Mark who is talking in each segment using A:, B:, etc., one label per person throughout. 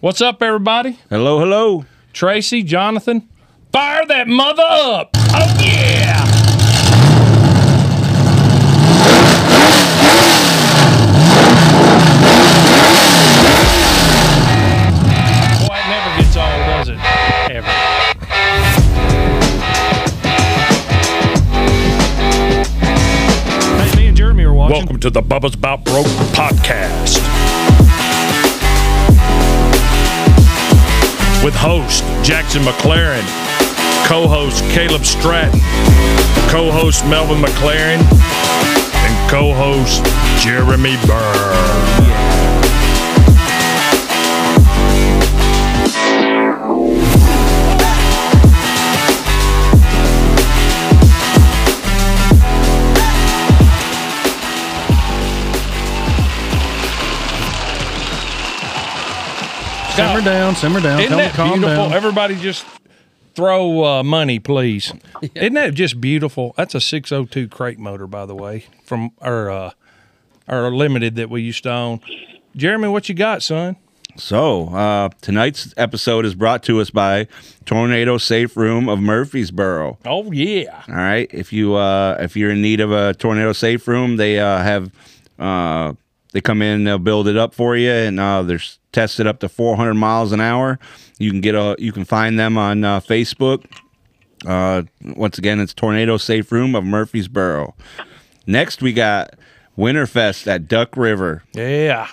A: What's up, everybody?
B: Hello, hello.
A: Tracy, Jonathan, fire that mother up! Oh yeah! Boy, it never gets old, does it? Ever. Hey, me and Jeremy are watching.
B: Welcome to the Bubba's About Broke podcast with host Jackson McLaren, co host Caleb Stratton, co host Melvin McLaren, and co host Jeremy Burr.
A: Scott,
C: Simmer down, simmer down.
A: Isn't
C: Tell them
A: that
C: to calm
A: beautiful?
C: down.
A: Everybody just throw uh, money, please. Isn't that just beautiful? That's a 602 crate motor, by the way, from our uh, our limited that we used to own. Jeremy, what you got, son?
B: So, uh, tonight's episode is brought to us by Tornado Safe Room of Murfreesboro.
A: Oh yeah,
B: All right. If you uh, if you're in need of a tornado safe room, they uh, have uh, they come in, they'll build it up for you, and uh, they're s- tested up to 400 miles an hour. You can get a you can find them on uh, Facebook. Uh, once again, it's Tornado Safe Room of Murfreesboro. Next, we got Winterfest at Duck River.
A: yeah.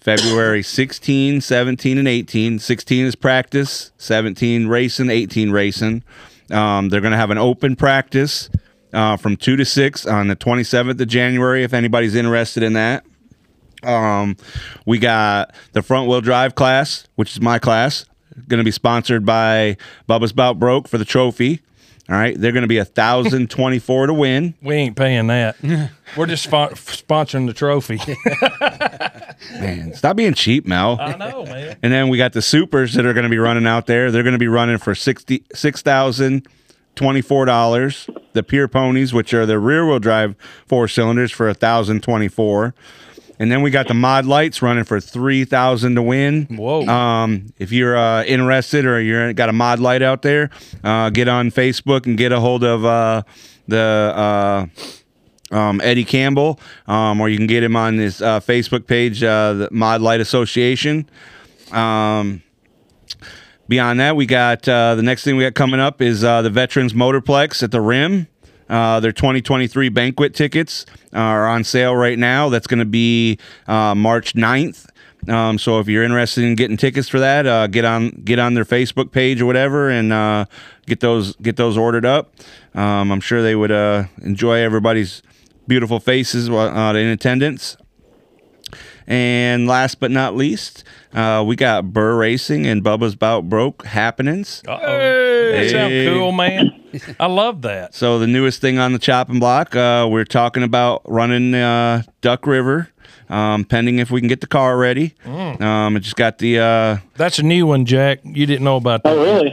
B: February 16, 17, and 18. 16 is practice, 17 racing, 18 racing. Um, they're going to have an open practice uh, from 2 to 6 on the 27th of January if anybody's interested in that. Um, we got the front wheel drive class, which is my class, going to be sponsored by Bubba's Bout Broke for the trophy. All right, they're going to be a 1,024 to win.
A: We ain't paying that. We're just spon- sponsoring the trophy.
B: Man, stop being cheap, Mel.
A: I know, man.
B: And then we got the supers that are going to be running out there. They're going to be running for sixty six thousand twenty four dollars. The Pier Ponies, which are the rear wheel drive four cylinders, for a thousand twenty four. And then we got the mod lights running for three thousand to win.
A: Whoa.
B: Um, if you're uh, interested or you're got a mod light out there, uh, get on Facebook and get a hold of uh, the uh, um, Eddie Campbell, um, or you can get him on his uh, Facebook page, uh, the Mod Light Association. Um, beyond that, we got uh, the next thing we got coming up is uh, the Veterans Motorplex at the Rim. Uh, their 2023 banquet tickets are on sale right now. That's going to be uh, March 9th. Um, so if you're interested in getting tickets for that, uh, get on get on their Facebook page or whatever, and uh, get those get those ordered up. Um, I'm sure they would uh, enjoy everybody's beautiful faces while- uh, in attendance. And last but not least, uh, we got Burr Racing and Bubba's Bout Broke happenings.
A: Oh. Hey, that sound
B: Hey.
A: cool, man. I love that.
B: So the newest thing on the chopping block, uh, we're talking about running uh, Duck River, um, pending if we can get the car ready. Um, it just got the uh,
A: That's a new one, Jack. You didn't know about that.
D: Oh,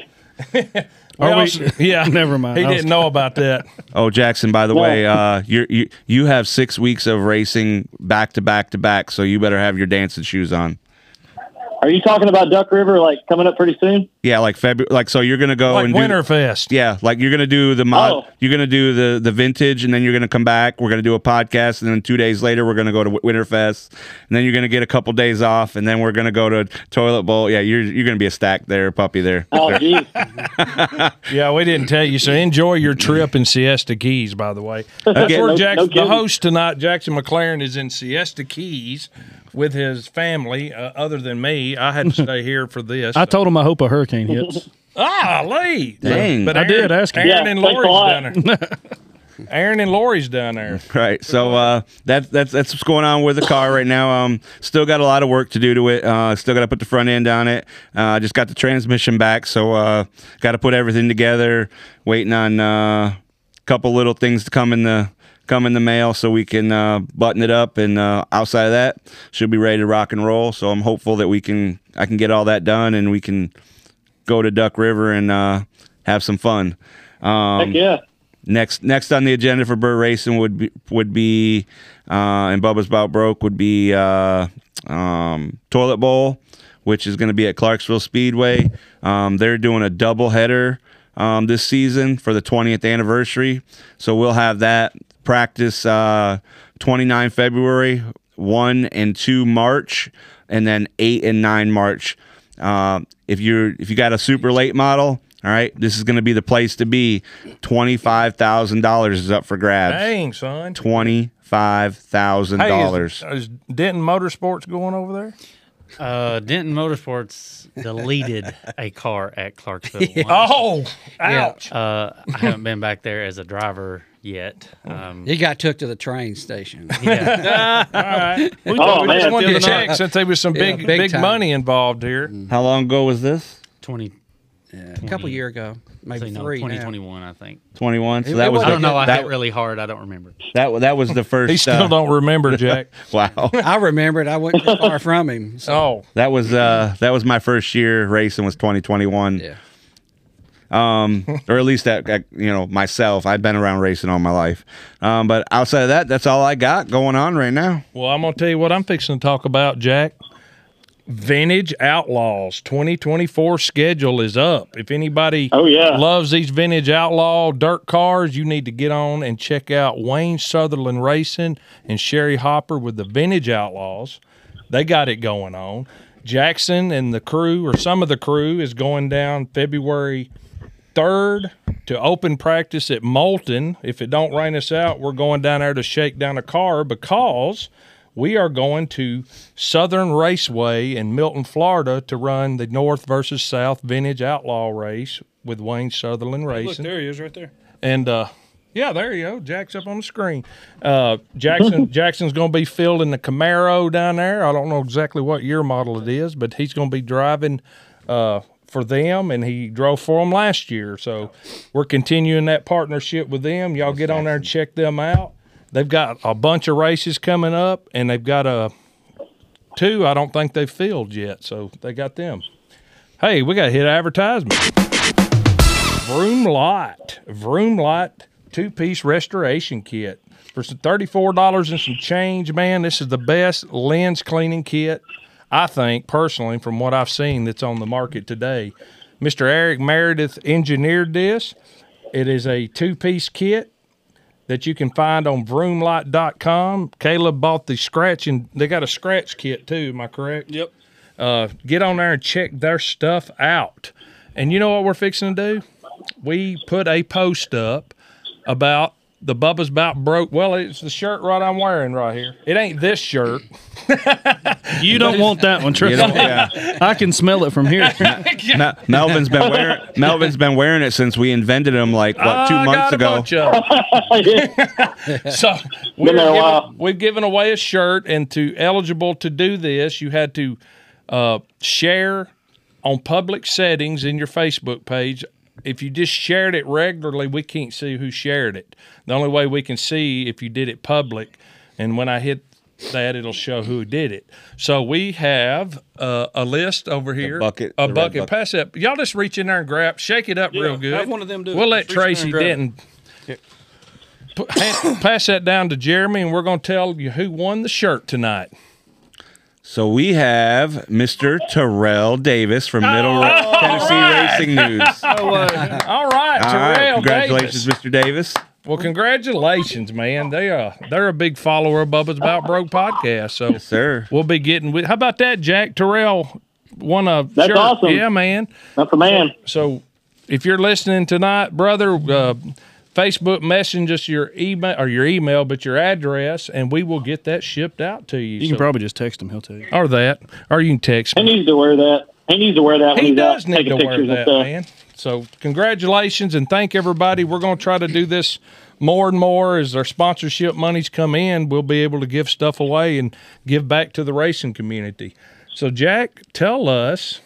D: really?
C: Are we-
A: yeah.
C: Never mind.
A: He
C: I was-
A: didn't know about that.
B: oh Jackson. By the
D: Yeah.
B: way, uh, you you you have six weeks of racing back to back to back, so you better have your dancing shoes on.
D: Are you talking about Duck River like coming up pretty soon?
B: Yeah, like February, like so you're gonna go
A: like
B: and do-
A: Winterfest.
B: Yeah, like you're gonna do the mod,
D: Oh.
B: you're gonna do the the vintage, and then you're gonna come back. We're gonna do a podcast, and then two days later we're gonna go to Wi- Winterfest, and then you're gonna get a couple days off, and then we're gonna go to Toilet Bowl. Yeah, you're you're gonna be a stack there, puppy there.
D: Oh, geez.
A: Yeah, we didn't tell you. So enjoy your trip in Siesta Keys, by the way. That's
B: Okay.
A: where
D: No-
A: Jack,
D: no
A: the
D: kidding.
A: host tonight, Jackson McLaren, is in Siesta Keys with his family. Uh, other than me, I had to stay here for this.
C: I told him I hope a hurricane hits.
A: ah, Lee.
B: Dang.
C: I
A: Aaron-
C: did ask him.
A: Aaron
D: Yeah,
A: and
D: thanks a
A: Lori's down there. Aaron and Lori's down there.
B: Right. So uh, that that's that's what's going on with the car right now. Um, still got a lot of work to do to it. Uh, still got to put the front end on it. Uh, just got the transmission back, so uh, got to put everything together. Waiting on uh, a couple little things to come in the come in the mail, so we can uh, button it up. And uh, outside of that, should be ready to rock and roll. So I'm hopeful that we can I can get all that done, and we can go to Duck River and uh, have some fun. Um,
D: Heck yeah.
B: Next, next on the agenda for Burr Racing would be would be, uh, and Bubba's Bout Broke would be uh, um, Toilet Bowl, which is going to be at Clarksville Speedway. Um, they're doing a double header um, this season for the 20th anniversary. So we'll have that practice uh, 29 February, 1 and 2 March, and then 8 and 9 March. Uh, if you're if you got a super late model, all right, this is going to be the place to be. Twenty five thousand dollars is up for grabs.
A: Dang, son.
B: Twenty five thousand
A: Hey, is-
B: dollars.
A: Is, Denton Motorsports going over there?
E: Uh, Denton Motorsports deleted a car at Clarksville. once.
A: Oh, ouch.
E: Uh, I haven't been back there as a driver yet. Um,
F: He got took to the train station.
E: yeah.
A: We,
D: Oh,
A: we just
D: man.
A: wanted to
F: Yeah.
A: check since there was some
F: Yeah,
A: big,
F: big
A: big
F: time.
A: money involved here.
B: How long ago was this?
E: 20,
F: Yeah, a couple year ago,
E: so,
F: maybe
E: no,
F: three. now.
E: 2021, I think.
B: Twenty one.
F: It-
B: So that
F: it
B: was
E: I
B: the,
E: don't know. I
B: that,
E: hit really hard. I don't remember.
B: that that was the first.
A: He still
B: uh,
A: don't remember, Jack.
B: Wow,
F: I remember it. I wasn't too far from him. So,
A: oh,
B: that was uh that was my first year racing was twenty twenty one.
F: yeah.
B: um, or at least that, that, you know myself. I've been around racing all my life, um, but outside of that, that's all I got going on right now.
A: well, I'm gonna tell you what I'm fixing to talk about, Jack. Vintage Outlaws 2024 schedule is up. If anybody
D: Oh, yeah.
A: loves these vintage outlaw dirt cars, you need to get on and check out Wayne Sutherland Racing and Sherry Hopper with the Vintage Outlaws. They got it going on. Jackson and the crew, or some of the crew, is going down February 3rd to open practice at Moulton. If it don't rain us out, we're going down there to shake down a car because we are going to Southern Raceway in Milton, Florida to run the North versus South Vintage Outlaw race with Wayne Sutherland Racing.
C: he is right there.
A: And uh, yeah, there you go. Jack's up on the screen. Uh, Jackson Jackson's going to be fielding the Camaro down there. I don't know exactly what year model it is, but he's going to be driving uh, for them, and he drove for them last year. So we're continuing that partnership with them. Y'all get on there and check them out. They've got a bunch of races coming up, and they've got a two I don't think they've filled yet, so they got them. Hey, we got to hit advertisement. Vroom Lot, Vroom Lot two piece restoration kit for some $34 and some change, man. This is the best lens cleaning kit, I think, personally, from what I've seen that's on the market today. Mr. Eric Meredith engineered this. It is a two piece kit that you can find on vroomlight.com. Caleb bought the scratch and they got a scratch kit too, am I correct?
C: Yep.
A: Uh, get on there and check their stuff out. And you know what we're fixing to do? We put a post up about the Bubba's About Broke. Well, it's the shirt right I'm wearing right here. It ain't this shirt.
C: You don't want that one,
B: You
C: trust
B: know,
C: me.
B: yeah.
C: I can smell it from here.
B: Mel- Melvin's been wearing Melvin's been wearing it since we invented him like what two
A: Oh, I
B: months
A: got
B: ago.
A: A bunch of 'em. So we're
D: Been there a
A: giving-
D: while.
A: we've given away a shirt, and to eligible to do this, you had to uh, share on public settings in your Facebook page. If you just shared it regularly, we can't see who shared it. The only way we can see if you did it public, and when I hit that, it'll show who did it. So we have uh, a list over here,
B: bucket,
A: a
B: the red
A: bucket.
B: bucket.
A: Pass that. Y'all just reach in there and grab, shake it up real good.
C: have one of them do it.
A: We'll let
C: Just reach in there and
A: Tracy
C: grab it.
A: Denton Pa- pass that down to Jeremy, and we're going to tell you who won the shirt tonight.
B: So we have Mr. Terrell Davis from
A: Oh,
B: Middle Ro- Tennessee Racing News. All
A: All right,
B: right,
A: Oh, Terrell
B: congratulations,
A: Davis.
B: Mr. Davis.
A: Well, congratulations, man. They are they're a big follower of Bubba's About Broke podcast. So
B: Sir,
A: we'll be getting with. How about that, Jack Terrell? Won a
D: That's
A: shirt.
D: awesome.
A: Yeah, man.
D: That's a man.
A: So if you're listening tonight, brother, uh, Facebook message us your email or your email, but your address, and we will get that shipped out to you.
C: You can
A: So-
C: probably just text him. He'll tell you.
A: or that, or you can text.
D: He
A: me.
D: needs to wear that. He needs to wear that when
A: He
D: he's
A: does
D: out
A: need to
D: taking
A: wear
D: pictures
A: that,
D: and stuff.
A: man. So congratulations and thank everybody. We're going to try to do this more and more as our sponsorship monies come in. We'll be able to give stuff away and give back to the racing community. So Jack, tell us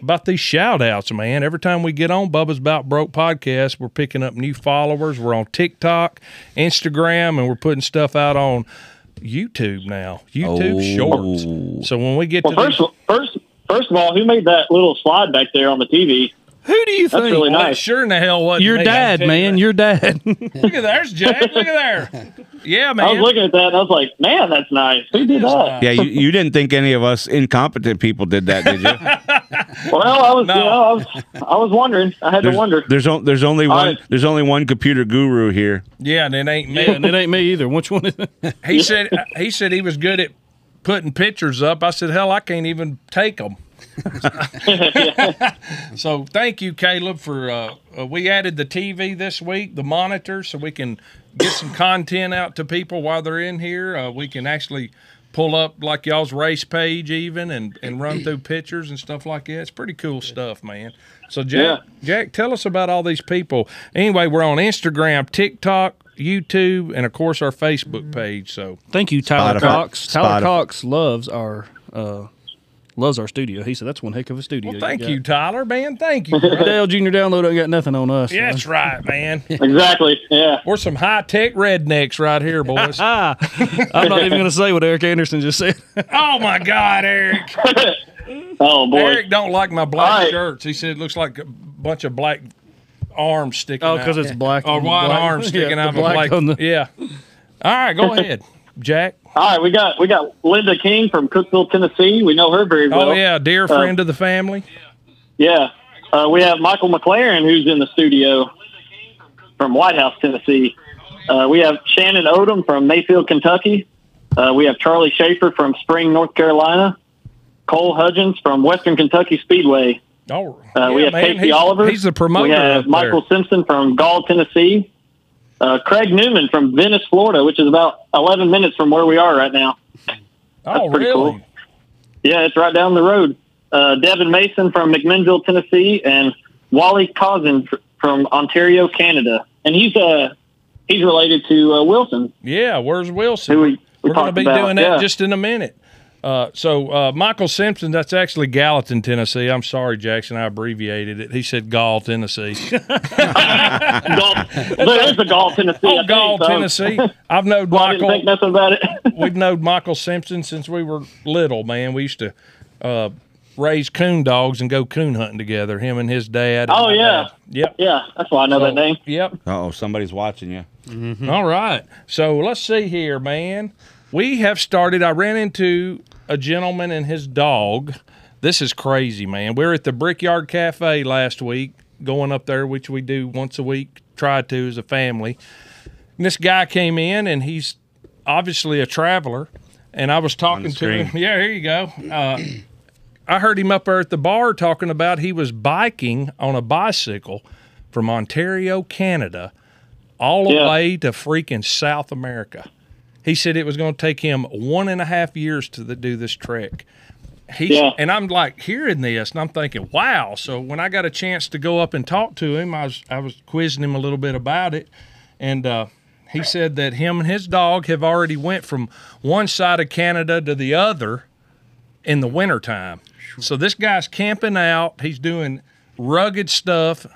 A: about these shout outs, man. Every time we get on Bubba's About Broke podcast, we're picking up new followers. We're on TikTok, Instagram, and we're putting stuff out on YouTube now. YouTube
B: Oh.
A: Shorts. So when we get
D: Well,
A: to these-
D: first, first, first of all, who made that little slide back there on the TV?
C: Who do you
D: That's
C: think?
D: really
A: Well, it
D: nice.
A: sure in the hell wasn't
C: Your
A: me, I
C: dad,
A: tell you
C: man.
A: that.
C: Your dad.
A: Look at there's Jack. Look at there. Yeah, man.
D: I was looking at that and I was like, man, that's nice. Who did that?
B: Yeah, you, you didn't think any of us incompetent people did that, did you?
D: Well, I was,
A: No.
D: you know, I was, I was wondering. I had to wonder.
B: There's there's, on- there's only
D: I-
B: one there's only one computer guru here.
A: Yeah, and it ain't me.
C: yeah, and it ain't me either. Which one is it?
A: He said he said he was good at putting pictures up. I said, hell, I can't even take them. so thank you, Caleb, for uh, uh, we added the TV this week, the monitor, so we can get some content out to people while they're in here. Uh, we can actually pull up like y'all's race page even and, and run through pictures and stuff like that. It's pretty cool stuff, man. So Jack, Jack, tell us about all these people. Anyway, we're on Instagram, TikTok, YouTube, and of course our Facebook page. So
C: Thank you, Tyler
B: Spotify.
C: Cox. Tyler
B: Spotify.
C: Cox loves our uh, loves our studio. He said that's one heck of a studio.
A: well, thank
C: got."
A: you, Tyler, man. Thank you. bro.
C: Dale Junior download ain't got nothing on us.
A: Yeah,
C: man.
A: That's right, man.
D: Exactly. Yeah.
A: We're some high tech rednecks right here, boys.
C: Ah, I'm not even gonna say what Eric Anderson just said.
A: oh my God, Eric!
D: Oh boy.
A: Eric don't like my black
D: Hi.
A: shirts. He said it looks like a bunch of black arms sticking.
C: Oh,
A: out.
C: because it's black.
A: or wide
C: black-
A: arms sticking
C: yeah,
A: out
C: the
A: of a
C: black
A: black.
C: on the-
A: yeah. All right, go ahead, Jack.
D: All right, we got we got Linda King from Cookville, Tennessee. We know her very well.
A: oh
D: uh,
A: yeah, dear friend of the family.
D: Yeah. Uh, we have Michael McLaren, who's in the studio from White House, Tennessee. Uh, we have Shannon Odom from Mayfield, Kentucky. Uh, we have Charlie Schaefer from Spring, North Carolina. Cole Hudgens from Western Kentucky Speedway.
A: Oh,
D: Uh, we
A: yeah,
D: have
A: man,
D: Casey
A: he's-
D: Oliver.
A: He's the promoter.
D: We have
A: up
D: Michael Simpson from Gall, Tennessee. Uh, Craig Newman from Venice, Florida, which is about 11 minutes from where we are right now.
A: There. Oh,
D: pretty
A: really?
D: cool. Yeah, it's right down the road. Uh, Devin Mason from McMinnville, Tennessee, and Wally Cousin fr- from Ontario, Canada. And he's uh he's related to uh, Wilson,
A: Yeah, where's Wilson?
D: who we, we
A: We're going to
D: talked
A: be
D: about.
A: doing that
D: yeah.
A: just in a minute. Uh, so uh, Michael Simpson, that's actually Gallatin, Tennessee. I'm sorry, Jackson, I abbreviated it. He said Gall, Tennessee.
D: Gulf. There's the Gall, Tennessee. I
A: oh,
D: think,
A: Gall,
D: so.
A: Tennessee. I've known
D: Well, I didn't think
A: Michael.
D: nothing about it.
A: We've known Michael Simpson since we were little. Man, we used to uh, raise coon dogs and go coon hunting together. Him and his dad. and
D: Oh,
A: my
D: yeah.
A: dad. Yep.
D: yeah, that's why I know that name.
A: Yep.
B: Oh, somebody's watching you.
A: All right. So let's see here, man. We have started. I ran into a gentleman and his dog. This is crazy, man. We were at the Brickyard Cafe last week, going up there, which we do once a week, try to as a family. And this guy came in, and he's obviously a traveler. And I was talking to
B: screen.
A: him. Yeah, here you go. Uh, I heard him up there at the bar talking about he was biking on a bicycle from Ontario, Canada, all the
D: Yeah.
A: way to freaking South America. He said it was going to take him one and a half years to the, do this trek. He
D: Yeah.
A: and I'm like hearing this, and I'm thinking, wow. So when I got a chance to go up and talk to him, I was I was quizzing him a little bit about it, and uh, he said that him and his dog have already went from one side of Canada to the other in the wintertime. So this guy's camping out. He's doing rugged stuff.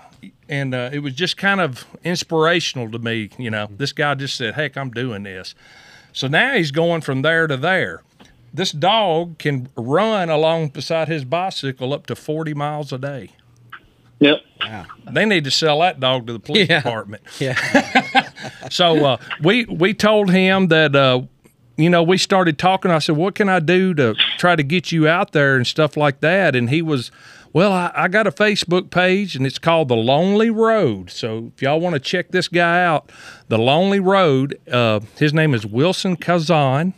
A: And uh, it was just kind of inspirational to me. You know, this guy just said, heck, I'm doing this. So now he's going from there to there. This dog can run along beside his bicycle up to 40 miles a day.
D: Yep.
A: They need to sell that dog to the police
F: Yeah.
A: department.
F: Yeah.
A: So uh, we we told him that uh, you know we started talking. I said, "What can I do to try to get you out there and stuff like that?" And he was, "Well, I, I got a Facebook page and it's called the Lonely Road. So if y'all want to check this guy out, the Lonely Road. Uh, his name is Wilson Kazan."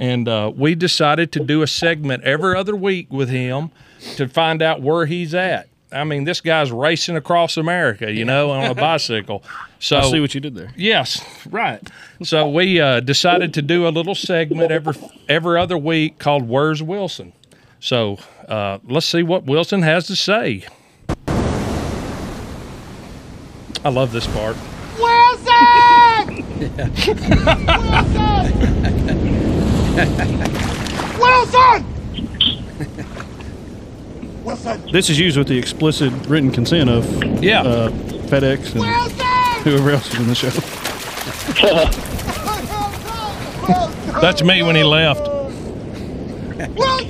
A: And uh, we decided to do a segment every other week with him to find out where he's at. I mean, this guy's racing across America, you know, on a bicycle. So
C: I see what you did there.
A: Yes, right. So we uh, decided to do a little segment every every other week called "Where's Wilson." So uh, let's see what Wilson has to say. I love this part.
G: Wilson! Wilson! Wilson! Wilson!
C: This is used with the explicit written consent of
A: Yeah.
C: uh, FedEx and
G: Wilson!
C: whoever else is in the show.
A: That's me when he left.
G: Wilson!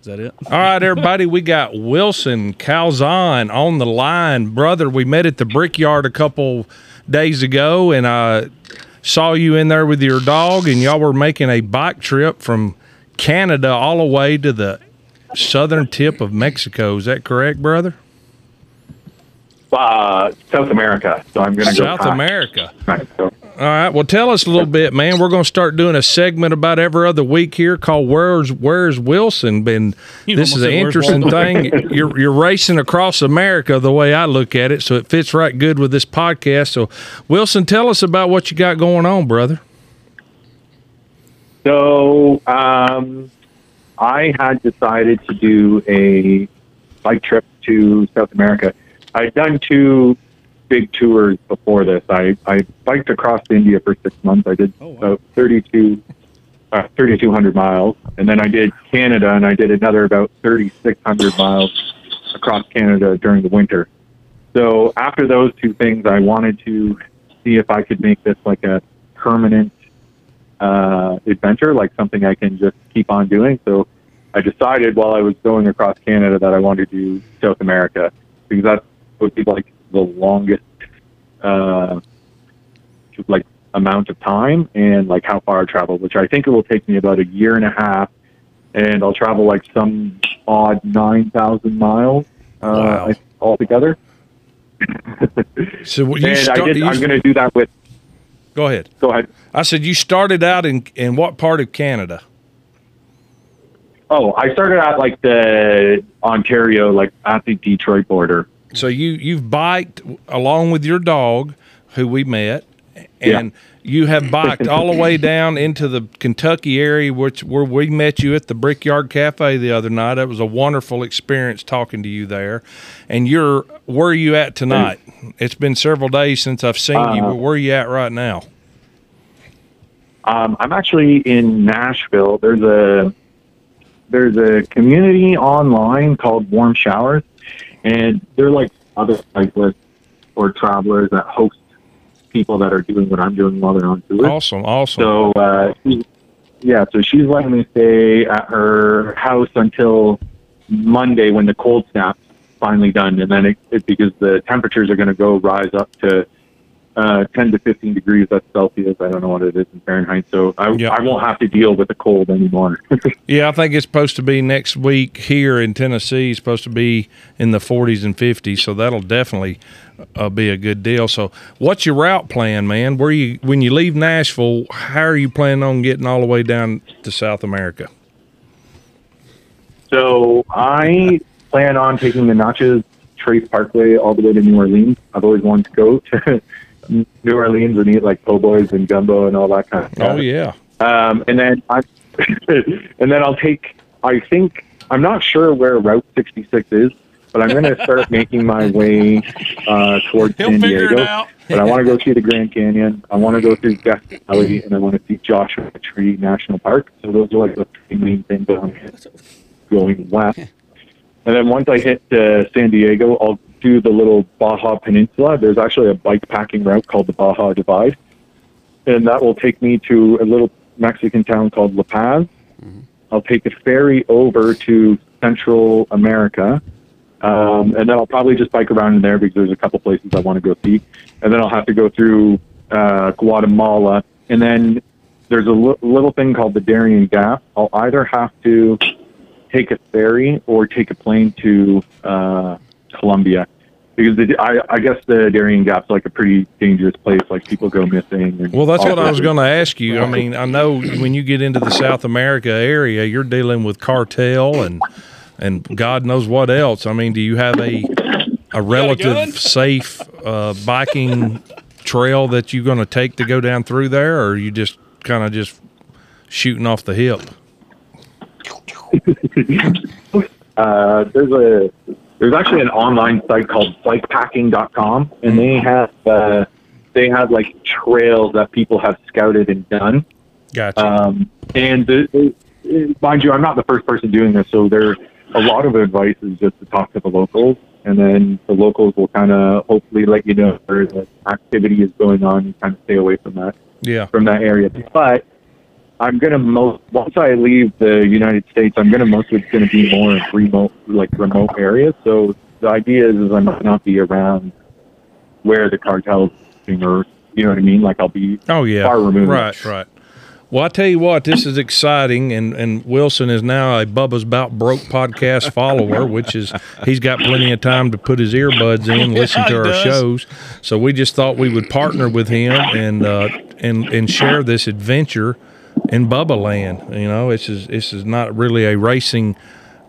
C: Is that it?
A: All right, everybody, we got Wilson Calzon on the line. Brother, we met at the brickyard a couple days ago, and I saw you in there with your dog, and y'all were making a bike trip from Canada all the way to the southern tip of Mexico. Is that correct, brother?
H: uh, South America. So I'm going to go
A: South
H: back.
A: America.
H: Right, so-
A: All right. Well, tell us a little bit, man. We're going to start doing a segment about every other week here called "Where's Where's Wilson?" Been
C: You
A: this is
C: almost
A: an
C: said, "Where's
A: interesting thing. You're you're racing across America the way I look at it, so it fits right good with this podcast. So, Wilson, tell us about what you got going on, brother.
H: So um, I had decided to do a bike trip to South America. I'd done two big tours before this. I, I biked across India for six months. I did
C: Oh, wow.
H: about 32, uh, 3,200 miles. And then I did Canada and I did another about 3,600 miles across Canada during the winter. So after those two things, I wanted to see if I could make this like a permanent uh, adventure, like something I can just keep on doing. So I decided while I was going across Canada that I wanted to do South America because that would be like the longest, uh, like amount of time and like how far I travel, which I think it will take me about a year and a half, and I'll travel like some odd nine thousand miles
A: Wow.
H: uh, altogether.
A: So you,
H: and I
A: start,
H: did,
A: you
H: I'm going to do that with.
A: go ahead.
H: Go ahead.
A: I said you started out in in what part of Canada?
H: Oh, I started out like the Ontario, like at the Detroit border.
A: So you you've biked along with your dog, who we met, and you have biked all the way down into the Kentucky area, which where we met you at the Brickyard Cafe the other night. It was a wonderful experience talking to you there. And you're where are you at tonight? It's been several days since I've seen you. But where are you at right now?
H: Um, I'm actually in Nashville. There's a there's a community online called Warm Showers, and they're like other cyclists or travelers that host people that are doing what I'm doing while they're on tour.
A: Awesome, awesome.
H: So, uh, she- yeah, so she's letting me stay at her house until Monday when the cold snap's finally done, and then it, it because the temperatures are going to go rise up to uh, 10 to 15 degrees. That's Celsius. I don't know what it is in Fahrenheit. So I,
A: Yeah.
H: I won't have to deal with the cold anymore.
A: Yeah, I think it's supposed to be next week here in Tennessee. It's supposed to be in the 40s and 50s, so that'll definitely uh, be a good deal. So, what's your route plan, man? Where you when you leave Nashville? How are you planning on getting all the way down to South America?
H: So I plan on taking the Notches Trace Parkway all the way to New Orleans. I've always wanted to go to New Orleans and eat like po' boys and gumbo and all that kind of
A: Oh
H: stuff.
A: yeah,
H: Um, and then I, and then I'll take. I think I'm not sure where Route 66 is, but I'm going to start making my way uh, towards San Diego. But I want to go through the Grand Canyon. I want to go through Death Valley, and I want to see Joshua Tree National Park. So those are like the three main things that I'm going west. And then once I hit uh, San Diego, I'll do the little Baja Peninsula. There's actually a bike packing route called the Baja Divide, and that will take me to a little Mexican town called La Paz. I'll take a ferry over to Central America, um, and then I'll probably just bike around in there because there's a couple places I want to go see, and then I'll have to go through uh, Guatemala, and then there's a li- little thing called the Darien Gap. I'll either have to take a ferry or take a plane to uh, Colombia. Because the, I, I guess the Darien Gap's like a pretty dangerous place. Like people go missing. And
A: well that's
H: all
A: what I
H: that.
A: was going to ask you. I mean, I know when you get into the South America area, you're dealing with cartel and and God knows what else. I mean, do you have a a relative safe uh, biking trail that you're going to take to go down through there, or are you just kind of just shooting off the hip?
H: Uh, there's a there's actually an online site called bikepacking.com, and they have uh, they have like trails that people have scouted and done.
A: Gotcha.
H: Um, and the, the, mind you, I'm not the first person doing this, so there a lot of advice is just to talk to the locals, and then the locals will kind of hopefully let you know where the activity is going on and kind of stay away from that
A: yeah.
H: from that area. But I'm gonna most once I leave the United States, I'm gonna mostly it's gonna be more in remote, like remote areas. So the idea is, is I might not be around where the cartels or you know what I mean. Like I'll be
A: Oh yeah,
H: far removed.
A: Right, right. Well, I tell you what, this is exciting, and, and Wilson is now a Bubba's About Broke podcast follower, which is he's got plenty of time to put his earbuds in, and listen to
C: Yeah,
A: our
C: he does.
A: shows. So we just thought we would partner with him and uh, and and share this adventure in Bubba Land. You know, this is this is not really a racing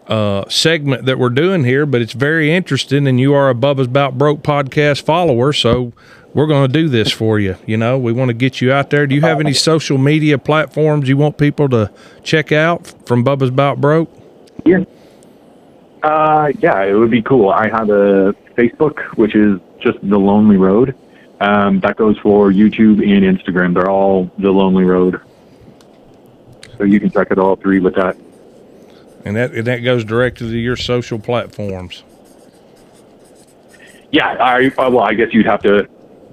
A: uh, segment that we're doing here, but it's very interesting. And you are a Bubba's About Broke podcast follower, so we're going to do this for you. You know, we want to get you out there. Do you have any social media platforms you want people to check out from Bubba's About Broke?
H: Yeah. Uh, yeah, it would be cool. I have a Facebook, which is just The Lonely Road. Um, that goes for YouTube and Instagram. They're all The Lonely Road. So you can check it all three with that.
A: And that and that goes directly to your social platforms.
H: Yeah, I, uh, well, I guess you'd have to,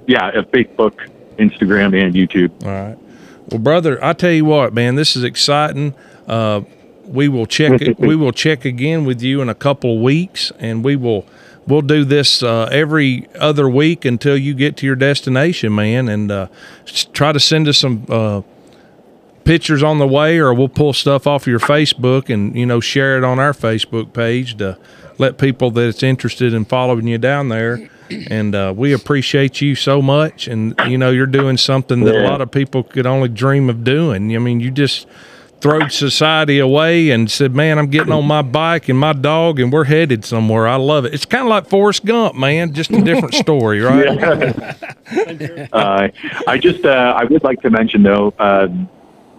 H: yeah, uh, Facebook, Instagram, and YouTube.
A: All right. Well, brother, I tell you what, man, this is exciting. Uh, we will check. we will check again with you in a couple of weeks, and we will we'll do this uh, every other week until you get to your destination, man. And uh, s- try to send us some uh, pictures on the way, or we'll pull stuff off your Facebook and you know share it on our Facebook page to let people that it's interested in following you down there. And uh, we appreciate you so much, and you know you're doing something that a lot of people could only dream of doing. I mean, you just throwed society away and said, "Man, I'm getting on my bike and my dog, and we're headed somewhere." I love it. It's kind of like Forrest Gump, man, just a different story, right?
H: Uh, I just, uh, I would like to mention though, um,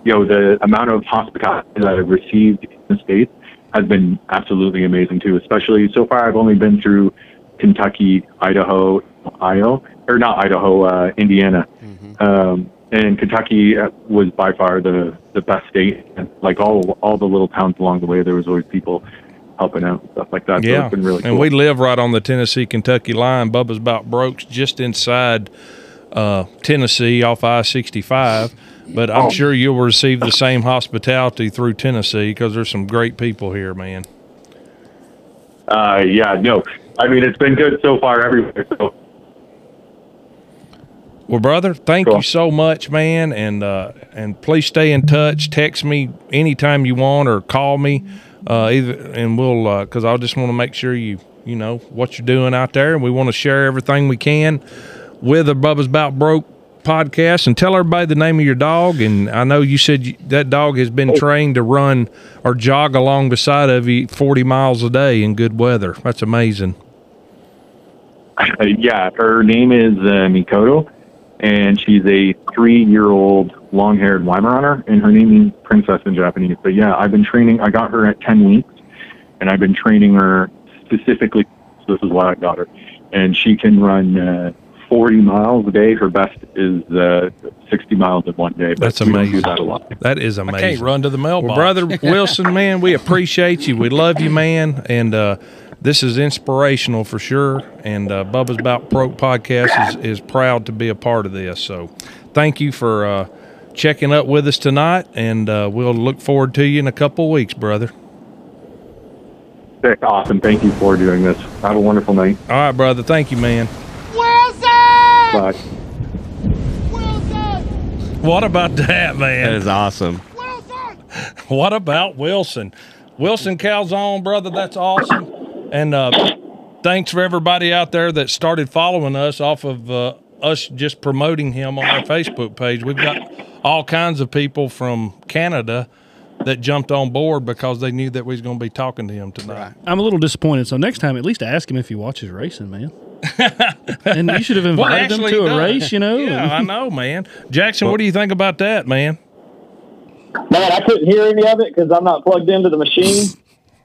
H: you know, the amount of hospitality that I've received in the states has been absolutely amazing too. Especially so far, I've only been through Kentucky, Idaho, Ohio, or not Idaho, uh, Indiana. Um, and Kentucky uh, was by far the the best state. And, Like all all the little towns along the way, there was always people helping out and stuff like that. so
A: Yeah,
H: it's been really
A: and
H: cool.
A: we live right on the Tennessee Kentucky line. Bubba's about broke's just inside uh, Tennessee off I sixty five. But I'm
H: Oh.
A: sure you'll receive the same hospitality through Tennessee because there's some great people here, man.
H: uh, yeah, no, I mean it's been good so far everywhere. So
A: Well, brother, thank
H: Cool.
A: you so much, man, and uh, and please stay in touch. Text me anytime you want, or call me, uh, either, and we'll because I just want to make sure you you know what you're doing out there, and we want to share everything we can with the Bubba's About Broke podcast, and tell everybody the name of your dog. And I know you said you, that dog has been trained to run or jog along beside of you 40 miles a day in good weather. That's amazing.
H: Uh, yeah, her name is uh, Mikoto, and she's a three-year-old long-haired Weimaraner, and her name means princess in Japanese. But yeah, I've been training. I got her at ten weeks, and I've been training her specifically. So this is why I got her, and she can run uh, forty miles a day. Her best is uh, sixty miles in one day. But
A: That's
H: we don't
A: amazing.
H: Do that a lot.
A: That is amazing.
C: run to the mailbox.
A: Well, brother Wilson, man, we appreciate you. We love you, man, and uh, this is inspirational for sure. And uh, Bubba's About Broke podcast is, is proud to be a part of this. So, thank you for uh, checking up with us tonight, and uh, we'll look forward to you in a couple weeks, brother.
H: Sick, awesome. Thank you for doing this. Have a wonderful night.
A: All right, brother. Thank you, man.
G: Wilson!
H: Bye.
G: Wilson!
A: What about that,
B: That
A: man?
B: is awesome.
G: Wilson!
A: What about Wilson? Wilson Calzone, brother, that's awesome. And uh, thanks for everybody out there that started following us off of uh, us just promoting him on our Facebook page. We've got all kinds of people from Canada that jumped on board because they knew that we was going to be talking to him tonight.
C: I'm a little disappointed. So next time, at least ask him if he watches racing, man. and you should have invited him
A: actually,
C: to a
A: he does.
C: race, you know.
A: Yeah, I know, man. Jackson, what do you think about that, man?
D: Man, I couldn't hear any of it because I'm not plugged into the machine.
A: Oh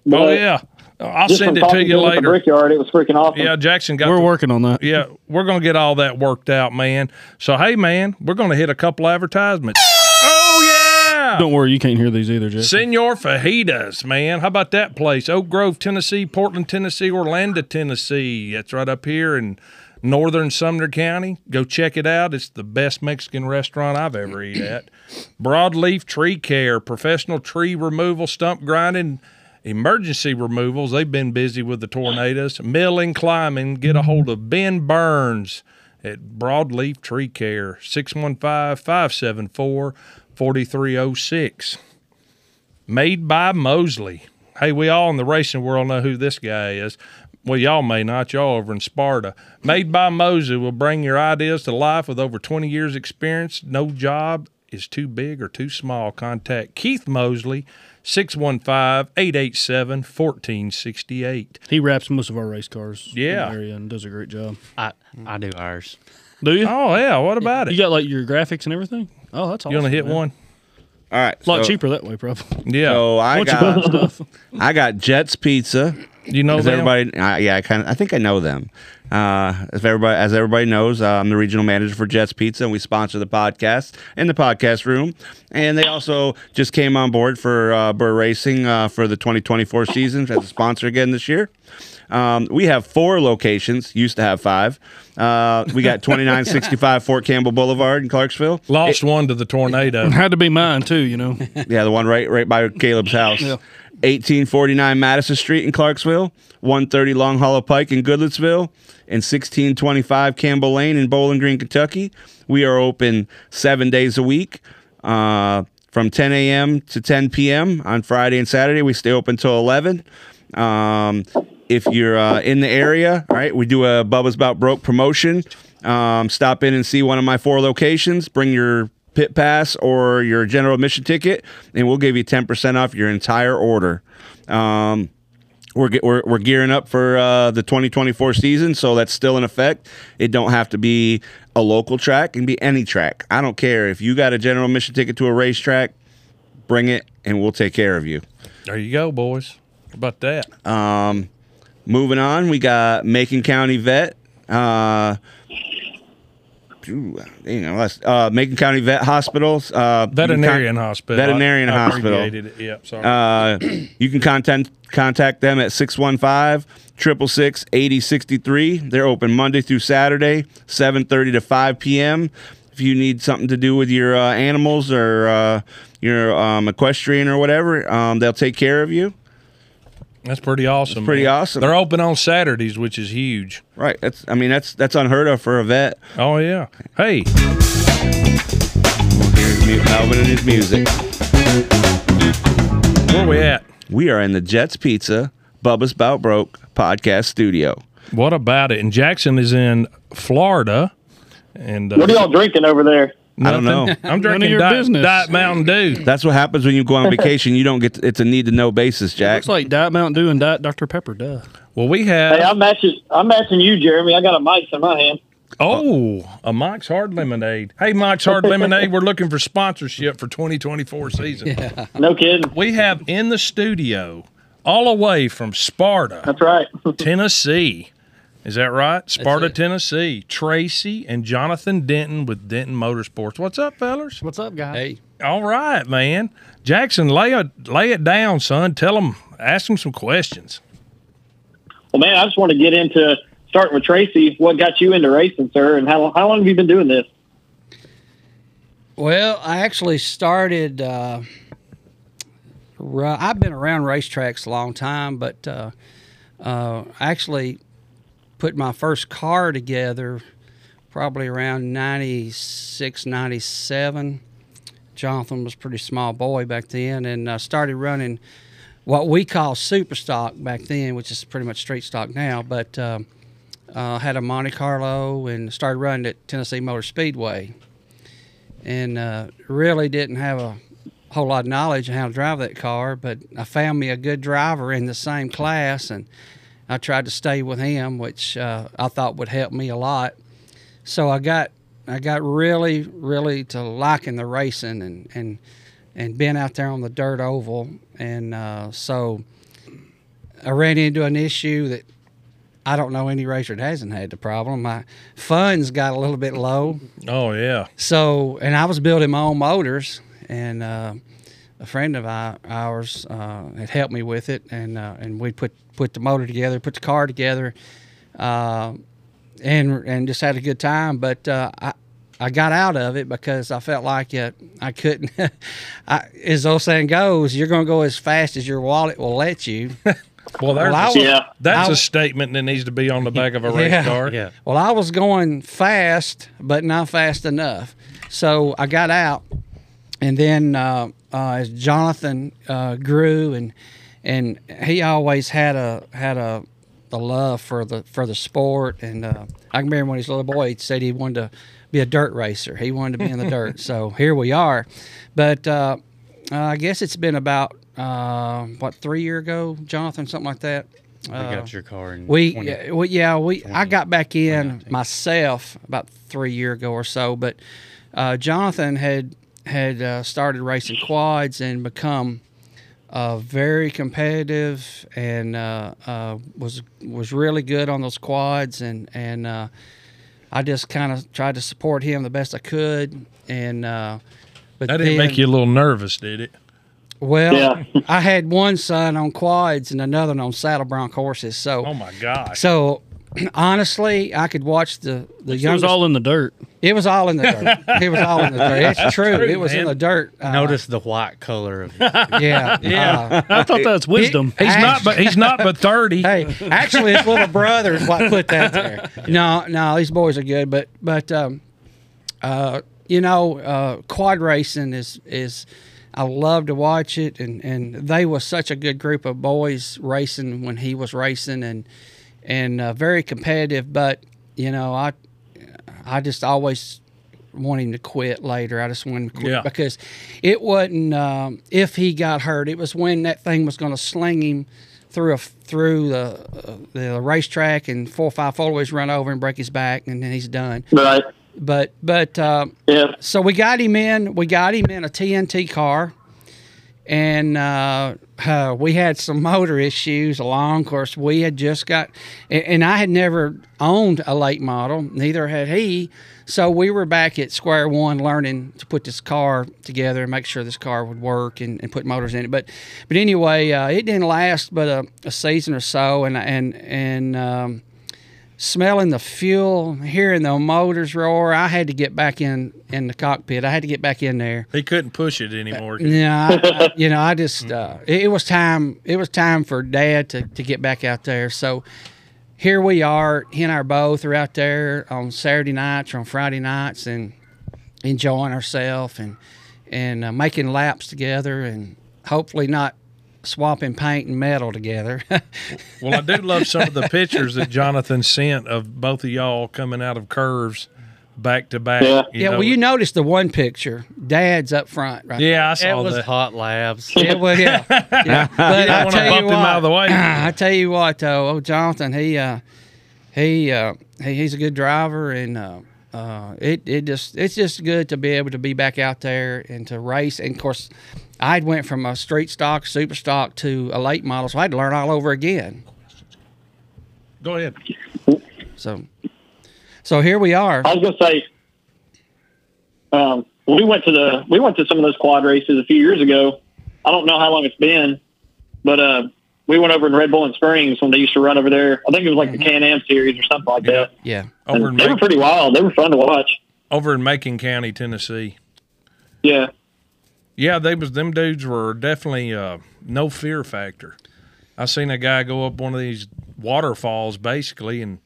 D: But
A: yeah, I'll
D: just
A: send
D: from
A: it to
D: talking
A: you
D: him at The
A: later.
D: brickyard, it was freaking awesome.
A: Yeah, Jackson got
C: We're
A: the-
C: working on that.
A: yeah, we're gonna get all that worked out, man. So hey, man, we're gonna hit a couple advertisements. Oh yeah,
C: Don't worry, you can't hear these either, Jack.
A: Senor Fajitas, man. How about that place? Oak Grove, Tennessee, Portland, Tennessee, Orlando, Tennessee. That's right up here in northern Sumner County. Go check it out. It's the best Mexican restaurant I've ever eaten at. Broadleaf tree care, professional tree removal, stump grinding, emergency removals. They've been busy with the tornadoes. Milling, climbing. Get a hold of Ben Burns at Broadleaf Tree Care, 615 574 4306. Made by Mosley. Hey, we all in the racing world know who this guy is. Well, y'all may not. Y'all over in Sparta. Made by Mosley will bring your ideas to life with over 20 years' experience. No job is too big or too small. Contact Keith Mosley, 615 887 1468.
C: He wraps most of our race cars. in the
A: Yeah.
C: area and does a great job.
E: I I do ours.
C: Do you?
A: Oh, yeah. What about
C: You
A: it?
C: got like your graphics and everything. Oh, that's awesome.
A: You only hit
C: man.
A: one?
B: All right.
C: A lot
B: so,
C: cheaper that way, probably.
A: Yeah.
B: So I
C: Once you buy
B: got
C: stuff,
B: I got Jets Pizza.
A: you know
B: As
A: them?
B: everybody, uh, yeah, I kind of, I think I know them. Uh, as everybody, as everybody knows, uh, I'm the regional manager for Jets Pizza, and we sponsor the podcast in the podcast room. And they also just came on board for uh, Burr Racing uh, for the 2024 season as a sponsor again this year. Um, we have four locations. Used to have five. Uh, we got 2965 Fort Campbell Boulevard in Clarksville.
A: Lost one to the tornado.
C: had to be mine too. You know,
B: Yeah, the one right right by Caleb's house. 1849 Madison Street in Clarksville, 130 Long Hollow Pike in Goodlettsville, and 1625 Campbell Lane in Bowling Green, Kentucky. We are open seven days a week uh, from 10 a.m. to 10 p.m. on Friday and Saturday. We stay open till 11. Um, if you're uh, in the area, all right, we do a Bubba's About Broke promotion. Um, stop in and see one of my four locations. Bring your pit pass or your general admission ticket, and we'll give you 10% off your entire order. Um, we're, ge- we're, we're gearing up for uh, the 2024 season, so that's still in effect. It don't have to be a local track, it can be any track. I don't care if you got a general admission ticket to a racetrack, bring it, and we'll take care of you.
A: There you go, boys. How about that?
B: Moving on, we got Macon County Vet. Uh, ooh, you know, that's, uh, Macon County Vet Hospitals. Uh,
A: Veterinarian hospital.
B: Veterinarian
A: I
B: hospital.
A: abbreviated it. Yep, sorry.
B: Uh, you can contact contact them at 615 666 8063. They're open Monday through Saturday, 7:30 to 5 p.m. If you need something to do with your uh, animals or uh, your um, equestrian or whatever, um, they'll take care of you.
A: That's pretty awesome.
B: pretty
A: man.
B: awesome.
A: They're open on Saturdays, which is huge.
B: Right. That's I mean that's that's unheard of for a vet.
A: Oh yeah. Hey,
B: Here's Mu- Melvin and his music.
A: where we at?
B: We are in the Jets Pizza Bubba's Bout Broke podcast studio.
A: What about it? And Jackson is in Florida, and uh,
D: What are y'all drinking over there?
B: I don't know.
A: I'm
C: None of
A: drinking
C: your
A: Diet,
C: business.
A: Diet Mountain Dew.
B: That's what happens when you go on vacation. You don't get. To, it's a need to know basis, Jack.
C: it's like Diet Mountain Dew and Diet Dr Pepper. Duh.
A: Well, we
D: Hey,
A: have
D: I'm matching. I'm matching you, Jeremy. I got a mic in my hand.
A: oh a Mike's Hard Lemonade. Hey, Mike's Hard Lemonade, we're looking for sponsorship for 2024 season.
D: No kidding.
A: We have in the studio, all the way from Sparta.
D: That's right.
A: Tennessee. Is that right? Sparta,
F: it.
A: Tennessee. Tracy and Jonathan Denton with Denton Motorsports. What's up, fellas?
E: What's up, guys?
F: Hey,
A: All right, man. Jackson, lay it lay it down, son. Tell them, ask them some questions.
D: Well, man, I just want to get into starting with Tracy. What got you into racing, sir? And how how long have you been doing this?
F: well, I actually started. Uh, ru- I've been around racetracks a long time, but uh, uh, I actually put my first car together probably around 96, 97. Jonathan was a pretty small boy back then, and I started running what we call super stock back then, which is pretty much street stock now. But um, uh, had a Monte Carlo and started running at Tennessee Motor Speedway, and uh, really didn't have a whole lot of knowledge of how to drive that car. But I found me a good driver in the same class, and I tried to stay with him, which uh, I thought would help me a lot. So I got I got really really to liking the racing and and and being out there on the dirt oval, and uh, so I ran into an issue that I don't know any racer that hasn't had the problem. My funds got a little bit low.
A: Oh yeah.
F: So, and I was building my own motors, and uh, a friend of I- ours uh, had helped me with it, and uh, and we put put the motor together, put the car together, uh, and and just had a good time. But uh, I I got out of it because I felt like it, I couldn't. I, as the old saying goes, you're going to go as fast as your wallet will let you.
A: Well, there's
F: Well, I
A: a-
F: was-
D: Yeah.
A: that's
F: I-
A: a statement that needs to be on the back of a race
F: Yeah.
A: car.
E: Yeah.
F: Well, I was going fast, but not fast enough. So I got out, and then uh, uh, as Jonathan uh, grew, and and he always had a had a the love for the for the sport, and uh, I can remember when he was a little boy, he said he wanted to be a dirt racer. He wanted to be in the dirt. So here we are, but. Uh, uh, I guess it's been about uh, what three year ago, Jonathan, something like that.
E: I
F: Uh,
E: got your car in
F: we,
E: 20
F: yeah, well, yeah, we. I got back in myself about three year ago or so, but uh, Jonathan had had uh, started racing quads and become uh, very competitive and uh, uh, was was really good on those quads and and uh, I just kind of tried to support him the best I could and uh, but
A: That didn't
F: then-
A: make you a little nervous, did it?
F: well.
D: Yeah.
F: I had one son on quads and another one on saddle bronc horses, so
A: Oh my gosh!
F: so honestly, I could watch the
C: It
F: the
C: was
F: youngest.
C: all in the dirt.
F: it was all in the dirt. it was all in the dirt. It's true.
A: true,
F: it was
A: man.
F: in the dirt. Uh,
E: Notice the white color of it.
F: Yeah. Uh, yeah.
C: I thought that's wisdom.
F: He-
A: He's not, but he's not but thirty.
F: hey, actually, his little brother is what put that there. No, no, these boys are good, but but um, uh, you know, uh, quad racing is is I love to watch it, and and they was such a good group of boys racing when he was racing, and and uh, very competitive. But you know, I I just always want him to quit later. I just want him to quit
A: Yeah.
F: because it wasn't um, if he got hurt. It was when that thing was going to sling him through a through the uh, the racetrack and four or five followers run over and break his back and then he's done.
D: Right.
F: But but uh,
D: Yeah.
F: so we got him in. We got him in a TNT car, and uh, uh, we had some motor issues along. Of course, we had just got, and, and I had never owned a late model. Neither had he. So we were back at square one, learning to put this car together and make sure this car would work and, and put motors in it. But but anyway, uh, it didn't last but a, a season or so, and and and. Um, smelling the fuel, hearing the motors roar, I had to get back in in the cockpit. I had to get back in there.
A: He couldn't push it anymore.
F: Yeah, I, I- you know, I just uh, it, it was time. It was time for Dad to to get back out there. So here we are. He and I both are out there on Saturday nights or on Friday nights and enjoying ourselves and and uh, making laps together and hopefully not swapping paint and metal together.
A: Well, I do love some of the pictures that Jonathan sent of both of y'all coming out of curves back to back.
D: Yeah.
F: yeah, well, you noticed the one picture. Dad's up front, right?
A: Yeah, I
E: It
A: saw
E: was
A: that.
E: hot labs.
F: Yeah, well, yeah. yeah. But I
A: when
F: tell
A: I
F: you
A: bumped
F: what,
A: him out of the way.
F: I tell you what, though, oh Jonathan, he, uh, he, uh, he, he's a good driver, and uh, uh, it, it just, it's just good to be able to be back out there and to race. And of course, I had went from a street stock, super stock to a late model, so I had to learn all over again.
A: Go ahead.
F: So, so here we are.
D: I was gonna say, um, we went to the we went to some of those quad races a few years ago. I don't know how long it's been, but uh, we went over in Red Bull and Springs when they used to run over there. I think it was like the Can Am series or something like that.
F: Yeah,
A: Over in,
D: And they were
A: Mac-
D: pretty wild. They were fun to watch.
A: over in Macon County, Tennessee.
D: Yeah,
A: Yeah, they was them dudes were definitely uh, no fear factor. I seen a guy go up one of these waterfalls basically, and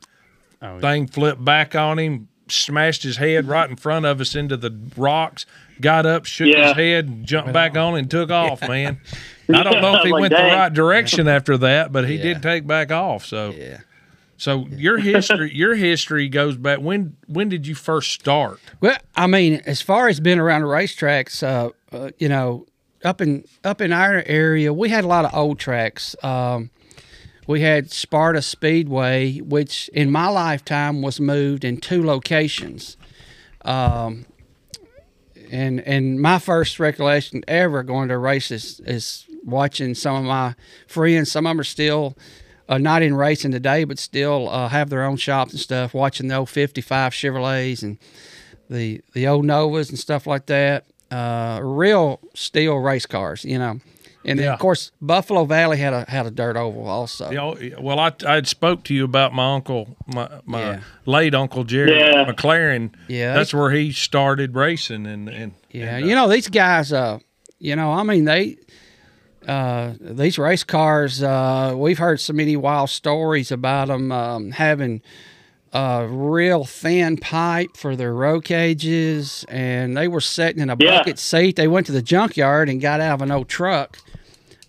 F: Oh,
A: thing flipped back on him, smashed his head right in front of us into the rocks. Got up, shook
D: Yeah.
A: his head, jumped back on, and took off. Man, I don't know if he
D: Like,
A: went the
D: dang.
A: right direction after that, but he
F: Yeah.
A: did take back off. So,
F: yeah.
A: so your history, your history goes back. When when did you first start?
F: Well, I mean, as far as being around the racetracks, uh, uh, you know, up in up in our area, we had a lot of old tracks. Um, we had Sparta Speedway, which in my lifetime was moved in two locations. Um, and and my first recollection ever going to a race is, is watching some of my friends. Some of them are still uh, not in racing today, but still uh, have their own shops and stuff. Watching the old '55 Chevrolets and the the old Novas and stuff like that. Uh, real steel race cars, you know. And then,
A: Yeah.
F: of course, Buffalo Valley had a had a dirt oval also.
A: You know, well, I I spoke to you about my uncle, my my
F: Yeah.
A: late uncle Jerry
D: Yeah.
A: McLaren.
F: Yeah.
A: that's where he started racing, and and
F: Yeah,
A: and, uh,
F: you know these guys. Uh, you know, I mean they. Uh, these race cars. Uh, we've heard so many wild stories about them um, having a real thin pipe for their row cages, and they were sitting in a
D: Yeah.
F: bucket seat. They went to the junkyard and got out of an old truck.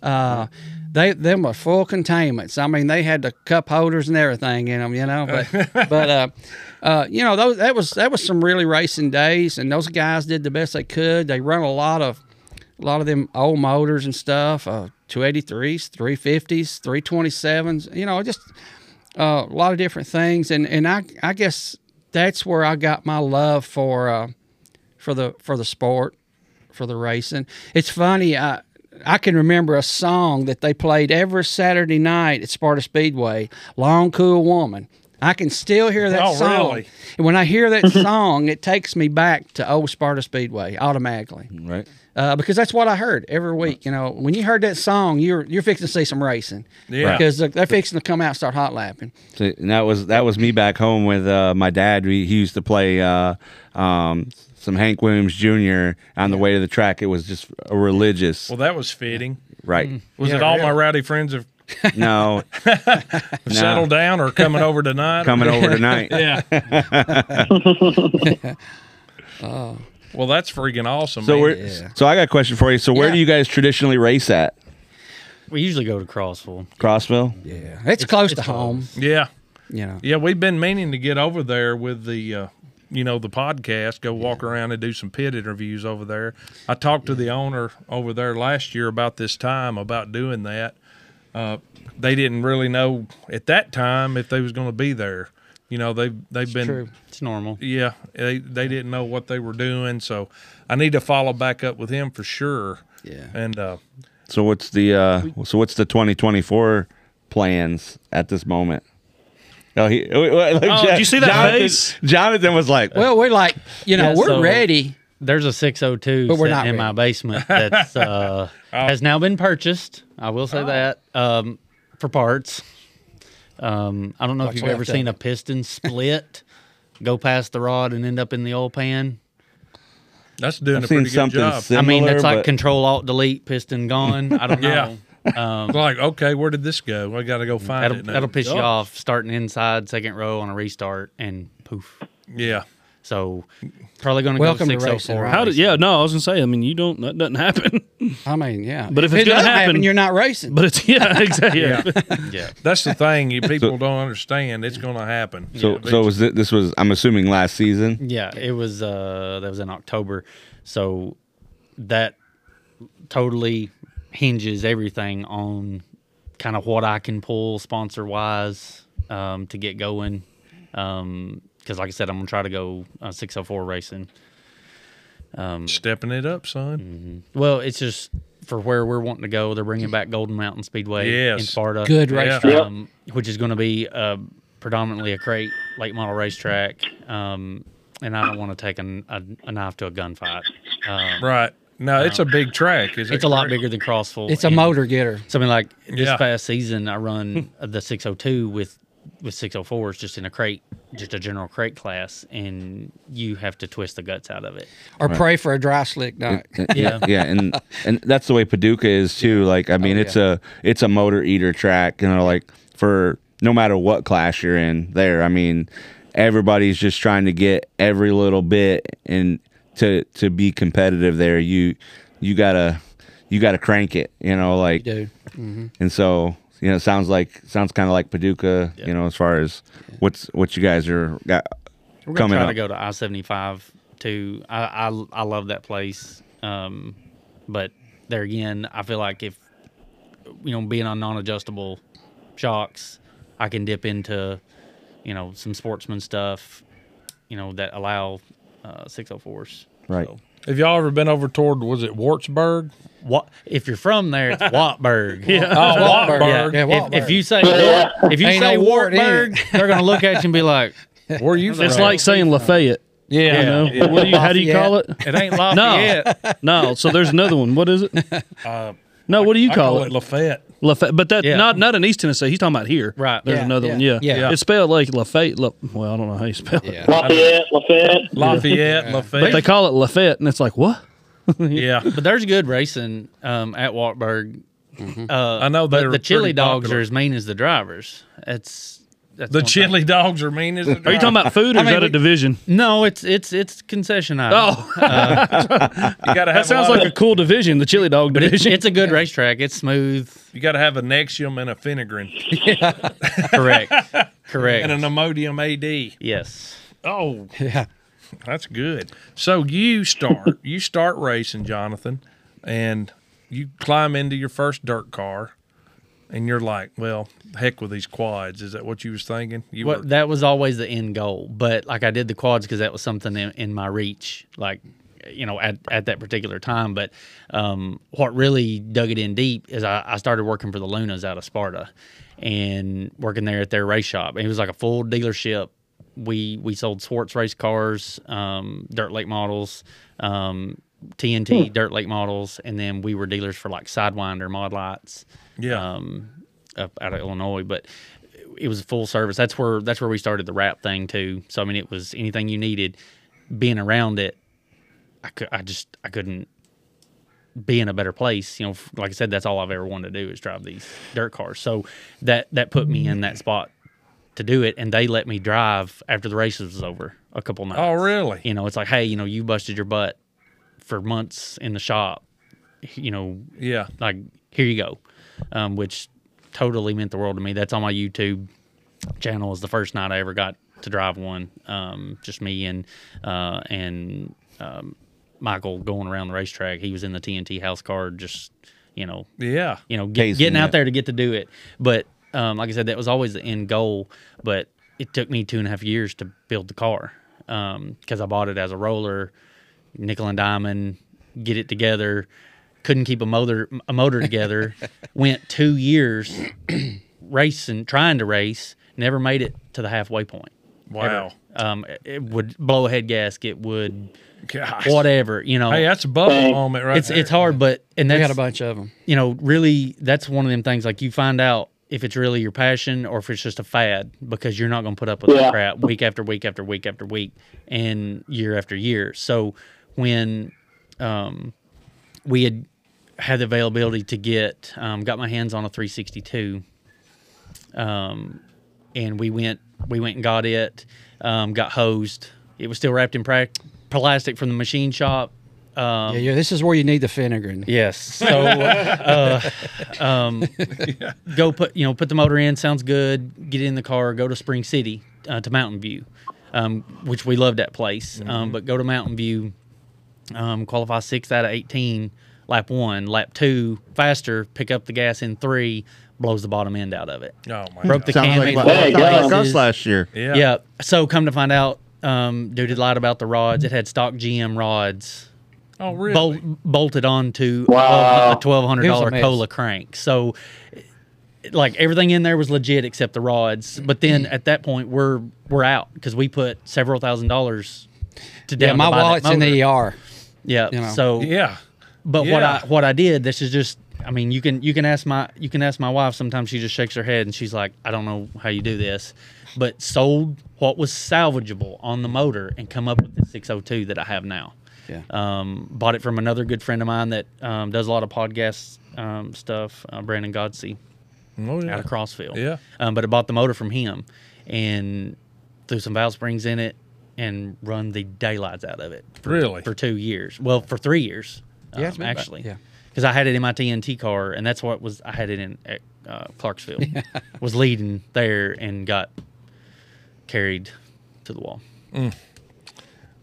F: Uh, they them were full containments. I mean, they had the cup holders and everything in them, you know. But but uh, uh, you know, those, that was that was some really racing days, and those guys did the best they could. They run a lot of a lot of them old motors and stuff, uh, 283s, 350s, 327s. You know, just uh, a lot of different things, and and I I guess that's where I got my love for uh, for the for the sport for the racing. It's funny. I I can remember a song that they played every Saturday night at Sparta Speedway, "Long Cool Woman." I can still hear that
A: Oh,
F: song.
A: really?
F: And when I hear that song, it takes me back to old Sparta Speedway automatically
B: Right.
F: uh, because that's what I heard every week. You know, when you heard that song, you're you're fixing to see some racing.
A: Yeah.
F: Because uh, they're, they're fixing to come out and start hot lapping.
B: So, and that was that was me back home with uh, my dad. We, he used to play uh, um, some Hank Williams Jr. on the way to the track. It was just a religious,
A: well, that was fitting.
B: right?
A: Was it all my rowdy friends have
B: No, No.
A: settled down or coming over tonight?
B: coming over tonight.
A: Yeah. Well, that's freaking awesome.
B: So
A: man.
B: we're so I got a question for you. So where
F: Yeah.
B: do you guys traditionally race at?
E: We usually go to Crossville.
B: Crossville.
F: Yeah, it's, close to home.
A: yeah,
F: You know.
A: yeah, we've been meaning to get over there with the. Uh, you know the podcast. Go walk around and do some pit interviews over there. I talked to the owner over there last year about this time about doing that. Uh, they didn't really know at that time if they was going to be there. You know they they've been
F: true.
E: It's normal.
A: Yeah, they they didn't know what they were doing, so I need to follow back up with him for sure.
F: Yeah.
A: and uh,
B: So what's the uh, so what's the 2024 plans at this moment? Oh, he, oh,
E: did you see that
B: Jonathan,
E: face?
B: Jonathan was like,
F: Well, we're like, you know,
E: Yeah,
F: we're
E: so-
F: ready.
E: There's a 602
F: But we're
E: sitting
F: not Oh.
E: in
F: ready.
E: my basement that's uh, has now been purchased. I will
F: Oh.
E: say that um, for parts. Um, I don't know
F: What's
E: if you've ever
F: left
E: seen a
F: of
E: piston split go past the rod and end up in the oil pan.
A: that's doing
B: I've
A: a
B: seen
A: pretty good
B: something
A: job.
B: similar.
E: I mean, that's like
B: but-
E: control alt delete piston gone. I don't
A: Yeah.
E: know. Um,
A: like, okay, where did this go? I got to go find
E: that'll,
A: it. now.
E: that'll piss you off starting inside second row on a restart and poof.
A: Yeah,
E: So probably going to go
F: Welcome to
E: 604.
F: racing, right?
C: How did? Yeah, no, I was gonna say. I mean, you don't. That doesn't happen.
F: I mean, yeah.
C: But if
F: it
C: it's gonna
F: doesn't
C: happen-
F: you're not racing.
C: But it's yeah, exactly. Yeah.
E: yeah.
A: that's the thing. You people don't understand. It's going to happen.
B: so
A: Yeah,
B: so
A: but-
B: was this, this was I'm assuming last season.
E: Yeah, it was uh that was in October. So that totally hinges everything on kind of what I can pull sponsor wise um to get going. Um because like I said, I'm gonna try to go uh, 604 racing.
A: stepping it up,
B: Mm.
A: son.
E: Well, it's just for where we're wanting to go. They're bringing back Golden Mountain Speedway in
A: Yes.
E: Sparta.
F: Good
A: Yeah.
F: race.
D: Yep.
E: um, which is going to be uh, predominantly a crate late model racetrack. Um, and I don't want to take an, a, a knife to a gunfight. Um,
A: Right. No, it's a big track. Is
E: it's a lot bigger than Crossville.
F: It's a
E: and-
F: motor getter.
E: So, I mean, like this
A: Yeah.
E: past season, I run the 602 with with 604s just in a crate, just a general crate class, and you have to twist the guts out of it.
F: Or pray for a dry slick night.
E: Yeah.
B: yeah, and and that's the way Paducah is too. Like I mean, it's a it's a motor eater track. You know, like for no matter what class you're in, there. I mean, everybody's just trying to get every little bit and to to be competitive there. You you gotta you gotta crank it. You know, like
F: Dude.
B: and so. You know, it sounds like sounds kind of like Paducah. You know, as far as what's what you guys are got
E: We're gonna
B: coming
E: try
B: up.
E: to go to I seventy five too. I, I I love that place. Um, but there again, I feel like if you know being on non adjustable shocks, I can dip into you know some sportsman stuff. You know that allow uh, six hundred fours.
B: Right.
A: Have y'all ever been over toward? Was it Wartsburg?
E: What if you're from there? It's Wattburg.
A: Oh,
E: yeah.
A: Wartburg.
F: Yeah,
E: if, if
F: Wartburg.
E: you say
D: Yeah.
E: if you
F: Ain't
E: say
F: no wart in it.
E: Wartburg, they're gonna look at you and be like,
A: Where you from?
C: It's like saying Lafayette.
A: yeah,
C: You know?
A: yeah.
C: What do you? How do you call it?
E: "It ain't Lafayette."
C: No, no. So there's another one. What is it? No, what do you
A: I
C: Uh, call,
A: call it
C: it?
A: Lafayette.
C: Lafayette, but that
E: Yeah.
C: not not in East Tennessee. He's talking about here.
E: Right.
C: There's
F: Yeah,
C: another
F: yeah,
C: one. Yeah.
F: yeah.
C: It's spelled like Lafayette. La, well, I don't know how you spell it.
F: Yeah.
D: Lafayette, Lafayette.
A: Lafayette,
C: But
A: Lafayette.
C: they call it Lafayette, and it's like what?
A: yeah.
E: But there's good racing um, at Wartburg. Uh,
A: I know
E: but
A: they're
E: the chili
A: pretty
E: dogs
A: popular.
E: are as mean as the drivers. That's, that's
A: The
E: one thing.
A: chili dogs are mean as
C: Are you talking about food or
E: I
C: is
E: mean,
C: that a
E: we-
C: division?
E: No, it's it's it's concession item.
C: Oh,
A: You gotta have
C: that sounds
A: a lot
C: like
A: of-
C: a cool division, the chili dog
E: but it's,
C: division.
E: it's a good racetrack. It's smooth.
A: you gotta have a Nexium and a Finagrin
E: Correct. Correct.
A: and an Imodium AD.
E: yes.
A: Oh,
F: Yeah.
A: that's good. So you start you start racing, Jonathan, and you climb into your first dirt car, and you're like, "Well, heck with these quads." Is that what you was thinking? You
E: Well,
A: were-
E: that was always the end goal. But like I did the quads because that was something in, in my reach, like you know, at, at that particular time. But um, what really dug it in deep is I, I started working for the Lunas out of Sparta and working there at their race shop. And it was like a full dealership. We we sold Swartz race cars, um, dirt lake models, um, TNT dirt lake models, and then we were dealers for like Sidewinder mod lights
A: yeah,
E: um, up out of Illinois, but it was full service. That's where that's where we started the wrap thing too. So I mean, it was anything you needed. Being around it, I could I just I couldn't be in a better place. You know, f- like I said, that's all I've ever wanted to do is drive these dirt cars. So that that put me in that spot to do it, and they let me drive after the races was over a couple nights.
A: oh really?
E: You know, it's like, hey, you know, you busted your butt for months in the shop. You know,
A: Yeah,
E: like here you go um, which totally meant the world to me that's on my youtube channel is the first night i ever got to drive one um, just me and uh, and um, michael going around the racetrack he was in the tnt house car just you know
A: yeah.
E: you know get,
B: Pacing
E: getting out
B: it.
E: there to get to do it but um, like i said that was always the end goal but it took me two and a half years to build the car because i bought it as a roller nickel and diamond get it together couldn't keep a motor a motor together went two years racing trying to race never made it to the halfway point
A: Wow.
E: um, it- it would blow a head gasket would
A: Gosh.
E: whatever you know
A: Hey, that's a bubble moment right
E: it's
A: there.
E: it's hard but and
F: We
E: that's
F: got a bunch of them.
E: you know, really, that's one of them things. Like you find out if it's really your passion or if it's just a fad because you're not going to put up with
D: Yeah.
E: that crap week after week after week after week and year after year. So when um, we had had the availability to get, um, got my hands on a 362, um, and we went we went and got it, um, got hosed. It was still wrapped in pra- plastic from the machine shop. Um,
F: Yeah, yeah, this is where you need the finagrin.
E: Yes. So, uh, um, go put you know put the motor in. Sounds good. Get in the car. Go to Spring City uh, to Mountain View, um, which we love that place. Um, but go to Mountain View, um, qualify six out of eighteen. Lap one, lap two, faster. Pick up the gas in three. Blows the bottom end out of it.
A: Oh my
E: Broke the
A: God.
E: can.
B: Sounds
E: made
B: like,
E: the
B: sounds like us
E: places.
B: last year.
A: yeah.
E: Yeah. So come to find out, um, dude had lied about the rods. It had stock GM rods
A: Oh really?
E: bolt, bolted onto
D: Wow.
E: a twelve hundred
F: It was
E: dollar
F: a mess.
E: cola crank. So, like everything in there was legit except the rods. But then
F: Mm-hmm.
E: at that point, we're we're out because we put several thousand dollars to
F: Yeah,
E: down
F: my
E: to buy that
F: wallet's in
E: motor.
F: the ER.
E: Yeah.
F: you know.
E: So
A: Yeah.
E: but what
A: Yeah.
E: I what I did, this is just I mean, you can you can ask my you can ask my wife. Sometimes she just shakes her head and she's like, I don't know how you do this. But sold what was salvageable on the motor and come up with the 602 that I have now.
F: Yeah.
E: Um, bought it from another good friend of mine that um, does a lot of podcast um, stuff, uh, Brandon Godsey
A: Oh, yeah.
E: out of Crossville.
A: Yeah.
E: Um, but I bought the motor from him and threw some valve springs in it and run the daylights out of it. for-
A: Really?
E: For two years. Well, for three years. um,
F: Yeah, it's been about-
E: actually.
F: yeah.
E: Because I had it in my TNT car, and that's what was I had it in at uh, Clarksville. was leading there and got carried to the wall.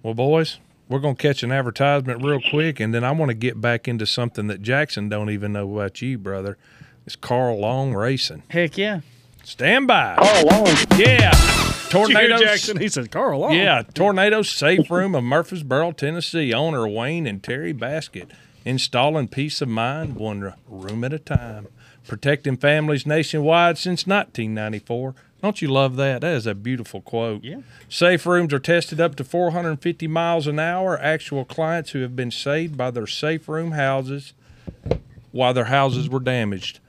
A: Well, boys, we're gonna catch an advertisement real quick, and then I want to get back into something that Jackson don't even know about you, brother. It's Carl Long Racing.
E: Heck yeah!
A: Stand by.
D: Oh, long.
A: Yeah.
C: Hugh
A: Tornado
C: Jackson. He said Carl. Long.
A: Oh, Yeah, Tornado Safe Room of Murfreesboro, Tennessee. Owner Wayne and Terry Basket. Installing peace of mind one room at a time. Protecting families nationwide since 1994. Don't you love that? That is a beautiful quote. Yeah. Safe rooms are tested up to 450 miles an hour. Actual clients who have been saved by their safe room houses why their houses were damaged.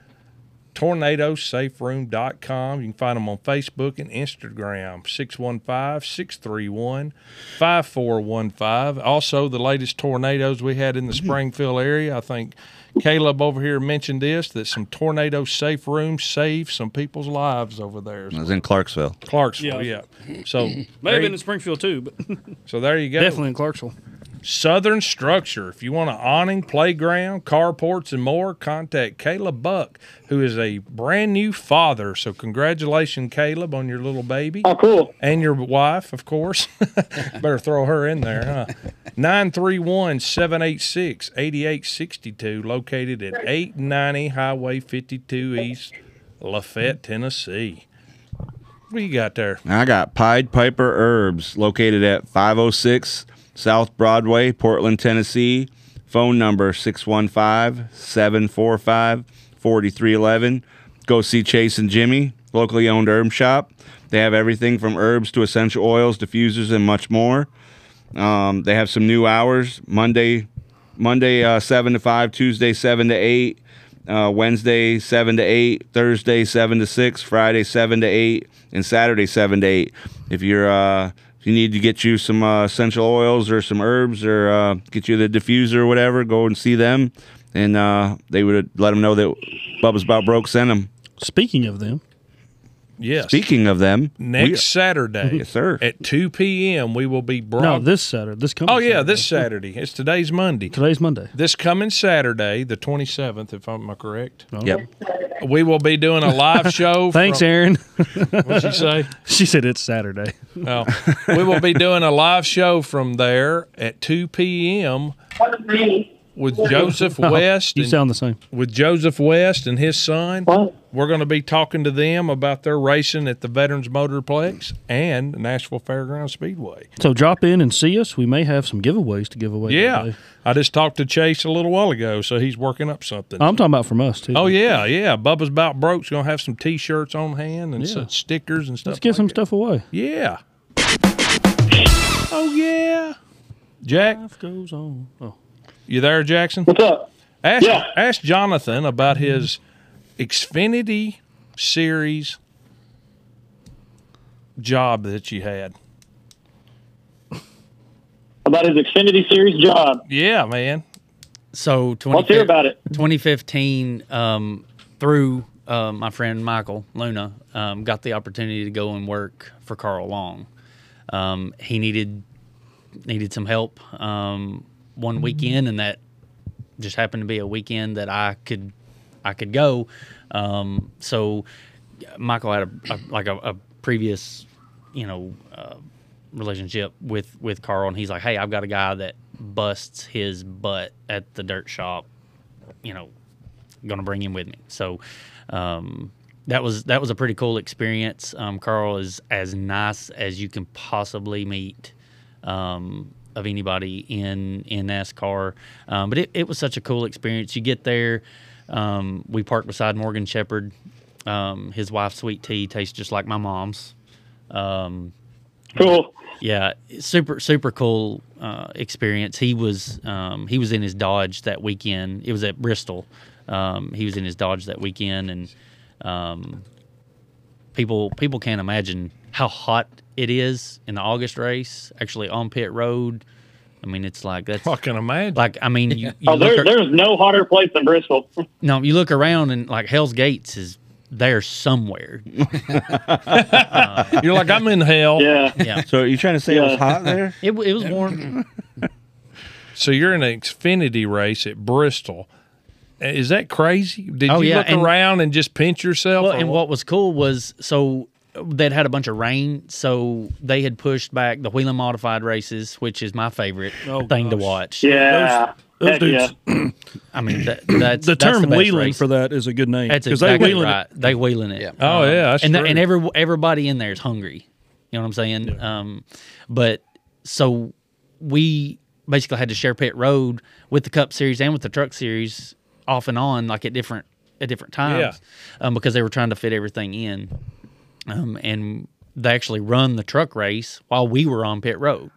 A: TornadoSafeRoom.com. You can find them on Facebook and Instagram, 615 631 5415. Also, the latest tornadoes we had in the Springfield area. I think Caleb over here mentioned this that some tornado safe rooms saved some people's lives over there.
B: I was in Clarksville.
A: Clarksville, yeah. So,
C: May have
A: there
C: been
A: you-
C: in Springfield too, but
A: so there you go.
C: definitely in Clarksville.
A: Southern Structure. If you want an awning, playground, carports, and more, contact Caleb Buck, who is a brand new father. So, congratulations, Caleb, on your little baby
D: Oh, cool.
A: and your wife, of course. Better throw her in there, huh? 931 786 8862, located at 890 Highway 52 East, Lafayette, Tennessee. What you got there?
B: I got Pied Piper Herbs located at 506 South Broadway, Portland, Tennessee. Phone number 615 745 4311. Go see Chase and Jimmy, locally owned herb shop. They have everything from herbs to essential oils, diffusers, and much more. Um, they have some new hours Monday, Monday uh, 7 to 5, Tuesday 7 to 8, uh, Wednesday 7 to 8, Thursday 7 to 6, Friday 7 to 8, and Saturday 7 to 8. If you're uh, if you need to get you some uh, essential oils or some herbs or uh, get you the diffuser or whatever, go and see them. And uh, they would let them know that Bubba's About Broke sent them.
C: Speaking of them,
A: Yes.
B: Speaking of them, we-
A: Next Saturday.
B: Yes, sir.
A: At 2 p.m., we will be broad-
C: no, this Saturday, this coming.
A: Oh yeah,
C: Saturday.
A: this Saturday. It's today's Monday.
C: today's Monday.
A: This coming Saturday, the 27th, if I'm correct,
C: No?
B: Yep.
A: we will be doing a live show.
C: Oh. Thanks,
A: from,
C: Aaron.
A: What'd you say?
C: she said it's Saturday.
A: Oh, we will be doing a live show from there at 2 p.m. with Joseph West.
C: Oh, you
A: and-
C: sound the same.
A: with Joseph West and his son.
D: What?
A: We're going to be talking to them about their racing at the Veterans Motorplex and Nashville Fairground Speedway.
C: So drop in and see us. We may have some giveaways to give away. that
A: Yeah,
C: day.
A: I just talked to Chase a little while ago, so he's working up something.
C: I'm talking about from us too.
A: Oh yeah, yeah. Bubba's about broke's gonna have some T-shirts on hand and
C: Yeah.
A: some stickers and stuff.
C: Let's give
A: like
C: some
A: that.
C: stuff away.
A: Yeah. Oh yeah. Jack,
C: Life goes on. Oh,
A: you there, Jackson?
D: What's up?
A: Ask,
D: Yeah.
A: ask Jonathan about his Xfinity series job that you had.
D: About his Xfinity Series job.
A: Yeah, man.
E: So 20,
D: Let's hear about it.
E: 2015 um, through uh, my friend Michael Luna um, got the opportunity to go and work for Carl Long. Um, he needed needed some help um, one weekend, and that just happened to be a weekend that I could I could go. Um, so Michael had a, a like a, a previous you know uh, relationship with with Carl, and he's like, "Hey, I've got a guy that busts his butt at the dirt shop. You know, gonna bring him with me." So um, that was that was a pretty cool experience. Um, Carl is as nice as you can possibly meet um, of anybody in in NASCAR, um, but it, it was such a cool experience. You get there. Um, we parked beside Morgan Shepherd. Um, his wife's sweet tea tastes just like my mom's. Um,
D: Cool.
E: yeah, super super cool uh, experience. He was um, he was in his Dodge that weekend. It was at Bristol. Um, he was in his Dodge that weekend, and um, people people can't imagine how hot it is in the August race. Actually, on pit road, I mean, it's like that's
A: I can imagine.
E: like I mean, you, you
D: Oh,
E: look
D: there,
E: ar-
D: there's no hotter place than Bristol.
E: no, you look around and like Hell's Gates is there somewhere.
A: You're like, I'm in hell.
D: Yeah.
E: Yeah,
B: So you trying to say it was
D: Yeah.
B: hot there?
E: it, w- it was warm.
A: So you're in an Xfinity race at Bristol. Is that crazy? Did
E: Oh,
A: you
E: yeah,
A: look
E: and-
A: around and just pinch yourself?
E: Well,
A: or
E: and what was cool was so they'd had a bunch of rain, so they had pushed back the Wheeling Modified races, which is my favorite
C: Oh,
E: thing to
C: gosh.
E: watch.
D: Yeah.
C: those
D: Heck
C: dudes.
E: I mean, that, that's
C: The term
E: that's the
C: wheeling for that is a good name
E: that's
C: they
E: exactly
C: wheeling it.
E: right. They wheeling it.
F: Yeah.
A: Oh, yeah, that's
E: and
A: true.
E: and every everybody in there is hungry. You know what I'm saying? Um, but so we basically had to share pit road with the Cup Series and with the Truck Series off and on, like at different at different times, um, because they were trying to fit everything in. Um, and they actually run the truck race while we were on pit road.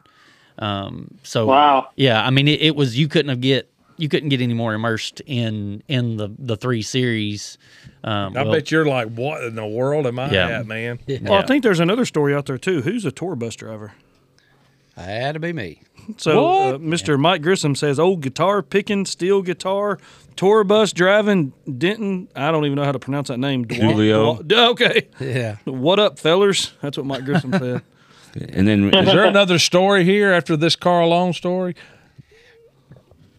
E: Um, so
D: Wow.
E: yeah, I mean, it, it was you couldn't have get you couldn't get any more immersed in in the the three series. Um,
A: I
E: well,
A: bet you're like, what in the world am I
E: Yeah.
A: at, man?
I: Well,
E: Yeah.
I: I think there's another story out there too. Who's a tour bus driver?
F: That'd be me.
I: So uh, Mr. Mike Grissom says old guitar picking, steel guitar, tour bus driving, Denton. I don't even know how to pronounce that name. Dwa-
B: Julio.
I: Dwa- okay.
F: Yeah.
I: What up, fellers? That's what Mike Grissom said.
B: And then
A: Is there another story here after this Carl Long story?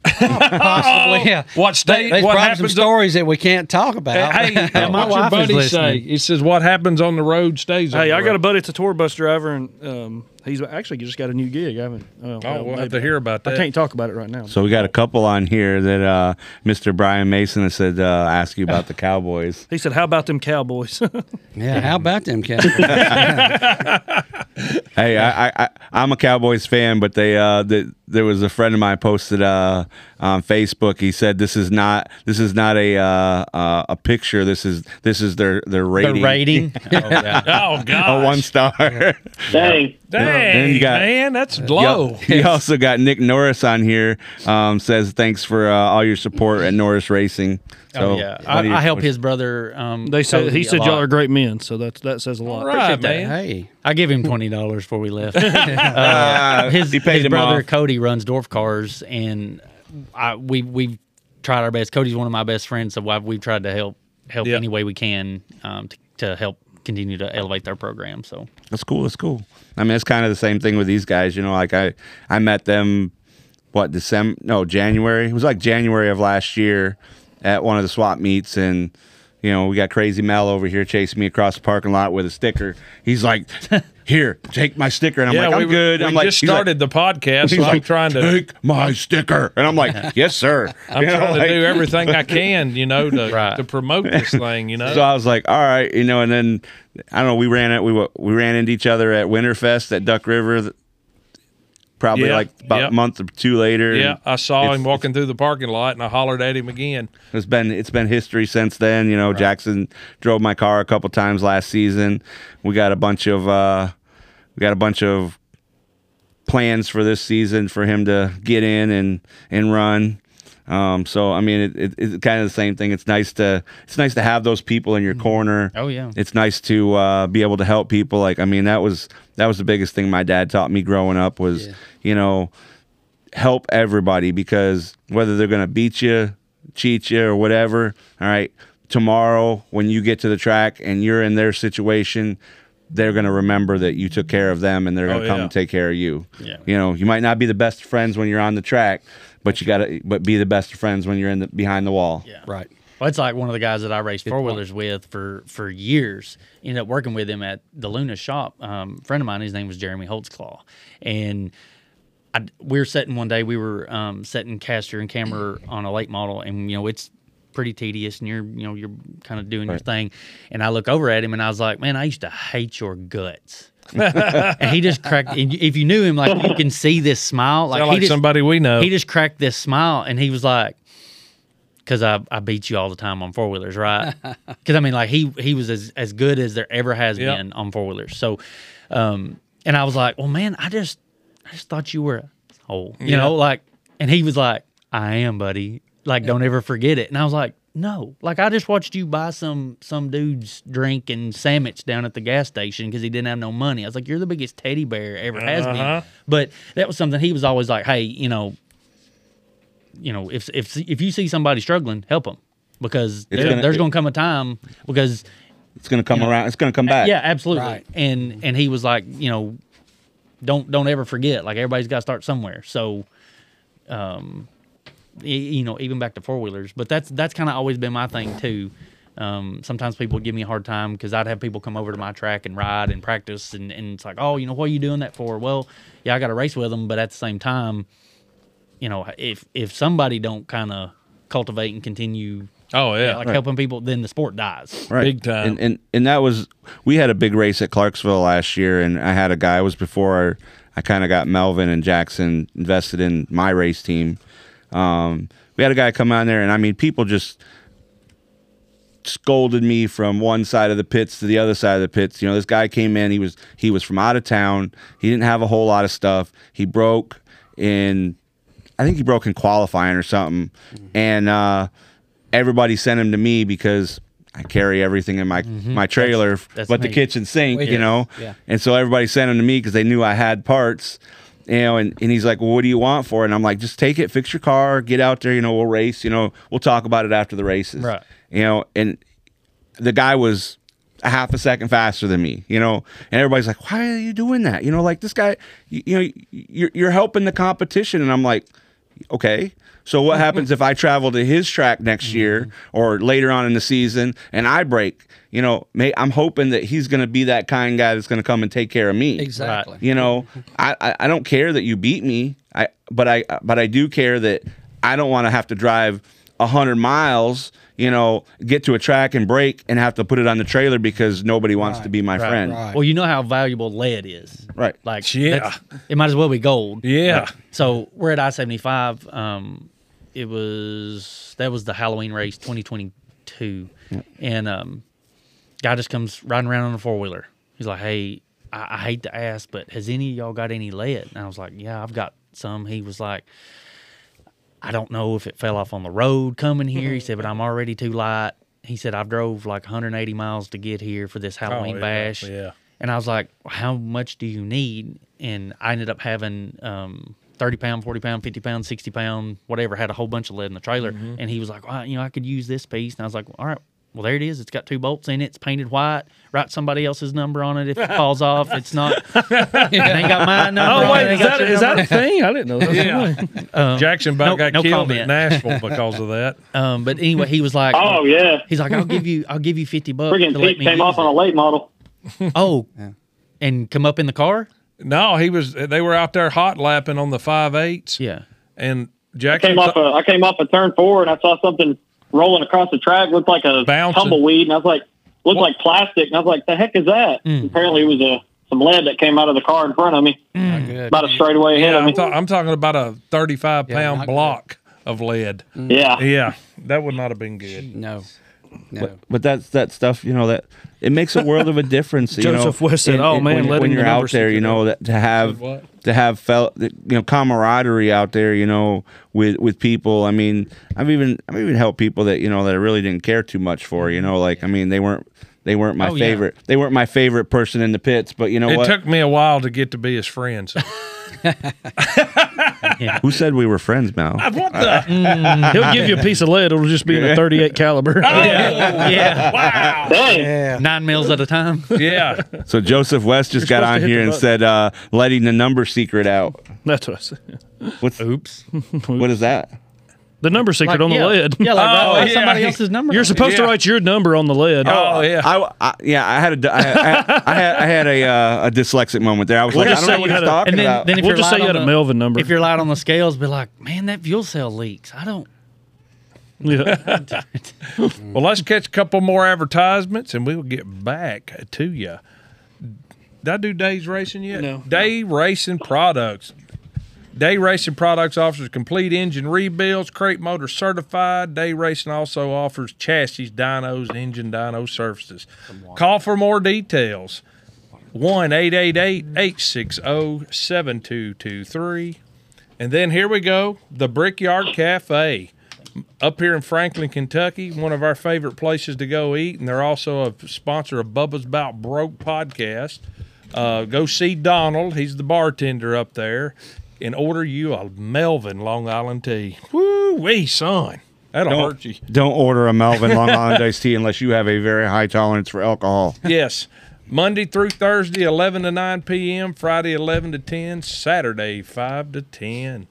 F: Possibly. Yeah.
A: What state?
F: They
A: what
F: brought some
A: happens?
F: stories that we can't talk about.
A: Hey,
E: my
A: what's your
E: wife is
A: buddy say?
E: listening.
A: He says, "What happens on the road stays." on
I: hey,
A: the
I: I got a
A: road."
I: buddy that's a tour bus driver, and um, he's actually just got a new gig. I haven't. Oh,
A: Oh, we'll have
I: maybe.
A: to hear about that.
I: I can't talk about it right now.
B: so we got a couple on here that uh, Mr. Brian Mason has said uh, ask you about the Cowboys.
I: He said, "How about them Cowboys?"
F: yeah. How about them cats?
B: Hey, I, I, I I'm a Cowboys fan, but they uh th there was a friend of mine posted uh on Facebook. He said this is not this is not a uh, uh a picture. This is this is their their
E: the
B: rating.
E: rating. oh, yeah.
A: Oh
B: A
A: God!
B: one star.
D: Dang.
A: Dang,
B: Then you got-
A: man, that's
B: Yo-
A: low.
B: He also got Nick Norris on here. Um, says thanks for uh, all your support at Norris Racing. So
E: oh yeah,
B: one of
E: I,
B: your-
E: I help his brother. Um,
I: they said
E: Cody
I: he
E: a
I: said y'all
E: lot.
I: are great men, so that that says a lot.
A: All right, man.
F: hey.
E: I give him twenty dollars before we left.
B: Uh,
E: his,
B: he paid
E: his
B: him
E: brother
B: off.
E: Cody runs Dwarf Cars, and I we we've tried our best. Cody's one of my best friends, so I've, we've tried to help help
A: Yeah.
E: any way we can um, to, to help continue to elevate their program. So
B: That's cool. That's cool. I mean, it's kind of the same thing with these guys. You know, like I, I met them, what December? No, January. It was like January of last year at one of the swap meets, and you know, we got Crazy Mel over here chasing me across the parking lot with a sticker. He's like, "Here, take my sticker," and I'm like, "I'm
A: we,
B: good."
A: We
B: I'm like,
A: just
B: he's like-
A: started the podcast.
B: He's
A: so I'm trying to.
B: take my sticker, and I'm like, "Yes, sir."
A: I'm
B: You know,
A: trying to
B: like-
A: do everything I can, you know, to,
E: Right.
A: to promote this thing, you know.
B: So I was like, all right, you know, and then I don't know. We ran it. We wa- we ran into each other at Winterfest at Duck River, th- probably
A: Yeah,
B: like about
A: yeah.
B: a month or two later. and
A: yeah, I saw
B: it's-
A: him walking through the parking lot, and I hollered at him again.
B: It's been it's been history since then. You know, Jackson drove my car a couple times last season. We got a bunch of uh, we got a bunch of plans for this season for him to get in and and run. Um, so I mean, it, it, it's kind of the same thing. It's nice to it's nice to have those people in your corner.
E: Oh, yeah.
B: it's nice to uh, be able to help people. Like I mean, that was that was the biggest thing my dad taught me growing up was you know help everybody because whether they're going to beat you, cheat you, or whatever, all right, tomorrow when you get to the track and you're in their situation, they're going to remember that you took care of them and they're going to
A: Oh,
B: come
A: yeah.
B: and take care of you.
E: Yeah.
B: You know, you might not be the best friends when you're on the track, but you got to but be the best friends when you're in the behind the wall.
E: yeah,
F: Right.
E: Well, it's like one of the guys that I raced four wheelers with for for years. Ended up working with him at the Luna shop. Um, friend of mine, his name was Jeremy Holtzclaw, and I, we were setting one day. We were um, setting caster and camera on a late model, and you know it's pretty tedious, and you're you know you're kind of doing your thing. And I look over at him, and I was like, "Man, I used to hate your guts." and he just cracked. And if you knew him, like you can see this smile, like,
A: Sound
E: he
A: like
E: just-
A: somebody we know.
E: he just cracked this smile and he was like, because I, I beat you all the time on four wheelers, right? Because I mean, like he he was as, as good as there ever has
A: Yep.
E: been on four wheelers. So, um, and I was like, well, man, I just I just thought you were a hole, you know, like. And he was like, I am, buddy. Like, don't ever forget it. And I was like, no, like I just watched you buy some some dude's drink and sandwich down at the gas station because he didn't have no money. I was like, you're the biggest teddy bear ever has
A: Uh-huh.
E: been. But that was something he was always like, hey, you know, you know, if if if you see somebody struggling, help them because
B: It's
E: there-
B: gonna-
E: there's going to come a time because
B: It's going to come around. It's going to come back.
E: yeah, absolutely.
F: Right.
E: And and he was like, you know, don't don't ever forget. Like everybody's got to start somewhere. So, um, y- you know, even back to four wheelers. But that's that's kind of always been my thing too. Um, sometimes people give me a hard time because I'd have people come over to my track and ride and practice, and, and it's like, oh, you know, what are you doing that for? Well, yeah, I got to race with them, but at the same time, you know, if if somebody don't kind of cultivate and continue
A: oh yeah,
E: like helping people, then the sport dies.
B: right.
A: Big time.
B: And, and and that was we had a big race at Clarksville last year, and I had a guy. It was before our, I kind of got Melvin and Jackson invested in my race team. Um, we had a guy come on there, and I mean, people just scolded me from one side of the pits to the other side of the pits. You know, this guy came in. He was he was from out of town. He didn't have a whole lot of stuff. He broke in I think he broke in qualifying or something,
E: Mm-hmm.
B: and uh, everybody sent him to me because I carry everything in my my trailer,
E: Mm-hmm. that's
B: but the
E: me.
B: kitchen sink,
F: Wait,
B: you know.
F: yeah.
B: And so everybody sent him to me because they knew I had parts. You know, and, and he's like, well, what do you want for it? And I'm like, just take it, fix your car, get out there, you know, we'll race, you know, we'll talk about it after the races.
E: Right.
B: You know, and the guy was a half a second faster than me, you know, and everybody's like, why are you doing that? You know, like this guy, you, you know, you're, you're helping the competition. And I'm like, okay, so what happens if I travel to his track next year or later on in the season and I break, you know, may, I'm hoping that he's going to be that kind guy that's going to come and take care of me.
F: Exactly.
B: You know, I, I, I don't care that you beat me. I but I but I do care that I don't want to have to drive hundred miles. You know, get to a track and break and have to put it on the trailer because nobody wants to be my friend.
F: Right.
E: Well, you know how valuable lead is.
B: Right.
E: Like,
A: Yeah.
E: that's- it might as well be gold.
A: Yeah.
E: Like, so we're at I seventy five. Um, it was that was the Halloween race twenty twenty two, and um, guy just comes riding around on a four wheeler. He's like, "Hey, I, I hate to ask, but has any of y'all got any lead?" And I was like, "Yeah, I've got some." He was like, "I don't know if it fell off on the road coming here." He said, "But I'm already too light." He said, "I've drove like 180 miles to get here for this Halloween
A: Oh, yeah,
E: bash."
A: yeah.
E: And I was like, "How much do you need?" And I ended up having um, 30 pound, 40 pound, 50 pound, 60 pound, whatever. Had a whole bunch of lead in the trailer, and he was like, well, "You know, I could use this piece." And I was like, "All right, well there it is. It's got two bolts in it. It's painted white. Write somebody else's number on it if it falls off. It's not. it ain't got my number.
I: Oh,
E: on it,
I: wait,
E: ain't
I: is
E: got
I: that,
E: your
I: is that
E: number.
I: a thing? I didn't know that.
A: Jackson about
E: no-
A: got
E: no
A: killed at
E: comment.
A: Nashville because of that.
E: Um, but anyway, he was like,
D: Oh yeah,
E: He's like, I'll give you, I'll give you fifty bucks.
D: friggin'
E: to let
D: Pete
E: me
D: came
E: use
D: off on a
E: it."
D: late model.
E: Oh, and come up in the car.
A: No, he was. They were out there hot lapping on the five eights.
E: Yeah.
A: and
D: I
A: Jackson
D: came off a, I came off a turn four and I saw something rolling across the track. Looked like a
A: Bouncing.
D: tumbleweed, and I was like, looked like plastic, and I was like, the heck is that? Apparently, it was a some lead that came out of the car in front of me,
F: Not good.
D: about a straightaway ahead
A: yeah,
D: of me.
A: I'm, ta- I'm talking about a 35
F: Yeah,
A: pound
F: not good.
A: block of lead.
E: Mm.
D: yeah,
A: Yeah, that would not have been good.
F: No. No.
B: But, but that's that stuff, you know, that it makes a world of a difference. You
I: Joseph
B: know,
I: West said,
B: in-
I: "Oh,
B: in-
I: man,
B: when,
I: let
B: when
I: him
B: you're
I: the
B: out
I: numbers
B: there,
I: stick
B: you
I: it
B: know, that to have
A: what?
B: to have felt, you know, camaraderie out there, you know, with with people. I mean, I've even I've even helped people that you know that I really didn't care too much for. You know, like I mean, they weren't they weren't my
E: Oh, yeah.
B: favorite. They weren't my favorite person in the pits, but you know
A: It
B: what?
A: took me a while to get to be his friend. So.
B: Who said we were friends, Mal?
A: what the?
I: He'll give you a piece of lead. It'll just be in a 38 caliber.
E: Yeah.
A: Wow.
D: dang.
E: Nine mils at a time.
A: Yeah.
B: So Joseph West just got
I: supposed to
B: on
I: hit
B: here
I: the
B: and
I: button.
B: said, uh, "Letting the number secret out."
I: That's what I said.
B: What's
E: Oops.
B: what is that?
I: The number secret on the
E: yeah.
I: lead.
E: Yeah, like write-
A: Oh,
E: write
A: yeah.
E: somebody else's number.
I: You're
E: on it.
I: supposed to
A: Yeah.
I: write your number on the lead.
A: Oh yeah.
B: Uh, I, I- yeah, I had a d I had, I had, I had a, uh, a dyslexic moment there. I was
I: We'll
B: like, I
I: just
B: don't know
I: say
B: what
I: you had
B: he's
I: a-
B: talking
E: And then,
B: about.
E: then if
I: We'll
E: you're
I: just say
E: light
I: you had
E: on
I: a
E: the-
I: Melvin number.
E: If you're light on the scales, be like, man, that fuel cell leaks. I don't.
I: yeah.
A: Well, let's catch a couple more advertisements and we'll get back to you. Did I do Day's Racing yet?
I: No.
A: Day Racing Products. Day Racing Products offers complete engine rebuilds, crate motor certified. Day Racing also offers chassis, dynos, and engine dyno services. Call for more details. 1 888 860 7223. And then here we go the Brickyard Cafe up here in Franklin, Kentucky, one of our favorite places to go eat, and they're also a sponsor of Bubba's About Broke podcast. Uh, go see Donald; he's the bartender up there, and order you a Melvin Long Island tea. Woo wee, son, that'll hurt you.
B: Don't order a Melvin Long Island iced tea unless you have a very high tolerance for alcohol.
A: yes. Monday through Thursday, 11 to 9 p.m., Friday, 11 to 10, Saturday, 5 to 10.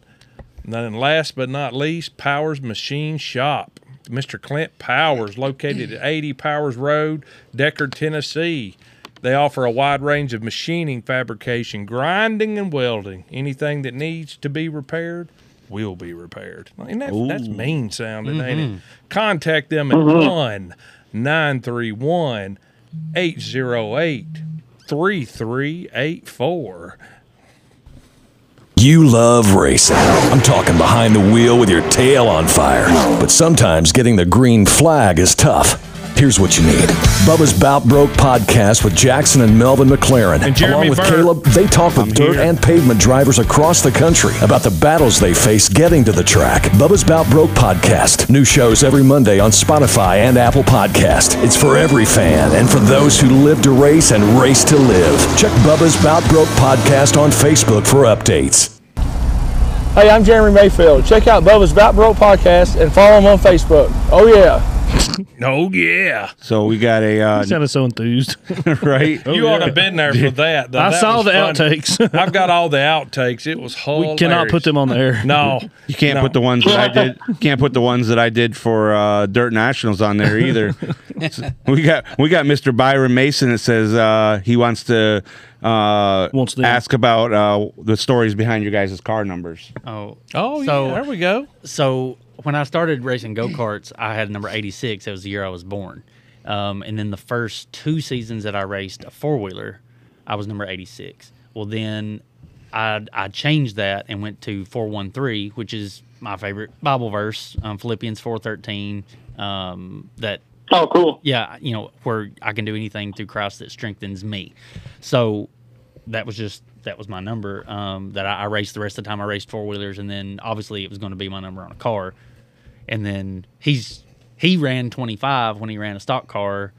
A: And then last but not least, Powers Machine Shop. Mr. Clint Powers, located at 80 Powers Road, Deckard, Tennessee. They offer a wide range of machining, fabrication, grinding, and welding. Anything that needs to be repaired will be repaired. And that, that's mean sounding, ain't it? Contact them at 1 931 808 3384.
J: You love racing. I'm talking behind the wheel with your tail on fire. But sometimes getting the green flag is tough. Here's what you need Bubba's Bout Broke podcast with Jackson and Melvin McLaren.
A: And Jeremy
J: Along with
A: Burr.
J: Caleb, they talk with dirt and pavement drivers across the country about the battles they face getting to the track. Bubba's Bout Broke podcast. New shows every Monday on Spotify and Apple Podcast. It's for every fan and for those who live to race and race to live. Check Bubba's Bout Broke podcast on Facebook for updates.
K: Hey, I'm Jeremy Mayfield. Check out Bubba's About Broke podcast and follow him on Facebook. Oh, yeah.
A: Oh yeah.
B: So we got a uh,
C: You sounded so enthused.
B: right?
A: you ought to have been there for that. though.
C: I
A: That
C: saw
A: was
C: the
A: fun.
C: outtakes.
A: I've got all the outtakes. It was hilarious.
C: we cannot put them on the air.
A: No,
B: You can't
A: No.
B: put the ones that I did. you Can't put the ones that I did for uh, Dirt Nationals on there either. we got we got Mr. Byron Mason that says uh, he wants to uh,
C: Wants them.
B: ask about uh, the stories behind your guys' car numbers.
E: Oh,
A: Oh
E: So-
A: yeah. There we go.
E: so when I started racing go karts, I had number 86. That was the year I was born. Um, and then the first two seasons that I raced a four wheeler, I was number 86. Well, then I, I changed that and went to 413, which is my favorite Bible verse, um, Philippians 413. Um, that
D: Oh, cool.
E: yeah, you know, where I can do anything through Christ that strengthens me. So that was just that was my number. Um, that I, I raced the rest of the time. I raced four wheelers, and then obviously it was going to be my number on a car. And then he's he ran 25 when he ran a stock car.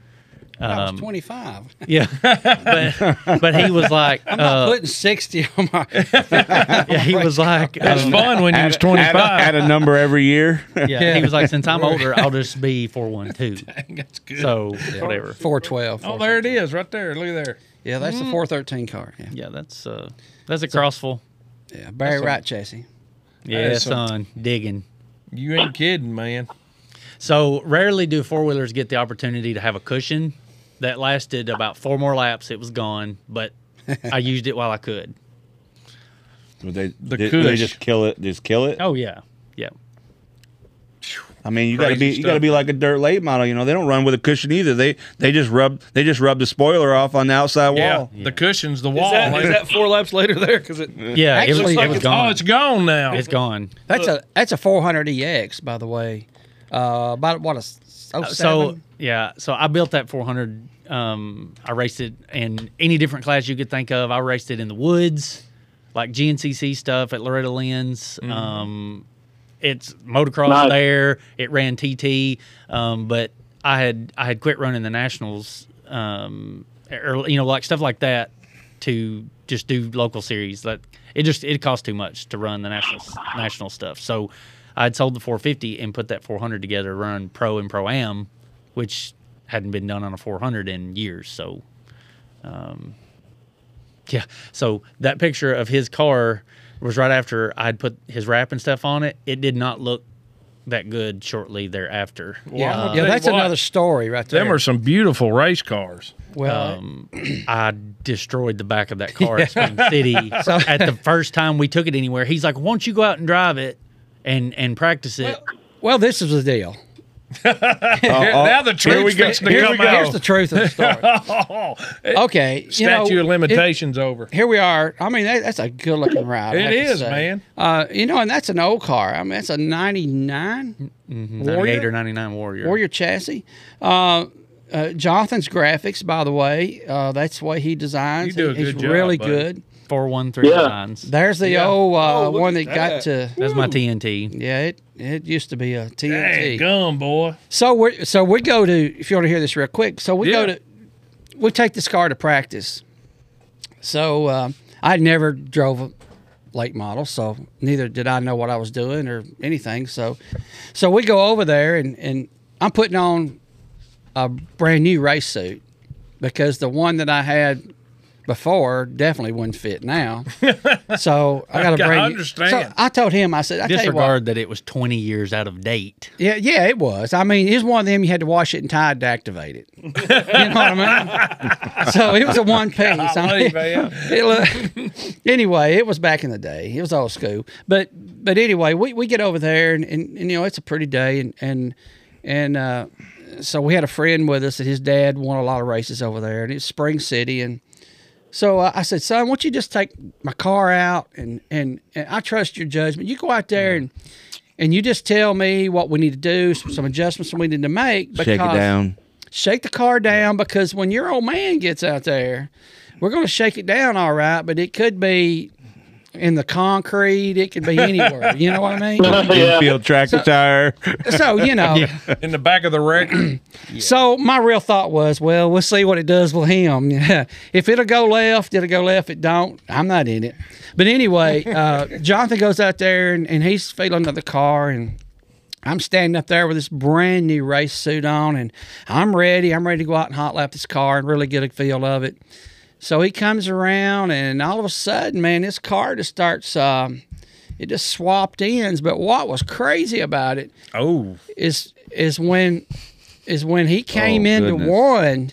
F: I was 25.
E: Yeah, but but he was like,
F: I'm not
E: uh,
F: putting 60 on my.
E: yeah, he was like,
A: It was
E: um,
A: fun when you was
B: Add a-
A: twenty five.
B: Add a number every year.
E: yeah, he was like, since I'm older, I'll just be 412.
A: That's good.
E: So whatever.
F: 412.
A: oh, there it is, right there. Look at there.
F: Yeah, that's the 413 car. Yeah.
E: Yeah, that's uh, that's a crossful.
F: yeah. Barry Wright chassis.
E: Yeah,
A: so-
E: son, digging.
A: You ain't kidding, man.
E: So rarely do four wheelers get the opportunity to have a cushion. That lasted about four more laps. It was gone, but I used it while I could.
B: They,
A: The
B: they- they
A: Kush.
B: just kill it. Just kill it.
E: Oh yeah, yeah.
B: I mean, you gotta
A: Crazy
B: be you gotta
A: stuff.
B: be like a dirt late model. You know, they don't run with a cushion either. They they just rub they just rub the spoiler off on the outside wall.
A: Yeah, the cushion's the wall.
I: Is that, is
A: man.
I: that four laps later there? Because it
E: Yeah, it was,
F: Actually-
E: it was gone.
A: oh, it's gone now.
E: it's gone.
F: That's a that's a 400 EX, by the way. Uh, about what a s- oh,
E: Uh, So
F: seven?
E: yeah, so I built that 400. Um, I raced it in any different class you could think of. I raced it in the woods, like GNCC stuff at Loretta Lynn's. Um, it's motocross
D: Nice.
E: there. It ran TT, um, but I had I had quit running the nationals, um, or you know like stuff like that to just do local series. Like it just it cost too much to run the national national stuff. So I had sold the 450 and put that 400 together to run pro and pro am, which hadn't been done on a 400 in years. So yeah. So that picture of his car was right after I'd put his wrap and stuff on it. It did not look that good shortly thereafter.
A: I'm
F: yeah,
A: gonna
F: yeah,
A: tell you
F: that's
A: what.
F: another story right there.
A: Them are some beautiful race cars.
F: well,
E: Um, I destroyed the back of that car at Spring City. at the first time we took it anywhere, he's like, "Won't you go out and drive it and and practice it?"
F: well, this is the deal.
A: Here- now the
B: here we
A: truth's
B: go.
A: fixing to
B: Here
A: come
B: we go.
A: out.
F: Here's the truth of the story. okay, you know,
A: Statue of
F: it-
A: limitations over.
F: here we are. I mean, that, that's a good looking ride. I
A: It
F: have to
A: is,
F: say.
A: man.
F: Uh, you know, and that's an old car. I mean, that's a '99
E: Ninety-eight or ninety-nine Warrior.
F: Warrior chassis. Uh, uh, Jonathan's graphics, by the way, uh, that's what he designs.
A: You do a
F: He's
A: good job,
F: really
A: buddy.
F: good.
E: four one three
D: Yeah.
E: nines.
F: There's the
A: Yeah.
F: old uh,
I: Oh, look
F: one
I: at
F: that, got
I: that.
F: to.
E: That's my TNT.
F: Yeah, it, it used to be a
A: Dang,
F: TNT.
A: gum boy.
F: So we so we go to if you want to hear this real quick. So we go
A: Yeah.
F: to we take this car to practice. So uh, I never drove a late model, so neither did I know what I was doing or anything. So so we go over there and and I'm putting on a brand new race suit because the one that I had before definitely wouldn't fit now. so I got a
A: Okay, I
F: brand new. So
A: understand.
F: I told him I said I tell you what,
E: Disregard that it was twenty years out of date.
F: yeah, yeah, it was. I mean, it's one of them you had to wash it and tie it to activate it. you know what I mean? so it was a one piece. I
A: Golly,
F: mean,
A: man.
F: it look, anyway, it was back in the day. It was old school. But but anyway, we, we get over there and, and, and you know it's a pretty day and and and uh, so we had a friend with us and his dad won a lot of races over there and it's Spring City and so uh, I said, son, won't you just take my car out and and, and I trust your judgment. You go out there and and you just tell me what we need to do, some, some adjustments we need to make.
B: Shake it down.
F: shake the car down because when your old man gets out there, we're going to shake it down all right, but it could be in the concrete. It could be anywhere. You know what I mean?
B: Infield tractor tire.
F: so, you know.
A: in the back of the wrecker.
F: So my real thought was, well, we'll see what it does with him. if it'll go left, it'll go left. If it don't, I'm not in it. But anyway, uh, Jonathan goes out there and, and he's feeling of the car and. I'm standing up there with this brand new race suit on, and I'm ready. I'm ready to go out and hot lap this car and really get a feel of it. So he comes around, and all of a sudden, man, this car just starts. Um, it just swapped ends. But what was crazy about it
A: oh
F: is is when is when he came
A: Oh,
F: into
A: goodness.
F: one.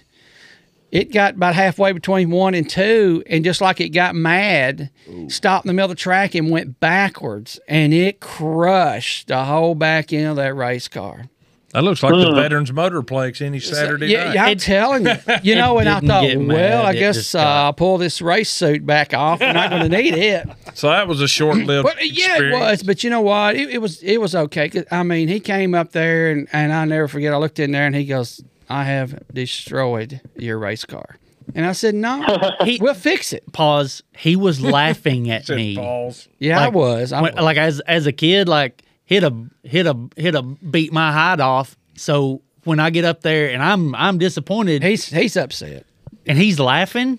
F: It got about halfway between one and two, and just like it got mad, stopped in the middle of the track and went backwards, and it crushed the whole back end of that race car.
A: That looks like the
F: Mm.
A: Veterans Motorplex any Saturday
F: yeah,
A: night.
F: yeah, I'm telling you. You know, and I
A: didn't
F: thought,
A: get
F: well,
A: mad,
F: I
A: it
F: guess
A: just
F: uh, I'll pull this race suit back off. I'm not going to need it.
A: So that was a short-lived.
F: But uh, yeah, it
A: experience.
F: was. But you know what? It, it was it was okay. 'Cause, I mean, he came up there, and and I never forget. I looked in there, and he goes, "I have destroyed your race car." And I said, "No, we'll fix it."
E: Pause. He was laughing at
F: Said
E: me.
A: Pause.
F: Yeah, I was. I
E: when-
F: was.
E: Like as as a kid, like hit a hit a hit a beat my hide off. So when I get up there and I'm I'm disappointed.
F: He's he's upset.
E: And he's laughing.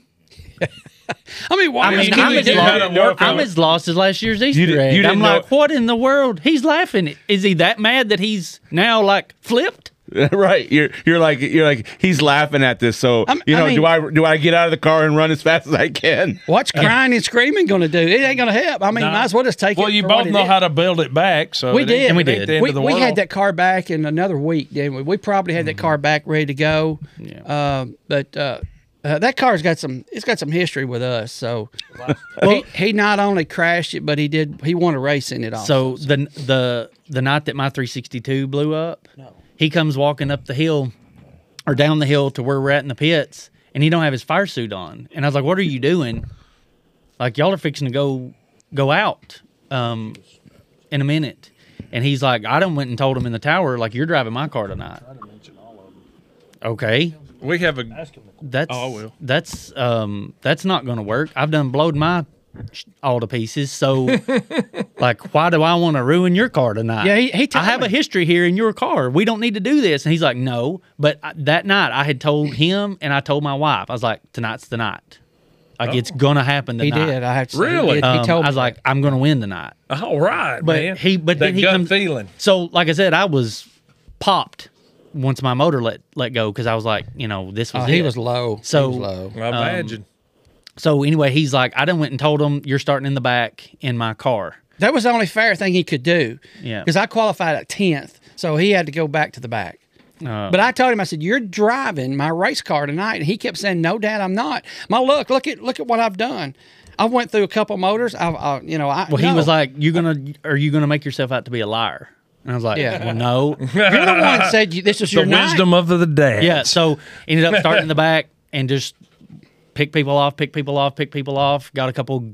F: I mean, why
E: I
F: would
E: mean,
F: you
E: I'm,
F: do
E: as
F: that? You didn't know-
E: lost, I'm as lost as last year's Easter
F: didn't-
E: egg.
F: you
E: I'm
F: didn't
E: like, what in the world? He's laughing. Is he that mad that he's now like flipped?
B: right. You're you're like you're like he's laughing at this. So you
E: I
B: know,
E: mean-
B: do I do I get out of the car and run as fast as I can?
F: What's crying and screaming going to do? It ain't going to help. I mean,
A: No.
F: might as well just take it.
A: Well, you
F: for
A: both
F: what it
A: know
F: is.
A: how to build it Oh, back, so
F: we
A: it ain't-
F: did.
A: it ain't the end
F: We,
A: of the
F: we
A: world.
F: had that car back in another week, didn't we? We probably had that car back ready to go. Yeah. but uh, uh, that car's got some. It's got some history with us. So he, he not only crashed it, but he did. He won a race in it. Also.
E: So the the the night that my 362 blew up, he comes walking up the hill or down the hill to where we're at in the pits, and he don't have his fire suit on. And I was like, "What are you doing? Like y'all are fixing to go go out um, in a minute." And he's like, "I done went and told him in the tower, like you're driving my car tonight." Okay,
A: We have a.
E: that's
A: Oh, I will.
E: that's um that's not gonna work. I've done blowed my sh- all to pieces. So like, why do I want to ruin your car tonight?
F: Yeah, he- he
E: I
F: told
E: have a history here in your car. We don't need to do this. And he's like, no. But I, that night, I had told him and I told my wife. I was like, tonight's the night. Like it's gonna happen
F: Oh. He
E: tonight.
F: did. I have to say, he Really? did. He
E: Um, I
F: told me
E: was like, I'm gonna win tonight.
A: All right,
E: But
A: man.
E: he, but
A: that
E: then he
A: gut
E: comes-
A: feeling.
E: So, like I said, I was popped once my motor let let go because I was like, you know, this was
F: Oh, he
E: it.
F: was low. He
E: So
F: was low. I
E: um,
A: imagine.
E: so anyway, he's like, I done went and told him you're starting in the back in my car.
F: That was the only fair thing he could do.
E: Yeah.
F: Because I qualified at tenth, so he had to go back to the back.
E: Uh,
F: But I told him, I said, "You're driving my race car tonight," and he kept saying, "No, Dad, I'm not." My look, look at look at what I've done. I went through a couple motors. I, I you know, I
E: well, he
F: no.
E: was like, "You gonna are you gonna make yourself out to be a liar?" And I was like,
F: Yeah.
E: "Well, no."
F: "You're the one that said you, this is your night."
A: of the day.
E: Yeah. So ended up starting in the back and just pick people off, pick people off, pick people off. Got a couple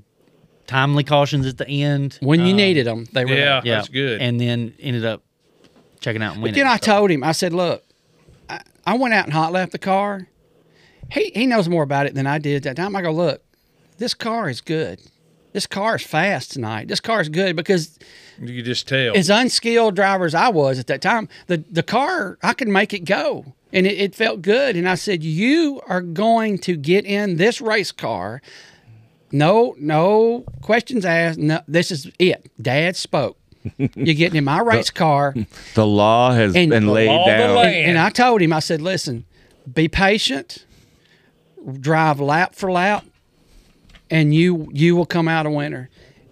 E: timely cautions at the end
F: When you needed 'em, they were Yeah, there. that's
E: good. And then ended up checking out and
F: But
E: winning.
F: then I told him, I said, "Look, I, I went out and hot lapped the car. He he knows more about it than I did that time. I go, look, this car is good. This car is fast tonight. This car is good because."
A: You could just tell.
F: as unskilled driver as I was at that time, the the car I could make it go, and it, it felt good. And I said, "You are going to get in this race car. No, no questions asked. No, this is it." Dad spoke. You're getting in my race car,
B: The law has been laid down.
F: and I told him, I said, "Listen, be patient. Drive lap for lap, and you you will come out a winner."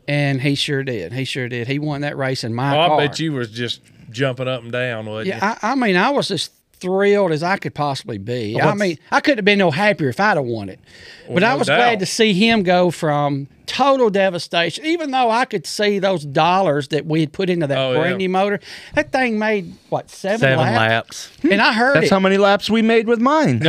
F: And he sure did. He sure did. He won that race in my
A: Oh,
F: car.
A: I bet you was just jumping up and down, wasn't you?
F: Yeah, I, I mean, I was as thrilled as I could possibly be. I
A: What's-
F: mean, I couldn't have been no happier if I'd have won it. but
A: Well,
F: I
A: no
F: was
A: doubt.
F: glad to see him go from total devastation, even though I could see those dollars that we had put into that
E: Oh, yeah.
F: brand new motor. That thing made what seven,
E: seven
F: laps?
E: laps.
F: and I heard
B: That's
F: it.
B: how many laps we made with mine.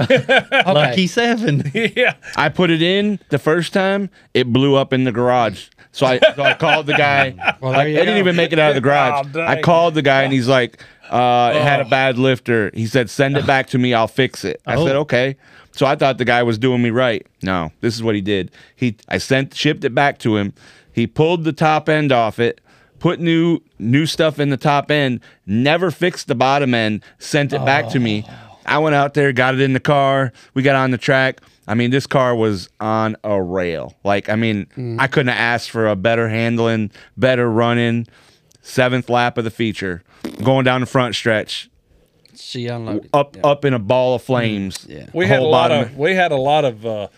E: Lucky seven.
A: yeah.
B: I put it in the first time. It blew up in the garage. So I, so I called the guy.
F: Well,
B: I,
F: there you
B: I didn't
F: go.
B: even make it out of the garage.
F: Oh, dang. Oh.
B: I called the guy and he's like, Uh, it had a bad lifter. He said, "Send it back to me. I'll fix it." I said,
L: Oh.
B: "Okay." So I thought the guy was doing me right. No, this is what he did. He I sent shipped it back to him. He pulled the top end off it, put new new stuff in the top end, never fixed the bottom end, sent it back to
F: Oh.
B: me. I went out there, got it in the car. We got on the track. I mean, this car was on a rail. Like, I mean,
F: Hmm.
B: I couldn't have asked for a better handling, better running. Seventh lap of the feature, going down the front stretch,
F: She unloaded.
E: Oh,
B: up up in a ball of flames. Mm-hmm. Yeah,
A: We had a lot of we had a lot of uh,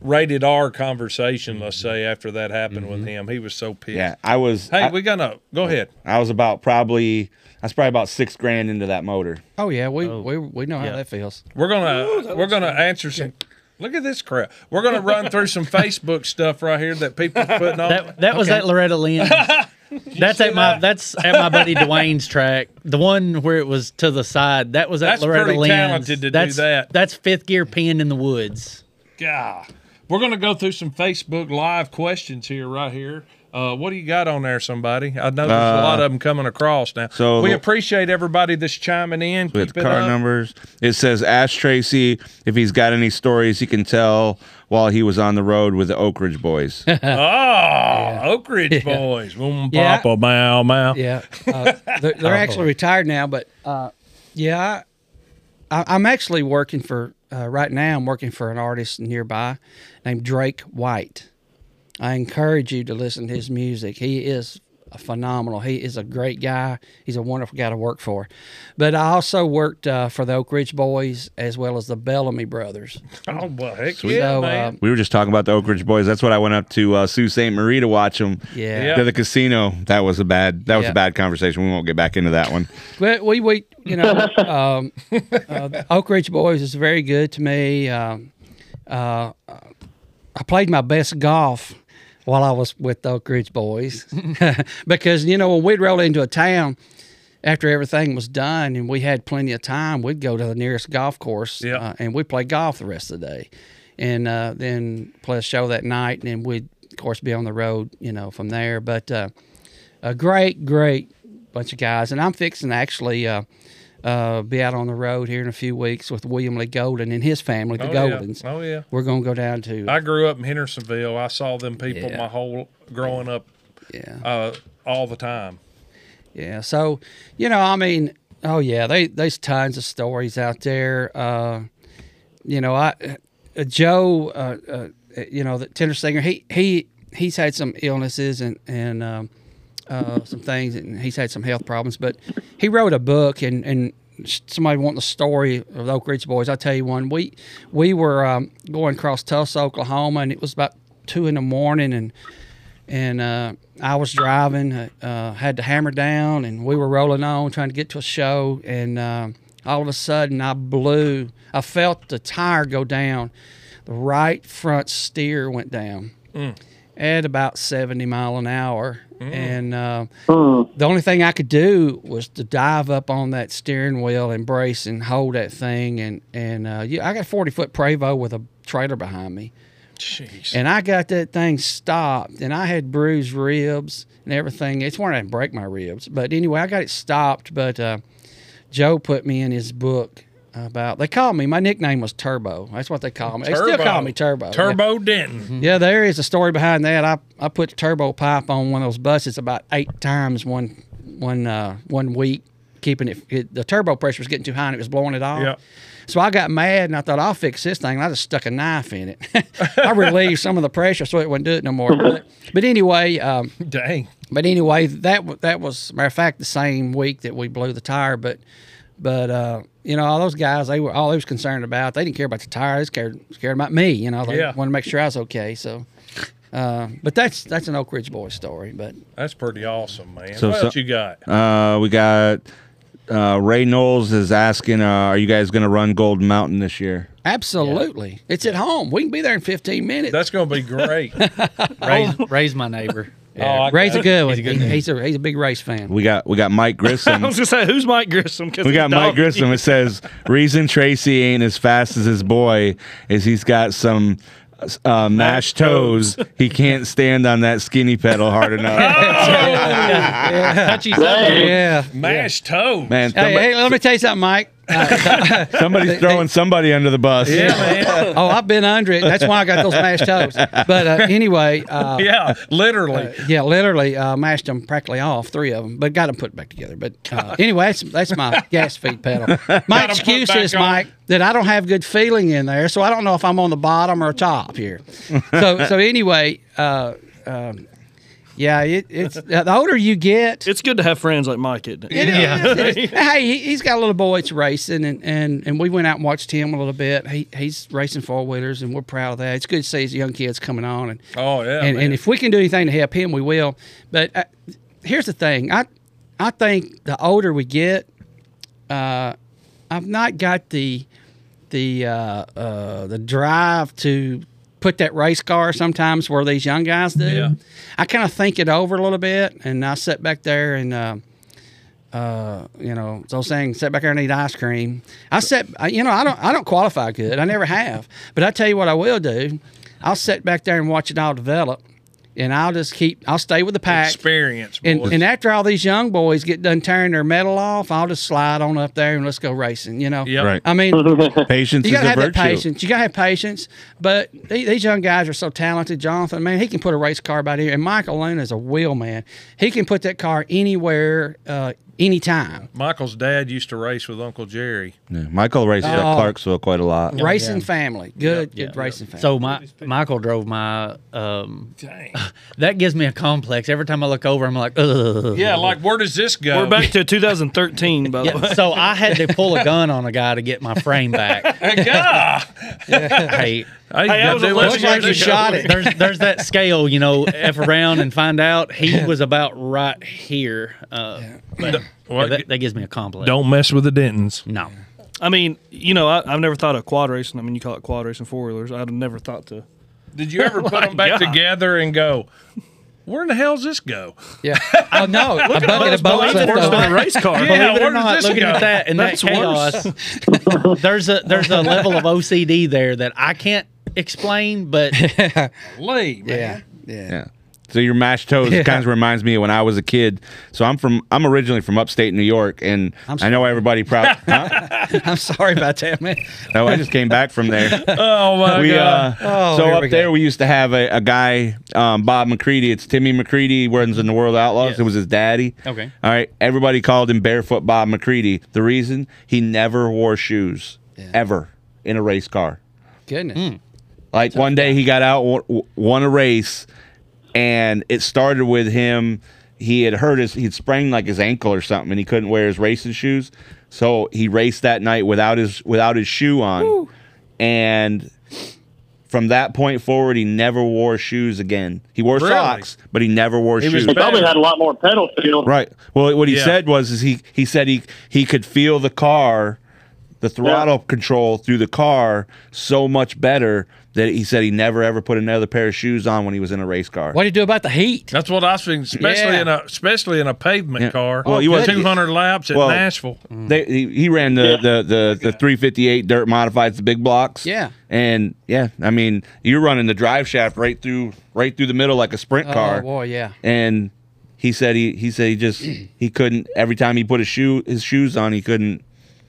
A: rated R conversation. Let's say after that happened with him, he was so pissed.
B: Mm-hmm. Yeah, I was.
A: Hey,
B: I, Oh.
A: we gonna go ahead.
B: I was about probably. I was probably about six grand into that motor.
F: Oh yeah, we we, we know how that feels.
A: We're gonna we're gonna answer some. Look at this crap. We're gonna run through some Facebook stuff right here that people are putting on. Oh
E: That, that was at Loretta Lynn's. that's at my that's at my buddy Dwayne's track. The one where it was to the side. That was at
A: That's
E: Loretta
A: pretty
E: Lynn's.
A: talented to do
E: that's,
A: that.
E: That's fifth gear pinned in the woods.
A: God. We're going to go through some Facebook Live questions here, right here. Uh, what do you got on there, somebody? I know there's a
B: Uh,
A: lot of them coming across now.
B: so
A: we
B: the-
A: appreciate everybody that's chiming in.
B: We had
A: Keep
B: the
A: it
B: car
A: up.
B: numbers. It says Ash Tracy if he's got any stories he can tell while he was on the road with the Oak Ridge Boys.
A: oh, Oak Ridge Boys. Boom,
F: Yeah.
A: papa, mow, mow.
F: Yeah. Uh, they're they're
A: Oh.
F: actually retired now, but uh, yeah, I, I- I'm actually working for uh, right now. I'm working for an artist nearby named Drake White. I encourage you to listen to his music. He is a phenomenal. He is a great guy. He's a wonderful guy to work for. But I also worked uh, for the Oak Ridge Boys as well as the Bellamy Brothers.
A: Oh, well, heck
F: Sweet. um,
A: yeah,
F: So,
A: man.
B: we were just talking about the Oak Ridge Boys. That's what I went up to uh, Sault Ste. Marie to watch them.
F: Yeah. Yeah.
B: To the casino. That was a bad. That was
F: Yeah.
B: a bad conversation. We won't get back into that one.
F: But we we you know um, uh, the Oak Ridge Boys is very good to me. Um, uh, I played my best golf while I was with the Oak Ridge Boys because you know when we'd roll into a town after everything was done and we had plenty of time, we'd go to the nearest golf course uh, and we'd play golf the rest of the day, and uh, then play a show that night, and then we'd of course be on the road you know from there. But uh, a great great bunch of guys, and I'm fixing to actually uh, uh, be out on the road here in a few weeks with William Lee Golden and his family, the
A: Oh, yeah.
F: Goldens.
A: Oh, yeah.
F: we're gonna go down to.
A: I grew up in Hendersonville. I saw them people my whole growing up
F: yeah.
A: uh, all the time.
F: Yeah. So, you know, I mean, oh yeah, they there's tons of stories out there. Uh, you know, I uh, Joe, uh, uh, you know, the tenor singer, he he he's had some illnesses and and um, uh, some things, and he's had some health problems. But he wrote a book, and and somebody wanting the story of the Oak Ridge Boys. I tell you one, we we were um, going across Tulsa, Oklahoma, and it was about two in the morning, and and uh, I was driving, uh, uh, had the hammer down, and we were rolling on trying to get to a show. And uh, all of a sudden, I blew. I felt the tire go down. The right front steer went down
G: Mm.
F: at about 70 mile an hour.
G: Mm.
F: And uh,
G: Mm.
F: the only thing I could do was to dive up on that steering wheel and brace and hold that thing. And, and uh, yeah, I got a 40 foot Prevo with a trailer behind me.
A: Jeez.
F: And I got that thing stopped, and I had bruised ribs and everything. It's one I didn't break my ribs, but anyway, I got it stopped. But uh, Joe put me in his book about. They called me. My nickname was Turbo. That's what they call me. They still call me Turbo. Mm-hmm.
A: Turbo Denton.
F: Yeah. Yeah, there is a story behind that. I, I put the turbo pipe on one of those buses about eight times one one uh, one week, keeping it, it. The turbo pressure was getting too high and it was blowing it off.
A: Yeah.
F: So I got mad and I thought I'll fix this thing. And I just stuck a knife in it. I relieved some of the pressure so it wouldn't do it no more. But, but anyway, um,
A: dang.
F: But anyway, that w- that was matter of fact the same week that we blew the tire. But but uh, you know all those guys they were all they was concerned about they didn't care about the tire. They just cared cared about me. You know they
A: Yeah.
F: wanted to make sure I was okay. So. Uh, but that's that's an Oak Ridge boy story. But
A: That's pretty awesome, man.
B: So-
A: what
B: so-
A: else you got?
B: Uh, we got uh, Ray Knowles is asking, uh, "Are you guys going to run Gold Mountain this year?"
F: absolutely, it's at home. We can be there in fifteen minutes. Oh.
A: That's going to be great.
E: Raise, raise my neighbor.
F: Yeah, Ray's a good one. He's a, he's a he's a big race fan.
B: We got we got Mike
I: I
B: Grissom.
I: was gonna say, who's Mike Grissom? 'Cause
B: we
I: he's
B: got Mike
I: dog-
B: Grissom. It says reason Tracy ain't as fast as his boy is he's got some uh, mashed toes. he can't stand on that skinny pedal hard enough.
E: Touchy subject.
F: Yeah.
A: Mashed toes.
B: Man,
F: Hey,
B: somebody-
F: hey, let me tell you something, Mike. Uh,
B: somebody's throwing somebody under the bus.
A: Yeah, man.
F: oh, I've been under it. That's why I got those mashed toes. But uh, anyway, uh,
A: Yeah, literally.
F: yeah, literally uh, mashed them practically off, three of them, but got them put back together. But uh, anyway, that's, that's my gas feed pedal. My excuse
A: back
F: is,
A: on.
F: Mike, that I don't have good feeling in there, so I don't know if I'm on the bottom or top here. So, so anyway, uh, um, yeah, it, it's uh, the older you get,
I: It's good to have friends like Mike, isn't it?
F: it is, it is. Hey, he- he's got a little boy that's racing, and, and, and we went out and watched him a little bit. He, he's racing four wheelers, and we're proud of that. It's good to see his young kids coming on, and
A: Oh yeah.
F: and,
A: man.
F: and if we can do anything to help him, we will. But uh here's the thing: I I think the older we get, uh, I've not got the the uh, uh, the drive to put that race car sometimes where these young guys do.
A: Yeah.
F: I kind of think it over a little bit, and I sit back there and. Uh, uh, you know, so saying sit back there and eat ice cream. I sit, I- you know, I don't, I don't qualify good. I never have. But I tell you what, I will do. I'll sit back there and watch it all develop, and I'll just keep. I'll stay with the pack.
A: experience,
F: And,
A: boys.
F: and after all these young boys get done tearing their medal off, I'll just slide on up there and let's go racing. You know,
A: Yep.
B: Right.
F: I mean,
B: Patience is
F: you gotta
B: a
F: have that
B: virtue.
F: patience. You gotta have patience. But the- these young guys are so talented. Jonathan, man, he can put a race car about here. And Michael Luna is a wheel man. He can put that car anywhere, uh, anytime.
A: Michael's dad used to race with Uncle Jerry.
B: Yeah, Michael races at
F: Oh.
B: Clarksville quite a lot.
F: Racing family, good, good racing family.
E: So my Michael drove my. Um, that gives me a complex. Every time I look over, I'm like, ugh.
A: Yeah, like where does this go?
I: We're back to 2013, by the way.
E: Yeah, so I had to pull a gun on a guy to get my frame back.
A: God.
E: hey,
A: Hey,
I: that was
A: they
I: 11
A: let
F: Looks like
A: go.
F: you shot it.
E: there's there's that scale, you know, f around and find out. He was about right here, uh, but
A: Well,
E: that, that gives me a complex.
A: Don't mess with the Dentons.
E: no.
I: I mean, you know, I, I've never thought of quad racing. I mean, you call it quad racing four wheelers. I'd have never thought to.
A: Did you ever put them back
I: God.
A: together and go, where in the hell's this go?
F: Yeah. Oh no, a bucket of boats left
I: Worse than a
F: over.
I: race car.
A: Yeah,
E: Believe it
A: where
E: or
A: does
E: not,
A: this
E: looking
A: go?
E: at that and
I: That's
E: that
I: worse.
E: chaos, there's a there's a level of OCD there that I can't explain, but
A: Lee, man.
F: Yeah, yeah.
B: Yeah. So your mashed toes kind of reminds me of when I was a kid. So I'm from I'm originally from upstate New York, and I know everybody probably. huh?
F: I'm sorry about that, man.
B: No, I just came back from there.
A: Oh my
B: we,
A: god.
B: uh,
F: Oh,
B: so
F: here
B: up
F: we go.
B: there, we used to have a, a guy, um, Bob McCready. It's Timmy McCready, runs in the World Outlaws. It was his daddy.
E: Okay.
B: All right. Everybody called him Barefoot Bob McCready. The reason he never wore shoes ever in a race car.
F: Goodness.
E: Hmm.
B: Like one day he got out, w- w- won a race, and it started with him. He had hurt his, he'd sprained like his ankle or something, and he couldn't wear his racing shoes. So he raced that night without his without his shoe on, and from that point forward, he never wore shoes again. He wore
A: Really?
B: socks, but he never wore
A: He was
B: shoes.
A: bad.
D: Probably had a lot more pedal feel.
B: Right. Well, what he
A: Yeah.
B: said was is he he said he he could feel the car, the throttle control through the car so much better that he said he never ever put another pair of shoes on when he was in a race car.
F: What do you do about the heat?
A: That's what I was thinking, especially
F: Yeah.
A: in a especially in a pavement
B: Yeah.
A: car.
B: Well, you wasn't-
A: two hundred laps at
B: Well-
A: Nashville.
B: They, he, he ran the, the, the, the 358 dirt modifieds, the big blocks.
F: Yeah.
B: And yeah, I mean, you're running the drive shaft right through right through the middle like a sprint car.
F: Oh boy, yeah.
B: And he said he he said he just he couldn't every time he put his shoe his shoes on, he couldn't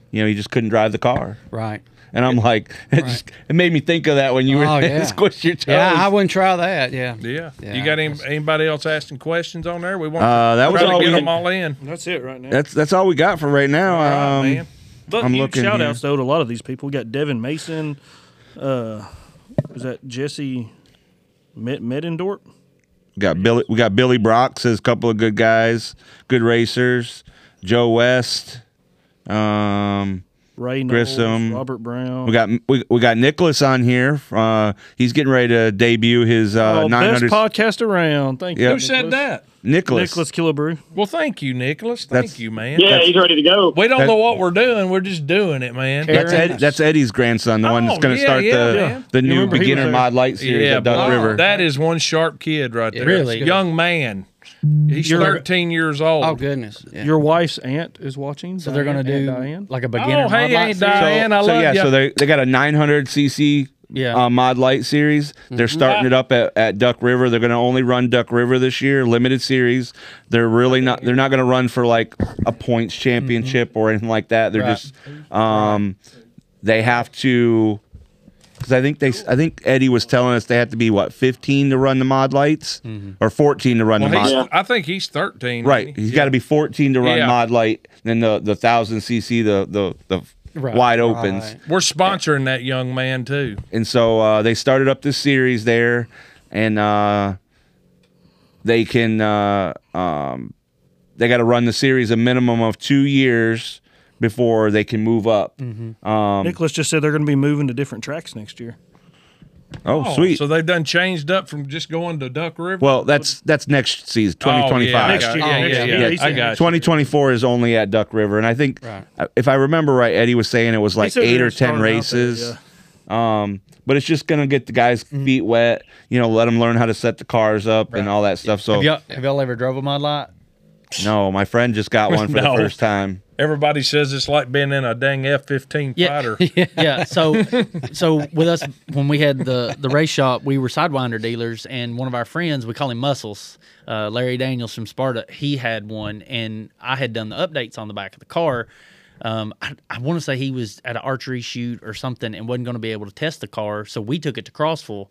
B: you know, he just couldn't drive the car.
F: Right.
B: And I'm like, it, just, it made me think of that when you were
F: Oh, yeah.
B: squish your toes.
F: Yeah, I wouldn't try that. Yeah.
A: Yeah.
F: Yeah,
A: You got any, anybody else asking questions on there? We want
B: Uh, that was
A: try
B: all
A: to get
B: we-
A: them all in.
I: That's it right now.
B: that's that's all we got for right now.
A: All
B: um,
A: right, man.
I: But
B: I'm
I: you
B: looking
I: shout
B: here.
I: outs though to a lot of these people. We got Devin Mason. Uh, is that Jesse Med- Medendorp?
B: we got Billy. We got Billy Brock says a couple of good guys, good racers. Joe West. Um,
I: Ray Knowles,
B: Grissom.
I: Robert Brown.
B: we got we, we got Nicholas on here. Uh, he's getting ready to debut his uh,
I: oh, best
B: 900
I: podcast around. Thank you.
B: Yep.
A: Who said
I: Nicholas.
A: that?
B: Nicholas.
I: Nicholas Killebrew.
A: Well, thank you, Nicholas. Thank
B: That's-
A: you, man.
D: Yeah, he's ready to go.
A: We don't
B: That-
A: know what we're doing. We're just doing it, man.
B: That's, Ed, that's Eddie's grandson, the one
A: Oh,
B: that's going to
A: yeah,
B: start
A: yeah,
B: the
A: man.
B: the new
I: remember he was
B: beginner
I: there.
B: mod light series
A: yeah,
B: at Duck
A: but
B: River.
A: That is one sharp kid right there.
E: Really?
A: young man. He's thirteen years old.
F: Oh goodness. Yeah.
I: Your wife's aunt is watching.
E: So they're gonna do
I: Diane.
E: like a
A: Oh,
E: beginner.
A: hey,
E: mud light
A: ain't
E: series.
A: Diane, I
B: so
A: love
B: yeah,
A: ya.
B: so they they got a 900 cc
E: Yeah.
B: uh, Mod Light series. They're
E: Mhm.
A: Mm-hmm.
B: starting it up at, at Duck River. They're going to only run Duck River this year, limited series. They're really not. They're not going to run for like a
A: Mm-hmm.
B: points championship or anything like that. They're
E: Right.
B: just um, they have to because I think they I think Eddie was telling us they had to be what 15 to run the Mod Lights or 14 to run
A: Mm-hmm. Well,
B: the Mod.
A: he's, I think he's 13.
B: Right. he's got to be 14 to run
A: Yeah.
B: mod light, then the the 1000 cc the the the
A: Right.
B: wide opens.
A: We're sponsoring that young man too.
B: And so uh, they started up this series there and uh, they can uh, um, they got to run the series a minimum of 2 years before they can move up.
A: Mm-hmm.
B: Um,
I: Nicholas just said they're going to be moving to different tracks next year.
B: oh, sweet.
A: So they've done changed up from just going to Duck River.
B: well, that's that's next season,
A: Oh, yeah,
B: 2025.
A: next year, yeah, yeah, yeah, I got you.
B: 2024 is only at Duck River, and I think uh, if I remember right, Eddie was saying it was like
I: said
B: eight
I: they
B: or
I: were starting
B: ten
I: out there,
B: races. Um, but it's just gonna get the guys'
A: Mm-hmm.
B: feet wet. You know, let them learn how to set the cars up and all that stuff. So
E: have, y'all, have y'all ever drove a mod light?
B: no, my friend just got one for
A: No.
B: the first time.
A: Everybody says it's like being in a dang F 15 fighter.
E: yeah. So, so with us when we had the the race shop, we were sidewinder dealers, and one of our friends, we call him Muscles, uh, Larry Daniels from Sparta. He had one, and I had done the updates on the back of the car. Um, I, I want to say he was at an archery shoot or something, and wasn't going to be able to test the car, so we took it to Crossville.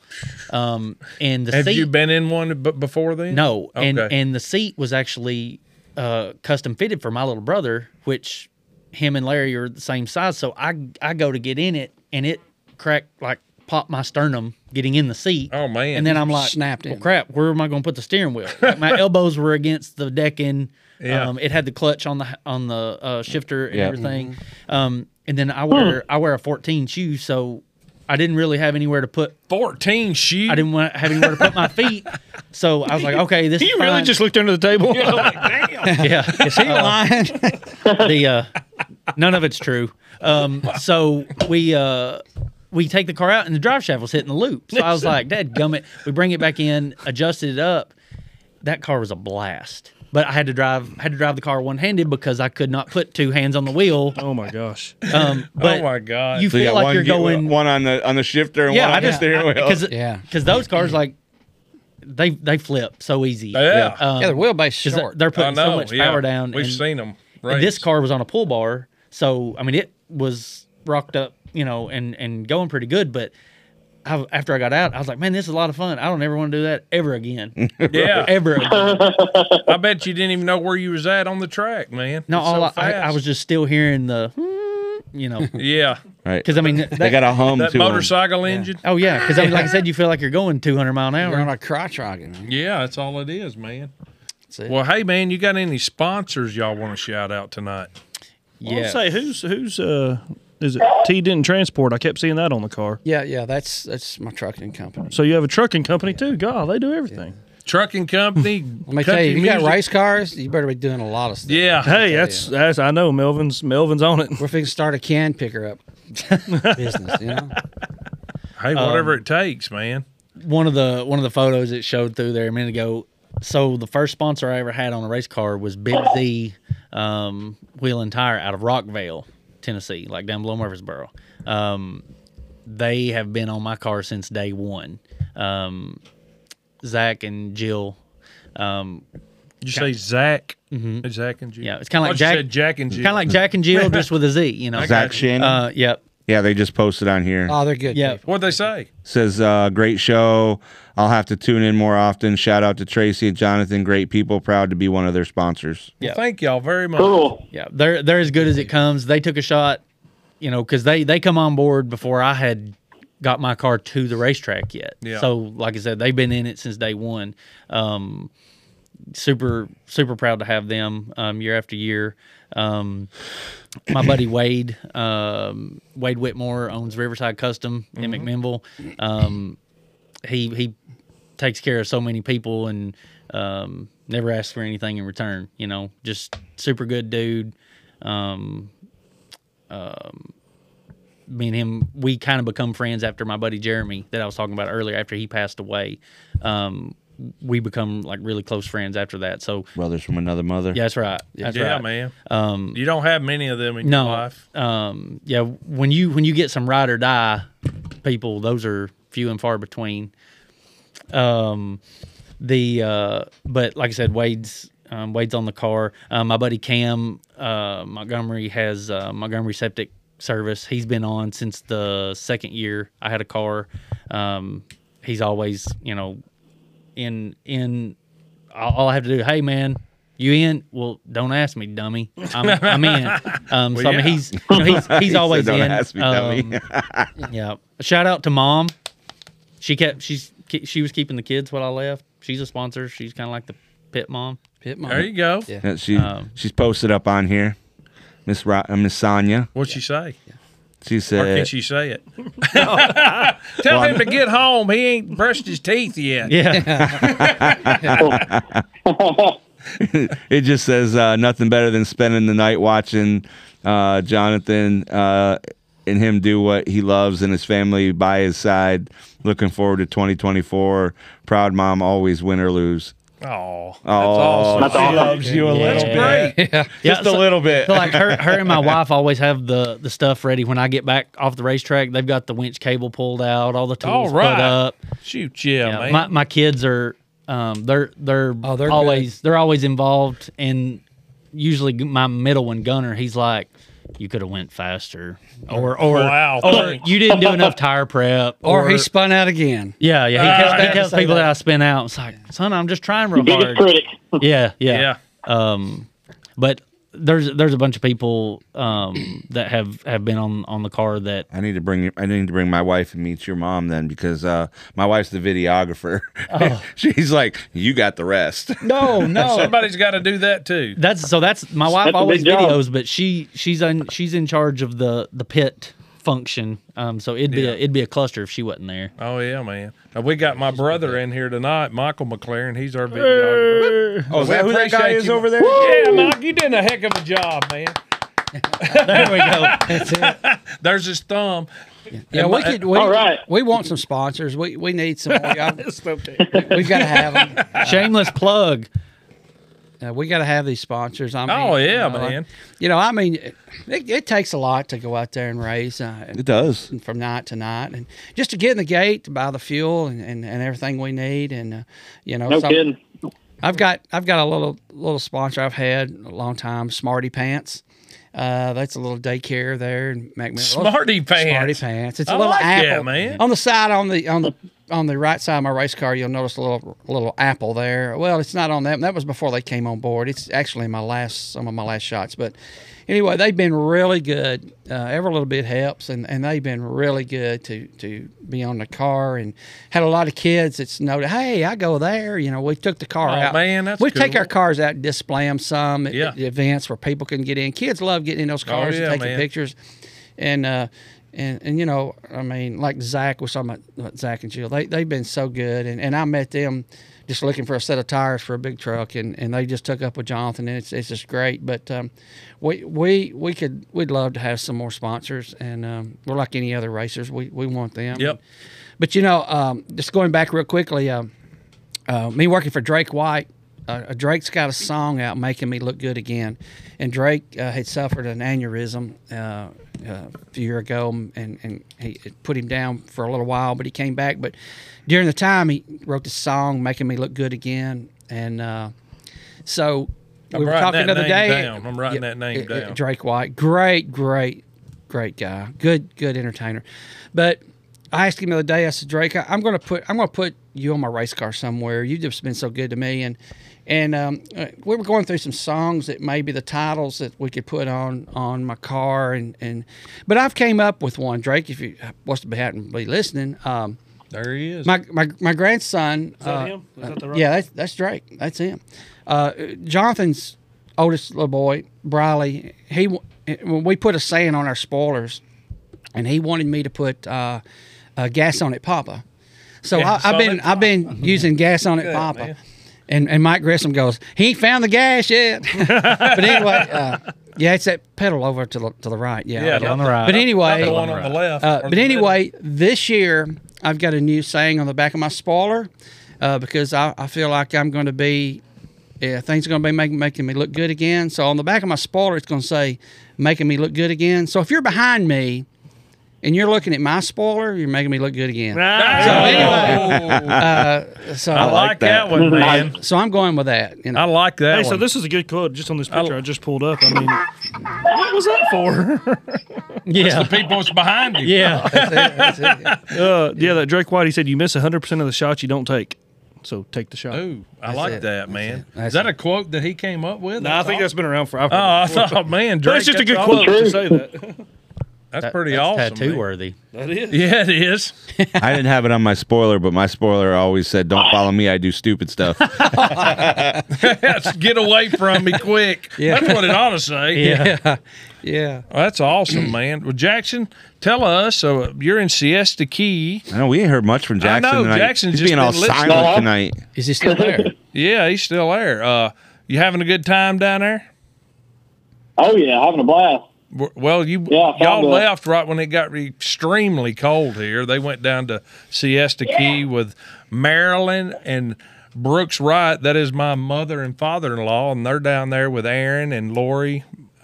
E: Um, and the
A: Have
E: seat,
A: you been in one b- before then?
E: no, and
A: Okay.
E: and the seat was actually uh, custom fitted for my little brother, which him and Larry are the same size. So I I go to get in it, and it cracked like popped my sternum getting in the seat.
A: Oh man!
E: And then I'm like,
F: Snapped
E: Well,
F: in.
E: crap. Where am I going to put the steering wheel? Like, my elbows were against the decking.
A: Yeah.
E: Um, it had the clutch on the on the uh, shifter and
B: Yeah.
E: everything.
A: Mm-hmm.
E: Um, and then I wear I wear a 14 shoe, so I didn't really have anywhere to put
A: 14 shoe.
E: I didn't want have anywhere to put my feet. So I was like, okay, this.
C: He
E: is
C: really
E: fine.
C: just looked under the table.
E: yeah. Is he
F: Uh,
E: lying? the uh, none of it's true. Um, so we uh, we take the car out, and the drive shaft was hitting the loop. So I was like, "Dad, gum it." We bring it back in, adjusted it up. That car was a blast. But I had to drive had to drive the car one handed because I could not put two hands on the wheel.
I: Oh my gosh!
E: Um, but
A: oh my god!
E: you
B: So
E: feel
B: got
E: like
B: one,
E: you're
B: gear-
E: going
B: one on the on the shifter and one on the steering wheel.
E: Because
F: Yeah.
E: those cars like they they flip so easy.
A: Yeah.
E: Um,
F: Yeah, the wheelbase
E: 'cause
F: short.
E: They're
A: I
E: putting
A: know.
E: so much
A: yeah.
E: power down.
A: We've
E: and-
A: seen them.
E: and this car was on a pull bar, so I mean it was rocked up, you know, and and going pretty good. But I, after I got out, I was like, man, this is a lot of fun. I don't ever want to do that ever again.
A: Yeah.
E: ever again.
A: I bet you didn't even know where you was at on the track, man.
E: No,
A: It's so
E: all I, I, I
A: fast.
E: was just still hearing the, hmm, you know,
A: Yeah.
B: right?
E: because I mean
B: They
E: that,
B: got a hum
A: That
B: to 'em.
A: motorcycle engine.
E: Oh yeah, because I mean, like I said, you feel like you're going 200 mile an
F: We're
E: hour.
F: on a crotch rocket, man.
A: Yeah, that's all it is, man.
F: it.
A: Well, hey, man, you got any sponsors y'all want to shout out tonight?
I: Well,
E: Yeah.
I: I'll say who's who's uh is it T didn't transport? I kept seeing that on the car.
F: Yeah, yeah, that's that's my trucking company.
I: So you have a trucking company too? God, they do everything.
A: Trucking company.
F: Let me tell you, if you got race cars, you better be doing a lot of stuff.
A: Yeah.
I: Hey, that's that's I know Melvin's Melvin's on it.
F: We're fixing to start a can picker up business, you know?
A: Hey,
E: um,
A: whatever it takes, man.
E: one of the one of the photos it showed through there a minute ago. So the first sponsor I ever had on a race car was Big Z um, Wheel and Tire out of Rockvale, Tennessee, like down below Murfreesboro. Um, they have been on my car since day one. Um, Zach and Jill. Um,
A: Did you say Zach? Mm-hmm. Zach and Jill.
E: yeah, it's kind
A: I
E: of like
A: thought
E: Jack,
A: you said Jack and Jill.
E: kind of like Jack and Jill, just with a Z. You know,
B: Zach Shannon.
E: Uh, yep,
B: yeah, they just posted on here.
F: Oh, they're good.
E: yep.
F: people.
A: What'd they say?
B: Says, uh, great show. I'll have to tune in more often. Shout out to Tracy and Jonathan. Great people. Proud to be one of their sponsors.
A: Well,
E: Yeah.
A: thank y'all very much.
D: Cool.
E: Yeah, they're they're as good as it comes. They took a shot, you know, because they they come on board before I had got my car to the racetrack yet.
A: Yeah.
E: So like I said, they've been in it since day one. Um, super super proud to have them um, year after year. Um, my buddy Wade um, Wade Whitmore owns Riverside Custom in McMinnville. Um, he he takes care of so many people and um, never asks for anything in return. You know, just super good dude. Um, um, me and him, we kind of become friends after my buddy Jeremy that I was talking about earlier. After he passed away, um, we become like really close friends after that. So
B: brothers from another mother.
E: Yeah, that's right. That's
A: yeah,
E: right.
A: man.
E: Um,
A: you don't have many of them in
E: no,
A: your life.
E: Um, yeah, when you when you get some ride or die people, those are few and far between. Um, the uh, but like I said, Wade's um, Wade's on the car. Uh, my buddy Cam uh, Montgomery has uh, Montgomery Septic Service. He's been on since the second year I had a car. Um, he's always you know in in all all I have to do. Hey man. You in? Well, don't ask me, dummy. I'm, I'm in. Um, so
B: Well,
E: I
B: yeah.
E: mean, he's you know, he's, he's
B: He said,
E: always
B: "Don't
E: in.
B: ask me, dummy."
E: Um, yeah. Shout out to mom. She kept she's ke- she was keeping the kids while I left. She's a sponsor. She's kind of like the pit mom.
F: Pit
A: There you go.
B: Yeah, she
E: Um,
B: she's posted up on here, Miss Ro- uh, Miss Sonia.
A: What'd she say?
B: She
A: Or can
B: said,
A: she say it? Tell
B: Well,
A: him to get home. He ain't brushed his teeth yet.
B: it just says uh, nothing better than spending the night watching uh, Jonathan uh, and him do what he loves and his family by his side. Looking forward to 2024. Proud mom, always win or lose.
A: Oh,
B: Oh, she loves you a little bit. Just a little bit.
E: So like her, her and my wife always have the the stuff ready when I get back off the racetrack. They've got the winch cable pulled out, all the
A: All
E: tools
A: right.
E: put up.
A: Shoot, yeah,
E: Yeah,
A: man.
E: my my kids are um they're they're,
F: they're
E: always they're always involved and usually g- my middle one gunner he's like you could have went faster or or
A: Wow,
E: or
A: thanks.
E: you didn't do enough tire prep
F: Or he spun out again.
E: yeah yeah he
A: Ah,
E: tells,
A: I
E: he
A: had
E: tells
F: to say
E: people
F: that.
E: that. I spin out it's like son I'm just trying real
D: Biggest
E: hard
D: critic.
E: yeah yeah
A: yeah.
E: um, but there's there's a bunch of people um, that have have been on on the car that
B: I need to bring I need to bring my wife and meet your mom then because uh, my wife's the videographer. She's like, you got the rest.
E: no no
A: Somebody's got to do that too.
E: that's so that's my
D: That's a
E: wife
D: big
E: always
D: job.
E: videos but she she's on she's in charge of the the pit function um so it'd be a, it'd be a cluster if she wasn't there
A: Oh yeah, man. Now, we got my brother in here tonight, Michael McLaren. He's our videographer.
B: Oh, is that who that guy
A: appreciate
B: is
A: you.
B: over there?
A: Yeah, Mike, you did a heck of a job, man.
E: there we go
A: There's his thumb.
F: Yeah, we could. We,
D: All right.
F: We want some sponsors. We we need some. more. Y'all- We've got to have them.
E: shameless plug
F: Uh, we got to have these sponsors. I mean,
A: Oh, yeah,
F: you know, I-
A: man.
F: you know, I mean, it, it takes a lot to go out there and raise uh,
B: It does.
F: and from night to night, and just to get in the gate to buy the fuel and, and, and everything we need, and uh, you know,
D: No
F: so-
D: kidding.
F: I've got I've got a little little sponsor I've had a long time, Smarty Pants. Uh, that's a little daycare there in McMinnville.
A: Smarty Pants.
F: Smarty Pants. It's a
A: I
F: little
A: like that,
F: apple
A: man.
F: on the side on the on the on the right side of my race car. You'll notice a little a little apple there. Well, it's not on that. That was before they came on board. It's actually my last some of my last shots. But anyway, they've been really good. Uh, every little bit helps, and, and they've been really good to to be on the car and had a lot of kids that's noted. Hey, I go there. You know, we took the car
A: Oh,
F: out.
A: man, that's
F: we take
A: cool.
F: our cars out and display them some at,
A: Yeah. Oh,
F: at events where people can get in. Kids love getting in those cars
A: yeah,
F: and taking
A: man.
F: pictures, and uh, and and you know, I mean, like Zach was talking about, about uh, Zach and Jill. They they've been so good, and, and I met them just looking for a set of tires for a big truck, and, and they just took up with Jonathan, and it's, it's just great. But um, we we we could we'd love to have some more sponsors, and um, we're like any other racers, we we want them.
A: Yep.
F: But you know, um, just going back real quickly, um uh, me working for Drake White. Uh, Drake's got a song out, "Making Me Look Good Again," and Drake uh, had suffered an aneurysm uh, uh, a year ago, and and he it put him down for a little while, but he came back. But during the time, he wrote this song, "Making Me Look Good Again," and uh, so
A: I'm
F: we were
A: writing
F: talking
A: that
F: the other
A: name
F: day.
A: down. I'm writing that name
F: uh, uh,
A: down.
F: Drake White, great, great, great guy, good, good entertainer. But I asked him the other day. I said, Drake, I, I'm gonna put, I'm gonna put you on my race car somewhere. You've just been so good to me, and and um, uh, we were going through some songs that maybe the titles that we could put on on my car, and and but I've came up with one, Drake. If you what's to be happening, be listening. Um,
A: There he is.
F: my my my grandson. Is
I: that him? Is that the right-
F: Yeah, that's that's Drake. That's him. Uh, Jonathan's oldest little boy, Briley. He w- when we put a saying on our spoilers, and he wanted me to put uh, uh, gas on it, Papa. So
A: Gas
F: I, I've
A: on
F: been
A: it,
F: I've been using gas on it, Papa.
A: man.
F: And, and Mike Grissom goes, he ain't found the gas yet. but anyway, uh, yeah, it's that pedal over to the to the right. Yeah,
A: yeah,
F: okay.
A: not
E: on the right.
F: But
A: not
F: anyway,
A: the one on the left.
F: uh,
A: or
F: but
A: the middle.
F: anyway, this year I've got a new saying on the back of my spoiler, uh, because I, I feel like I'm going to be, yeah, things are going to be making making me look good again. So on the back of my spoiler, it's going to say making me look good again. So if you're behind me. And you're looking at my spoiler. You're making me look good again.
A: Ah.
F: So
A: Oh,
F: anyway, uh, so
I: I like that one, man.
F: So I'm going with that. You know? I
A: like
I: Hey, so this is a good quote just on this picture I, just pulled up. I mean, what was that for?
A: Yeah. That's the people that's behind you.
I: Yeah. uh, yeah, that Drake White, he said, You miss 100% of the shots you don't take. So take the shot.
A: Ooh, I like that, man. Is that a quote that he came up with?
I: No, I think that's been around for. I've
A: Oh, I
I: heard it before.
A: thought, man,
I: But
A: Drake,
I: it's just a good
A: that's
I: quote to
A: awesome.
I: say that.
A: That's
E: That-
A: pretty
E: that's
A: awesome.
E: tattoo
A: man.
E: worthy.
I: That is.
A: Yeah, it is.
B: I didn't have it on my spoiler, but my spoiler always said, "Don't follow me. I do stupid stuff."
A: That's- Get away from me quick.
F: Yeah.
A: That's what it ought to say.
F: Yeah. Yeah.
A: Well, that's awesome, man. Well, Jackson, tell us. So uh, you're in Siesta Key.
B: I know we ain't heard much from
A: I
B: Jackson.
A: know,
B: tonight.
A: Jackson's
B: He's
A: just
B: being all
A: been listening.
B: silent tonight.
F: Is he still there?
A: Yeah, he's still there. Uh, you having a good time down there?
D: Oh yeah, having a blast.
A: W- Well, you
D: Yeah, I
A: y'all
D: found out.
A: left right when it got extremely cold here. They went down to Siesta Key with Marilyn and Brooks Wright. That is my mother and father-in-law, and they're down there with Aaron and Lori.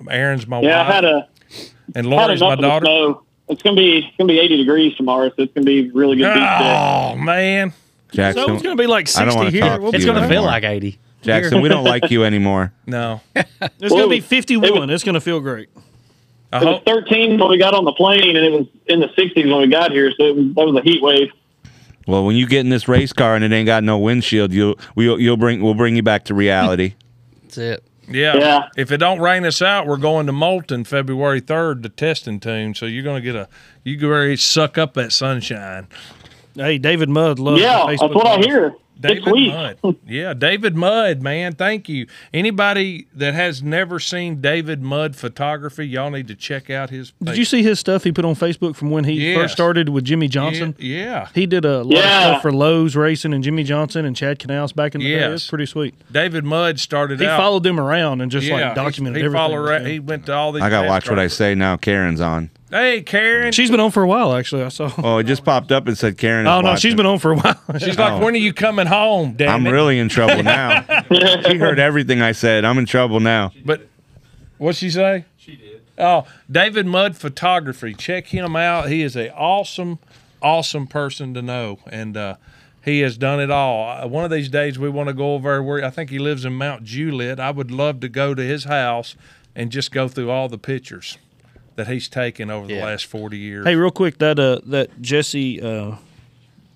A: Aaron's my
D: Yeah, I
A: wife,
D: had a
A: and
D: had
A: Lori's
D: enough
A: my
D: of the
A: daughter.
D: snow. It's gonna be it's gonna be 80 degrees tomorrow, so it's gonna be really good beach day.
A: Oh man,
B: Jackson,
I: So it's going to be like
B: I don't
I: 60
B: want to
I: here.
B: talk
I: We'll
B: to
I: be-
E: It's
B: you
E: going to feel
B: anymore.
E: like 80.
B: Jackson, we don't like you anymore.
A: no.
I: It's going to be
D: Whoa.
I: 51. It's going to feel great.
A: I
D: It was
A: hope
D: 13 when we got on the plane, and it was in the 60s when we got here, so it was, that was a heat wave.
B: Well, when you get in this race car and it ain't got no windshield, you'll we'll, you'll bring we'll bring you back to reality.
F: That's it.
A: Yeah.
D: Yeah.
A: If it don't rain us out, we're going to Moulton February third to testing tune. So you're gonna get a you can very suck up that sunshine.
I: Hey, David Mudd loves
D: yeah,
I: the
D: that's
I: Facebook
D: what I
I: live.
D: hear.
A: David
D: Six weeks.
A: Mudd. Yeah, David Mudd, man. Thank you. Anybody that has never seen David Mudd photography, y'all need to check out his
I: Did you see his stuff he put on Facebook from when he
A: Yes.
I: first started with Jimmy Johnson?
A: Yeah.
I: He did a lot
D: Yeah.
I: of stuff for Lowe's Racing and Jimmy Johnson and Chad Canals back in the day.
A: Yes.
I: It's pretty sweet.
A: David Mudd started
I: He
A: out.
I: followed them around and just
A: yeah,
I: like documented
A: he, he
I: everything.
A: followed
I: with
A: around-
I: them.
A: he went to all these.
B: I gotta watch what I
A: NASCAR.
B: say now. Karen's on.
A: Hey, Karen.
I: she's been on for a while, actually. I saw.
B: Oh, it just popped up and said Karen. Is
I: oh no,
B: watching.
I: she's been on for a while.
A: She's like, when are you coming home? Damn
B: Oh. I'm
A: it."
B: really in trouble now. she heard everything I said. I'm in trouble now.
A: But what'd she say? She did. Oh, David Mudd Photography. Check him out. He is a awesome, awesome person to know, and uh, he has done it all. Uh, One of these days, we want to go over where I think he lives in Mount Juliet. I would love to go to his house and just go through all the pictures that he's taken over the last forty years.
I: hey, real quick, that uh, that Jesse uh,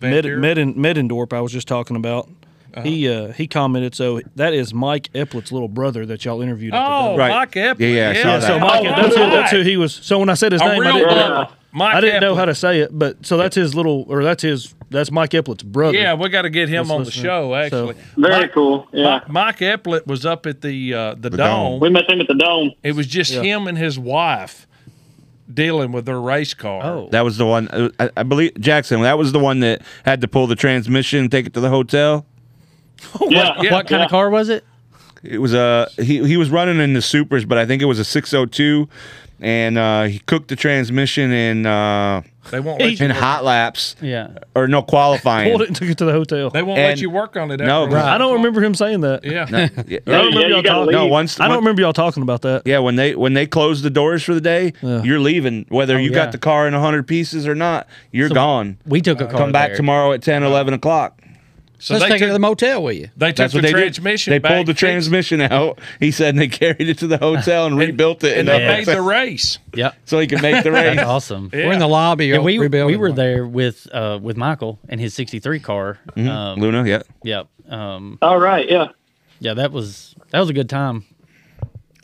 I: Med,
A: Vancouver?
I: Medin, Medendorp I was just talking about.
A: Uh-huh.
I: He uh, he commented, so that is Mike Eplett's little brother that y'all interviewed. at the
A: oh,
I: dump.
B: Right.
A: Mike Epley.
B: Yeah, yeah, I saw that.
I: so Mike,
A: Oh,
I: that's, who, that's who
A: right.
I: he was. So when I said his
A: A
I: name, I
A: real
I: didn't,
A: brother. Mike
I: I didn't know
A: Epley.
I: how to say it, but so that's his little, or that's his, that's Mike Eplett's brother.
A: Yeah, we got to get him
I: Let's
A: on the
I: listen.
A: show.
I: So-
A: Actually,
D: Very
A: Mike,
D: cool. Yeah.
A: Mi- Mike Eplett was up at the uh, the,
B: The
A: dome.
B: Dome.
D: We met them at the Dome.
A: It was just him and his wife dealing with their race car.
E: Oh.
B: That was the one. uh, I, I believe Jackson. That was the one that had to pull the transmission, and take it to the hotel.
D: Yeah.
A: Yeah.
E: What kind of car was it?
B: It was a he. He was running in the supers, but I think it was a 602, and uh, he cooked the transmission in uh,
A: They won't let you.
B: in hot laps
E: Yeah.
B: or no qualifying.
I: Pulled it and took it to the hotel.
A: They won't
B: and-
A: let you work on it. After
B: No,
A: a while.
I: I don't remember him saying that.
A: Yeah.
B: Yeah,
I: I don't
D: Yeah,
I: remember
D: you
I: y'all
D: gotta
I: talking.
D: leave.
B: no, once
I: I don't
B: once-
I: remember y'all talking about that.
B: Yeah, when they when they close the doors for the day, you're leaving. Whether you
E: Oh, yeah.
B: got the car in hundred pieces or not, you're gone.
E: We took a car.
B: Come back
E: there.
B: tomorrow at 10, 11 o'clock.
A: So
F: Let's
A: they
F: take it to the
A: took,
F: motel with you.
A: they took
B: That's
A: the
B: what they
A: transmission.
B: did. They
A: back,
B: pulled the
A: fixed it,
B: transmission out. He said they carried it to the hotel and rebuilt it,
A: and
B: and
A: they
B: up
A: made the race.
E: Yep.
B: so he could make the race.
E: That's awesome.
F: We're in the lobby.
E: Yeah, we,
F: rebuilding
E: we were
F: one.
E: there with uh, with Michael and his 63 car.
D: Mm-hmm.
E: Um,
B: Luna, yeah.
E: Yep. Um,
D: All right. Yeah.
E: yeah, that was that was a good time.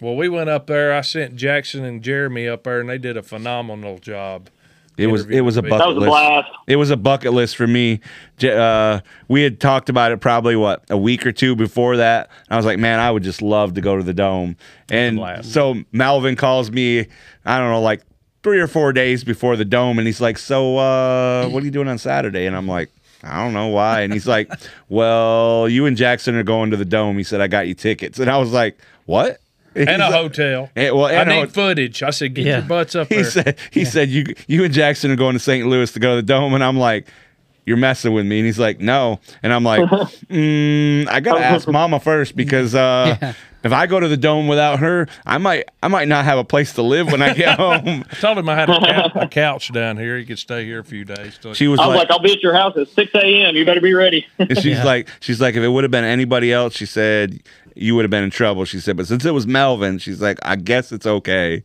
A: Well, we went up there. I sent Jackson and Jeremy up there, and they did a phenomenal job.
B: It was it was a
A: Interviewing
B: bucket
D: That was a
B: list.
D: blast.
B: It was a bucket list for me. J- Uh, we had talked about it probably what a week or two before that. I was like, man, I would just love to go to the dome. And
E: blast.
B: so Malvin calls me, I don't know, like three or four days before the dome, and he's like, so uh, what are you doing on Saturday? And I'm like. I don't know why. And he's like, Well, you and Jackson are going to the dome. He said, I got you tickets. And I was like, What?
A: And a hotel.
B: Eh, well, and
A: I
B: a
A: need
B: hot-
A: footage. I said, get
E: Yeah.
A: your butts up
B: he
A: there.
B: said he said you you and Jackson are going to St. Louis to go to the dome, and I'm like, you're messing with me." And he's like, "No," and I'm like, mm, "I gotta ask Mama first because uh, if I go to the dome without her, I might I might not have a place to live when I get home."
A: I told him I had a, cou- a couch down here. He could stay here a few days. till-
B: She was
D: I was
B: like-
D: like, I'll be at your house at 6 a.m. You better be ready.
B: And she's like, she's like, if it would have been anybody else, she said, you would have been in trouble. She said, but since it was Melvin, she's like, I guess it's okay.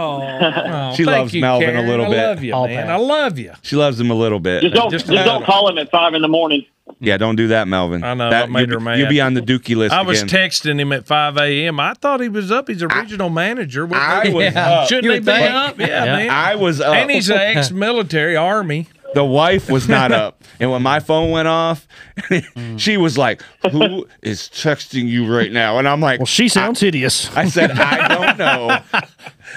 A: Oh,
B: She
A: thank
B: loves
A: you,
B: Melvin a
A: Karen.
B: little bit.
A: I love you,
B: All
A: man.
B: bad.
A: I love you.
B: She loves him a little bit.
D: Just don't,
A: Just
D: just
A: a little.
D: don't call him at 5 in the morning.
B: yeah, don't do that, Melvin. I
A: know, that made her mad.
B: You'll be on the Dookie list.
A: I was
B: again.
A: texting him at 5 a.m. I thought he was up. He's a regional manager. What-
B: I was up.
A: Shouldn't
B: You
A: he
B: would
A: be
B: think.
A: up? Yeah, man.
B: I was up.
A: And he's an ex-military army.
B: the wife was not up, and when my phone went off,
A: Mm.
B: she was like, "Who is texting you right now?" And I'm like,
C: Well, she sounds hideous.
B: I said, I don't know.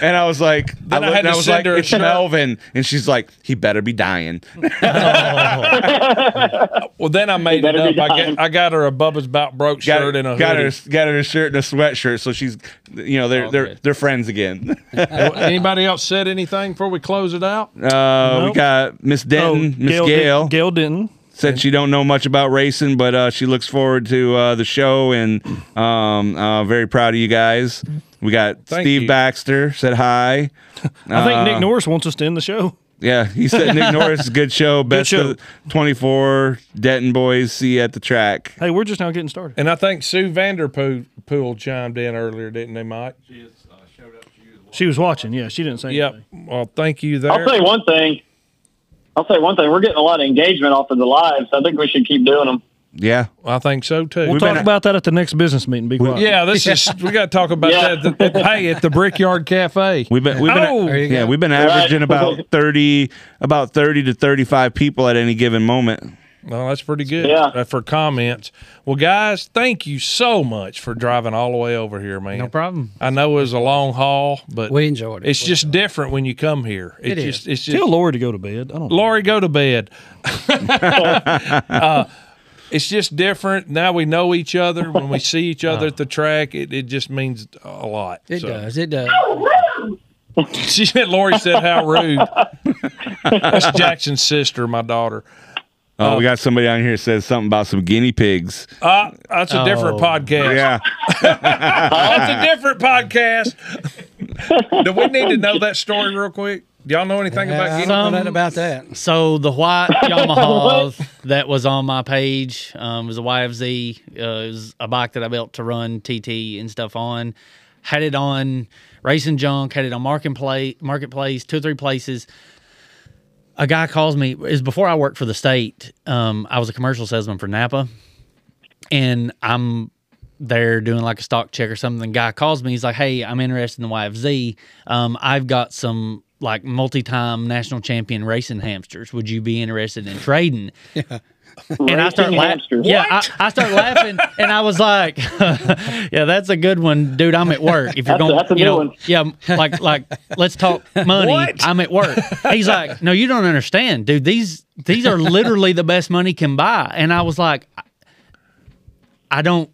B: And I was like, I,
A: I
B: looked
A: had
B: and
A: to
B: I was
A: send
B: like,
A: her a
B: it's
A: shirt.
B: Melvin. And she's like, he better be dying.
A: Well, then I made it
D: better
A: up.
D: be
A: I
D: dying.
A: got, I got her a Bubba's About Broke
B: Got,
A: shirt and a
B: got
A: hoodie.
B: her got her a shirt and a sweatshirt. So she's you know, they're they're
E: Okay.
B: they're friends again.
A: Anybody else said anything before we close it out?
B: Uh, we got Miss
I: Oh,
B: Denton, Miss
I: Gail,
B: Gail.
I: Gail. Gail Denton.
B: Said she don't know much about racing, but uh, she looks forward to uh, the show and um, uh, very proud of you guys. We got
A: Thank
B: Steve
A: you.
B: Baxter said hi.
I: I think
B: Uh.
I: Nick Norris wants us to end the show.
B: Yeah, he said Nick Norris is a good show. Best
I: show.
B: of 24 Denton boys. See you at the track.
I: Hey, we're just now getting started.
A: And I think Sue Vanderpool chimed in earlier, didn't they, Mike?
I: She was watching. Yeah, she didn't say
A: Yep.
I: anything.
A: Well, thank you there.
D: I'll say one thing. I'll say one thing. We're getting a lot of engagement off of the lives. I think we should keep doing them.
B: Yeah.
A: I think so too.
I: We'll talk about that at the next business meeting. Be quiet.
A: yeah, this is we got to talk about
D: Yeah.
A: that. at the- hey, at the Brickyard Cafe.
B: We've been, we've been
A: Oh! There you
B: yeah,
F: go.
B: we've been
D: Right.
B: averaging about 30 about 30 to 35 people at any given moment.
A: Well, that's pretty good
D: Yeah.
A: uh, for comments. Well, guys, thank you so much for driving all the way over here, man.
E: No problem.
A: I know it was a long haul, but
F: We enjoyed it.
A: It's just different when you come here. It's
F: It is.
A: just it's just
I: Tell Lori to go to bed. I don't.
A: Lori, go to bed. Uh, it's just different. Now we know each other. When we see each other at the track, it, it just means a lot.
F: It
A: So-
F: does. It does.
A: She said, Lori said, how rude. That's Jackson's sister, my daughter.
B: Oh, we got somebody on here that says something about some guinea pigs.
A: Uh, that's a different podcast. Oh,
B: yeah.
A: That's a different podcast. Do we need to know that story real quick? Do y'all know anything
F: Yeah, I
A: about
F: don't
A: guinea
F: know
E: Some-
F: nothing about that.
E: So the white Yamaha that was on my page um, was a YFZ. Uh, it was a bike that I built to run TT and stuff on. Had it on Racing Junk. Had it on Marketplace, Marketplace, two or three places. A guy calls me. Is before I worked for the state. Um, I was a commercial salesman for Napa, and I'm there doing like a stock check or something. The guy calls me. He's like, "Hey, I'm interested in the YFZ. Um, I've got some like multi-time national champion racing hamsters. Would you be interested in trading?" and I start
D: Racing
E: laughing.
D: hamsters.
E: Yeah, I, I start laughing, and I was like, "Yeah, that's a good one, dude. I'm at work. If you're
D: That's a-
E: going,
D: that's a
E: you
D: new
E: know,
D: one.
E: yeah, like like let's talk money. I'm at work." He's like, "No, you don't understand, dude. These these are literally the best money can buy." And I was like, "I- "I don't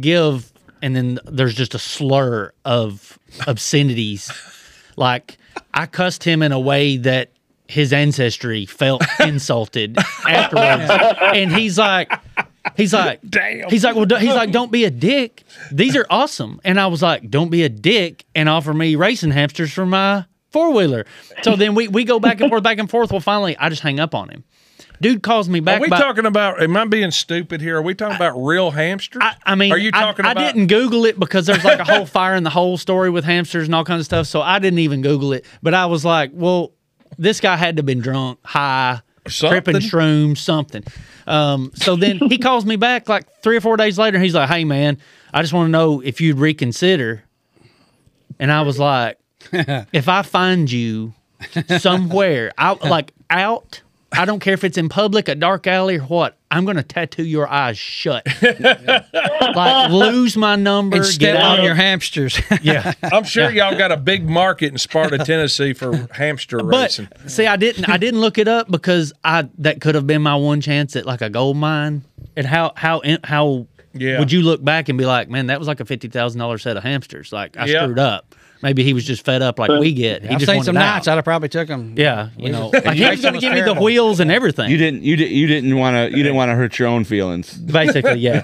E: give." And then there's just a slur of obscenities, like I cussed him in a way that his ancestry felt insulted afterwards, and he's like. He's like, damn. He's like, well, do- he's like, don't be a dick. These are awesome. And I was like, don't be a dick and offer me racing hamsters for my four wheeler. So then we we go back and forth, back and forth. Well, finally, I just hang up on him. Dude calls me back.
A: Are we
E: by-
A: talking about, am I being stupid here? Are we talking about real hamsters?
E: I, I mean,
A: are you
E: I-
A: talking
E: I,
A: about?
E: didn't Google it because there's like a whole fire in the whole story with hamsters and all kinds of stuff. So I didn't even Google it. But I was like, well, this guy had to have been drunk, high,
A: Something.
E: tripping shroom, something. Um, so then he calls me back like three or four days later. And he's like, hey, man, I just want to know if you'd reconsider. And I was like, if I find you somewhere, I like out. I don't care if it's in public, a dark alley, or what. I'm gonna tattoo your eyes shut. like lose my number.
F: And
E: get
F: step
E: out.
F: on your hamsters.
E: yeah.
A: I'm sure y'all got a big market in Sparta, Tennessee for hamster
E: But
A: racing.
E: see, I didn't. I didn't look it up because I that could have been my one chance at like a gold mine. And how how in- how
A: Yeah.
E: would you look back and be like, man, that was like a fifty thousand dollar set of hamsters. Like I
A: Yeah.
E: screwed up. maybe he was just fed up like we get. He
F: I've
E: just
F: seen
E: wanted
F: some
E: it out.
F: nights I'd have probably took them.
E: Yeah, you know, like, he was going to give me the
F: terrible.
E: wheels and everything.
B: You didn't. You did. You didn't want to. You didn't want to hurt your own feelings.
E: Basically, yeah.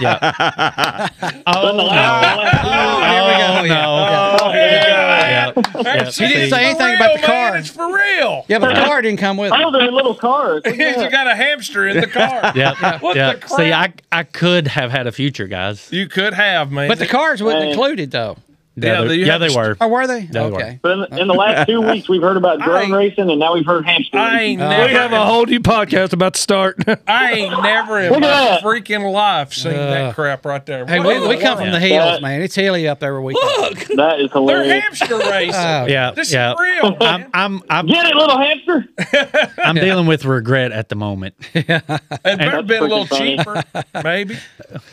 B: yeah.
E: Oh,
F: Oh,
E: no.
F: Oh,
A: yeah.
F: She didn't say anything about the car.
A: It's for real.
F: Yeah, but the car didn't come with it.
D: Oh, they're little cars.
A: He's got a hamster in the car.
E: yeah,
A: What
E: yeah.
A: the crap?
E: See, I I could have had a future, guys.
A: you could have, man.
F: But the cars wasn't included though.
E: Yeah,
A: Yeah,
E: they,
A: you
E: yeah,
A: have
E: they
A: to-
E: were.
F: Or Oh, were they?
E: They were.
F: okay.
D: But in, in the last two weeks, we've heard about drone racing, and now we've heard hamster.
A: I
D: racing.
A: ain't never.
I: We have a whole new podcast about to start.
A: I ain't never in
D: Look at
A: my
D: that.
A: freaking life seen
F: Uh,
A: that crap right there.
F: Hey,
A: What in the
F: we, we come from
A: world?
F: the hills,
D: That-
F: man. It's hilly up every weekend.
A: Look,
D: That
A: they're
D: is hilarious.
A: hamster racing.
F: Oh,
E: Yeah,
A: This
E: yeah.
A: is real. Man.
E: I'm I'm I'm,
D: Get it, little hamster.
E: I'm dealing with regret at the moment.
A: it better
D: That's
A: been a little
D: freaking
A: cheaper, maybe.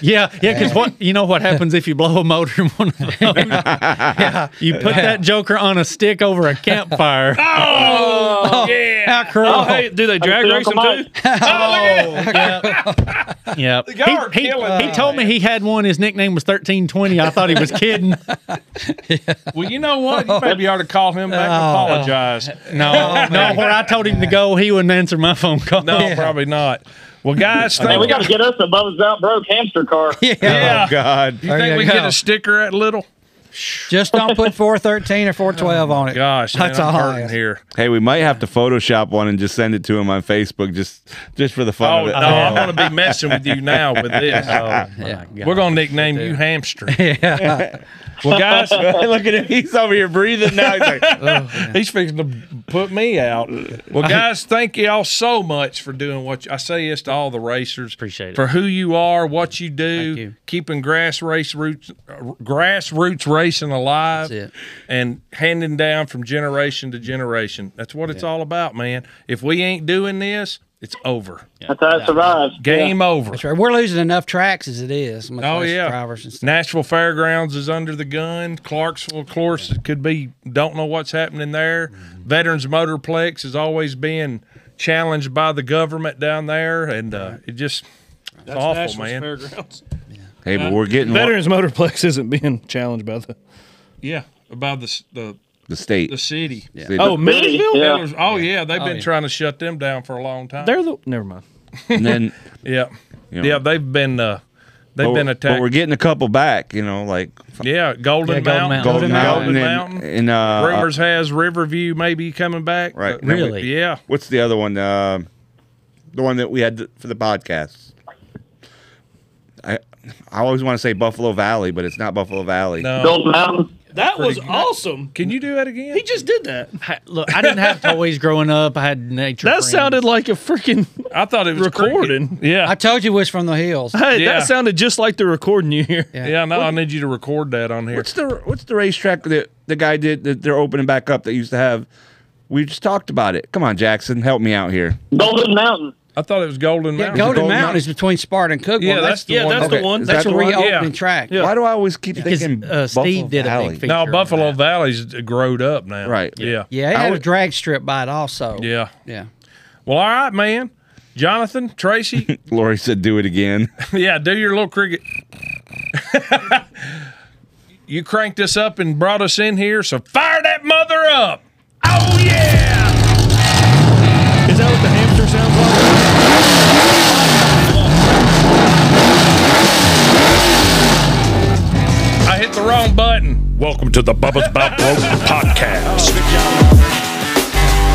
E: Yeah, yeah, because what you know what happens if you blow a motor in one of those? You put that joker on a stick over a campfire.
A: Oh, yeah.
F: How cruel.
I: oh, hey, do they drag
D: still
I: race them
D: come
I: too?
E: Yeah,
A: Y'all are
E: he,
A: killing
E: he,
A: me,
E: he told me he had one. His nickname was thirteen twenty. I thought he was kidding.
A: Well, you know what? You maybe ought to call him back and apologize.
E: No, no. Where I told him to go, he wouldn't answer my phone call.
A: No, probably not. Well, guys,
D: Hey,
A: thank
D: we got to get us a Bubba's Out Broke hamster car.
A: Yeah.
B: Oh God.
A: You think
F: you
A: we
F: go.
A: get a sticker at Little?
F: Just don't put 413 or 412 on it.
A: Gosh, man,
F: That's
A: I'm
F: all I
A: hurting
F: ask.
A: here.
B: Hey, we might have to Photoshop one and just send it to him on Facebook, just just for the fun
A: Oh no,
B: of it.
A: I'm gonna be messing with Oh, you now with this.
E: yeah.
A: We're gonna nickname you Hamster. Well, guys,
B: Look at him. He's over here breathing now. He's like,
A: he's fixing to put me out. Well, guys, thank you all so much for doing what you, I say this to all the racers.
E: Appreciate it.
A: for who you are, what you do,
E: Thank you.
A: keeping grass race roots, uh, grassroots racing alive,
F: That's it.
A: and handing down from generation to generation. That's what it's all about, man. If we ain't doing this, it's over.
D: That's how it survives.
A: Game over.
F: That's right. We're losing enough tracks as it is. much
A: Oh
F: less
A: yeah,
F: drivers and stuff.
A: Nashville Fairgrounds is under the gun. Clarksville, of course, it could be. Don't know what's happening there. Veterans Motorplex is always being challenged by the government down there, and uh, it just it's awful, man.
I: Fairgrounds.
B: hey, but we're getting
I: Veterans Motorplex isn't being challenged by the.
A: Yeah, about the s- the
B: the state.
A: the city.
B: See,
I: Oh,
B: but-
I: Millersville?
D: Yeah.
A: Millers- oh yeah, they've been trying to shut them down for a long time.
I: They're the. Never mind.
B: and then
A: yeah,
B: You know.
A: yeah, they've been uh, they've been
B: but, we're- but
A: attacked.
B: we're getting a couple back. You know, like
A: yeah, Golden, Mountain,
E: Yeah, Golden Mountain.
B: Golden Mountain,
A: Golden
B: and,
A: Mountain.
B: and, uh,
A: Rumors has Riverview maybe coming back.
B: Right.
A: But-
E: Really?
A: Yeah.
B: What's the other one? Uh, the one that we had for the podcast. I I always want to say Buffalo Valley, but it's not Buffalo Valley.
A: No.
D: Gold Mountain.
I: That was awesome.
A: Can you do that again?
I: He just did that.
E: I- look, I didn't have toys growing up. I had nature.
I: That
E: friends.
I: sounded like a freaking
A: I thought it was
I: recording.
A: cricket. Yeah.
F: I told you it was from the hills.
I: Hey,
A: Yeah.
I: that sounded just like the recording you hear.
F: Yeah.
A: yeah. No, I need you to record that on here.
B: What's the What's the racetrack that the guy did that they're opening back up that used to have? We just talked about it. Come on, Jackson, help me out here.
D: Golden Mountain.
A: I thought it was Golden
F: Yeah,
A: Mountain.
F: Golden Mountain,
B: Mountain?
F: is between Sparta and Cookville.
A: Yeah, that's the
I: yeah,
A: one.
I: that's
B: Okay,
I: the one.
B: is
F: that's
B: that
F: a
B: the one?
F: reopening
A: Yeah.
F: track.
I: Yeah.
B: Why do I always keep
E: because
B: thinking
E: uh, Steve
B: Buffalo
E: did a
B: Valley?
E: big feature.
A: No,
E: on
A: Buffalo
E: that.
A: Valley's growed up now.
B: Right.
A: Yeah.
F: Yeah, it
B: I
F: had a
B: would-
F: drag strip by it also.
A: Yeah.
F: Yeah.
A: Well, all right, man. Jonathan, Tracy,
B: Lori said, "Do it again."
A: yeah, do your little cricket. you cranked us up and brought us in here, so fire that mother up. Oh, yeah.
I: Is that what the hamster sounds like?
A: I hit the wrong button. Welcome to the Bubba's About Broke podcast.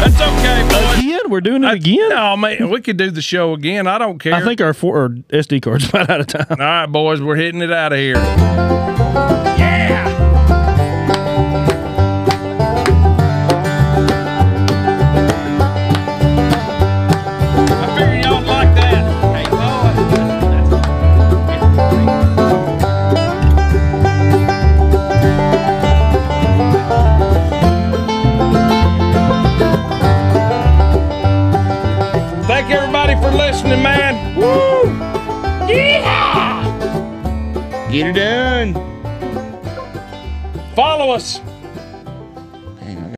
A: That's okay, boys.
I: Again? We're doing it
A: I-
I: again?
A: No, man, we could do the show again. I don't care.
I: I think our four our SD card's about out of time.
A: All right, boys, we're hitting it out of here. Thank everybody for listening, man. Woo!
B: Get her done.
A: Follow us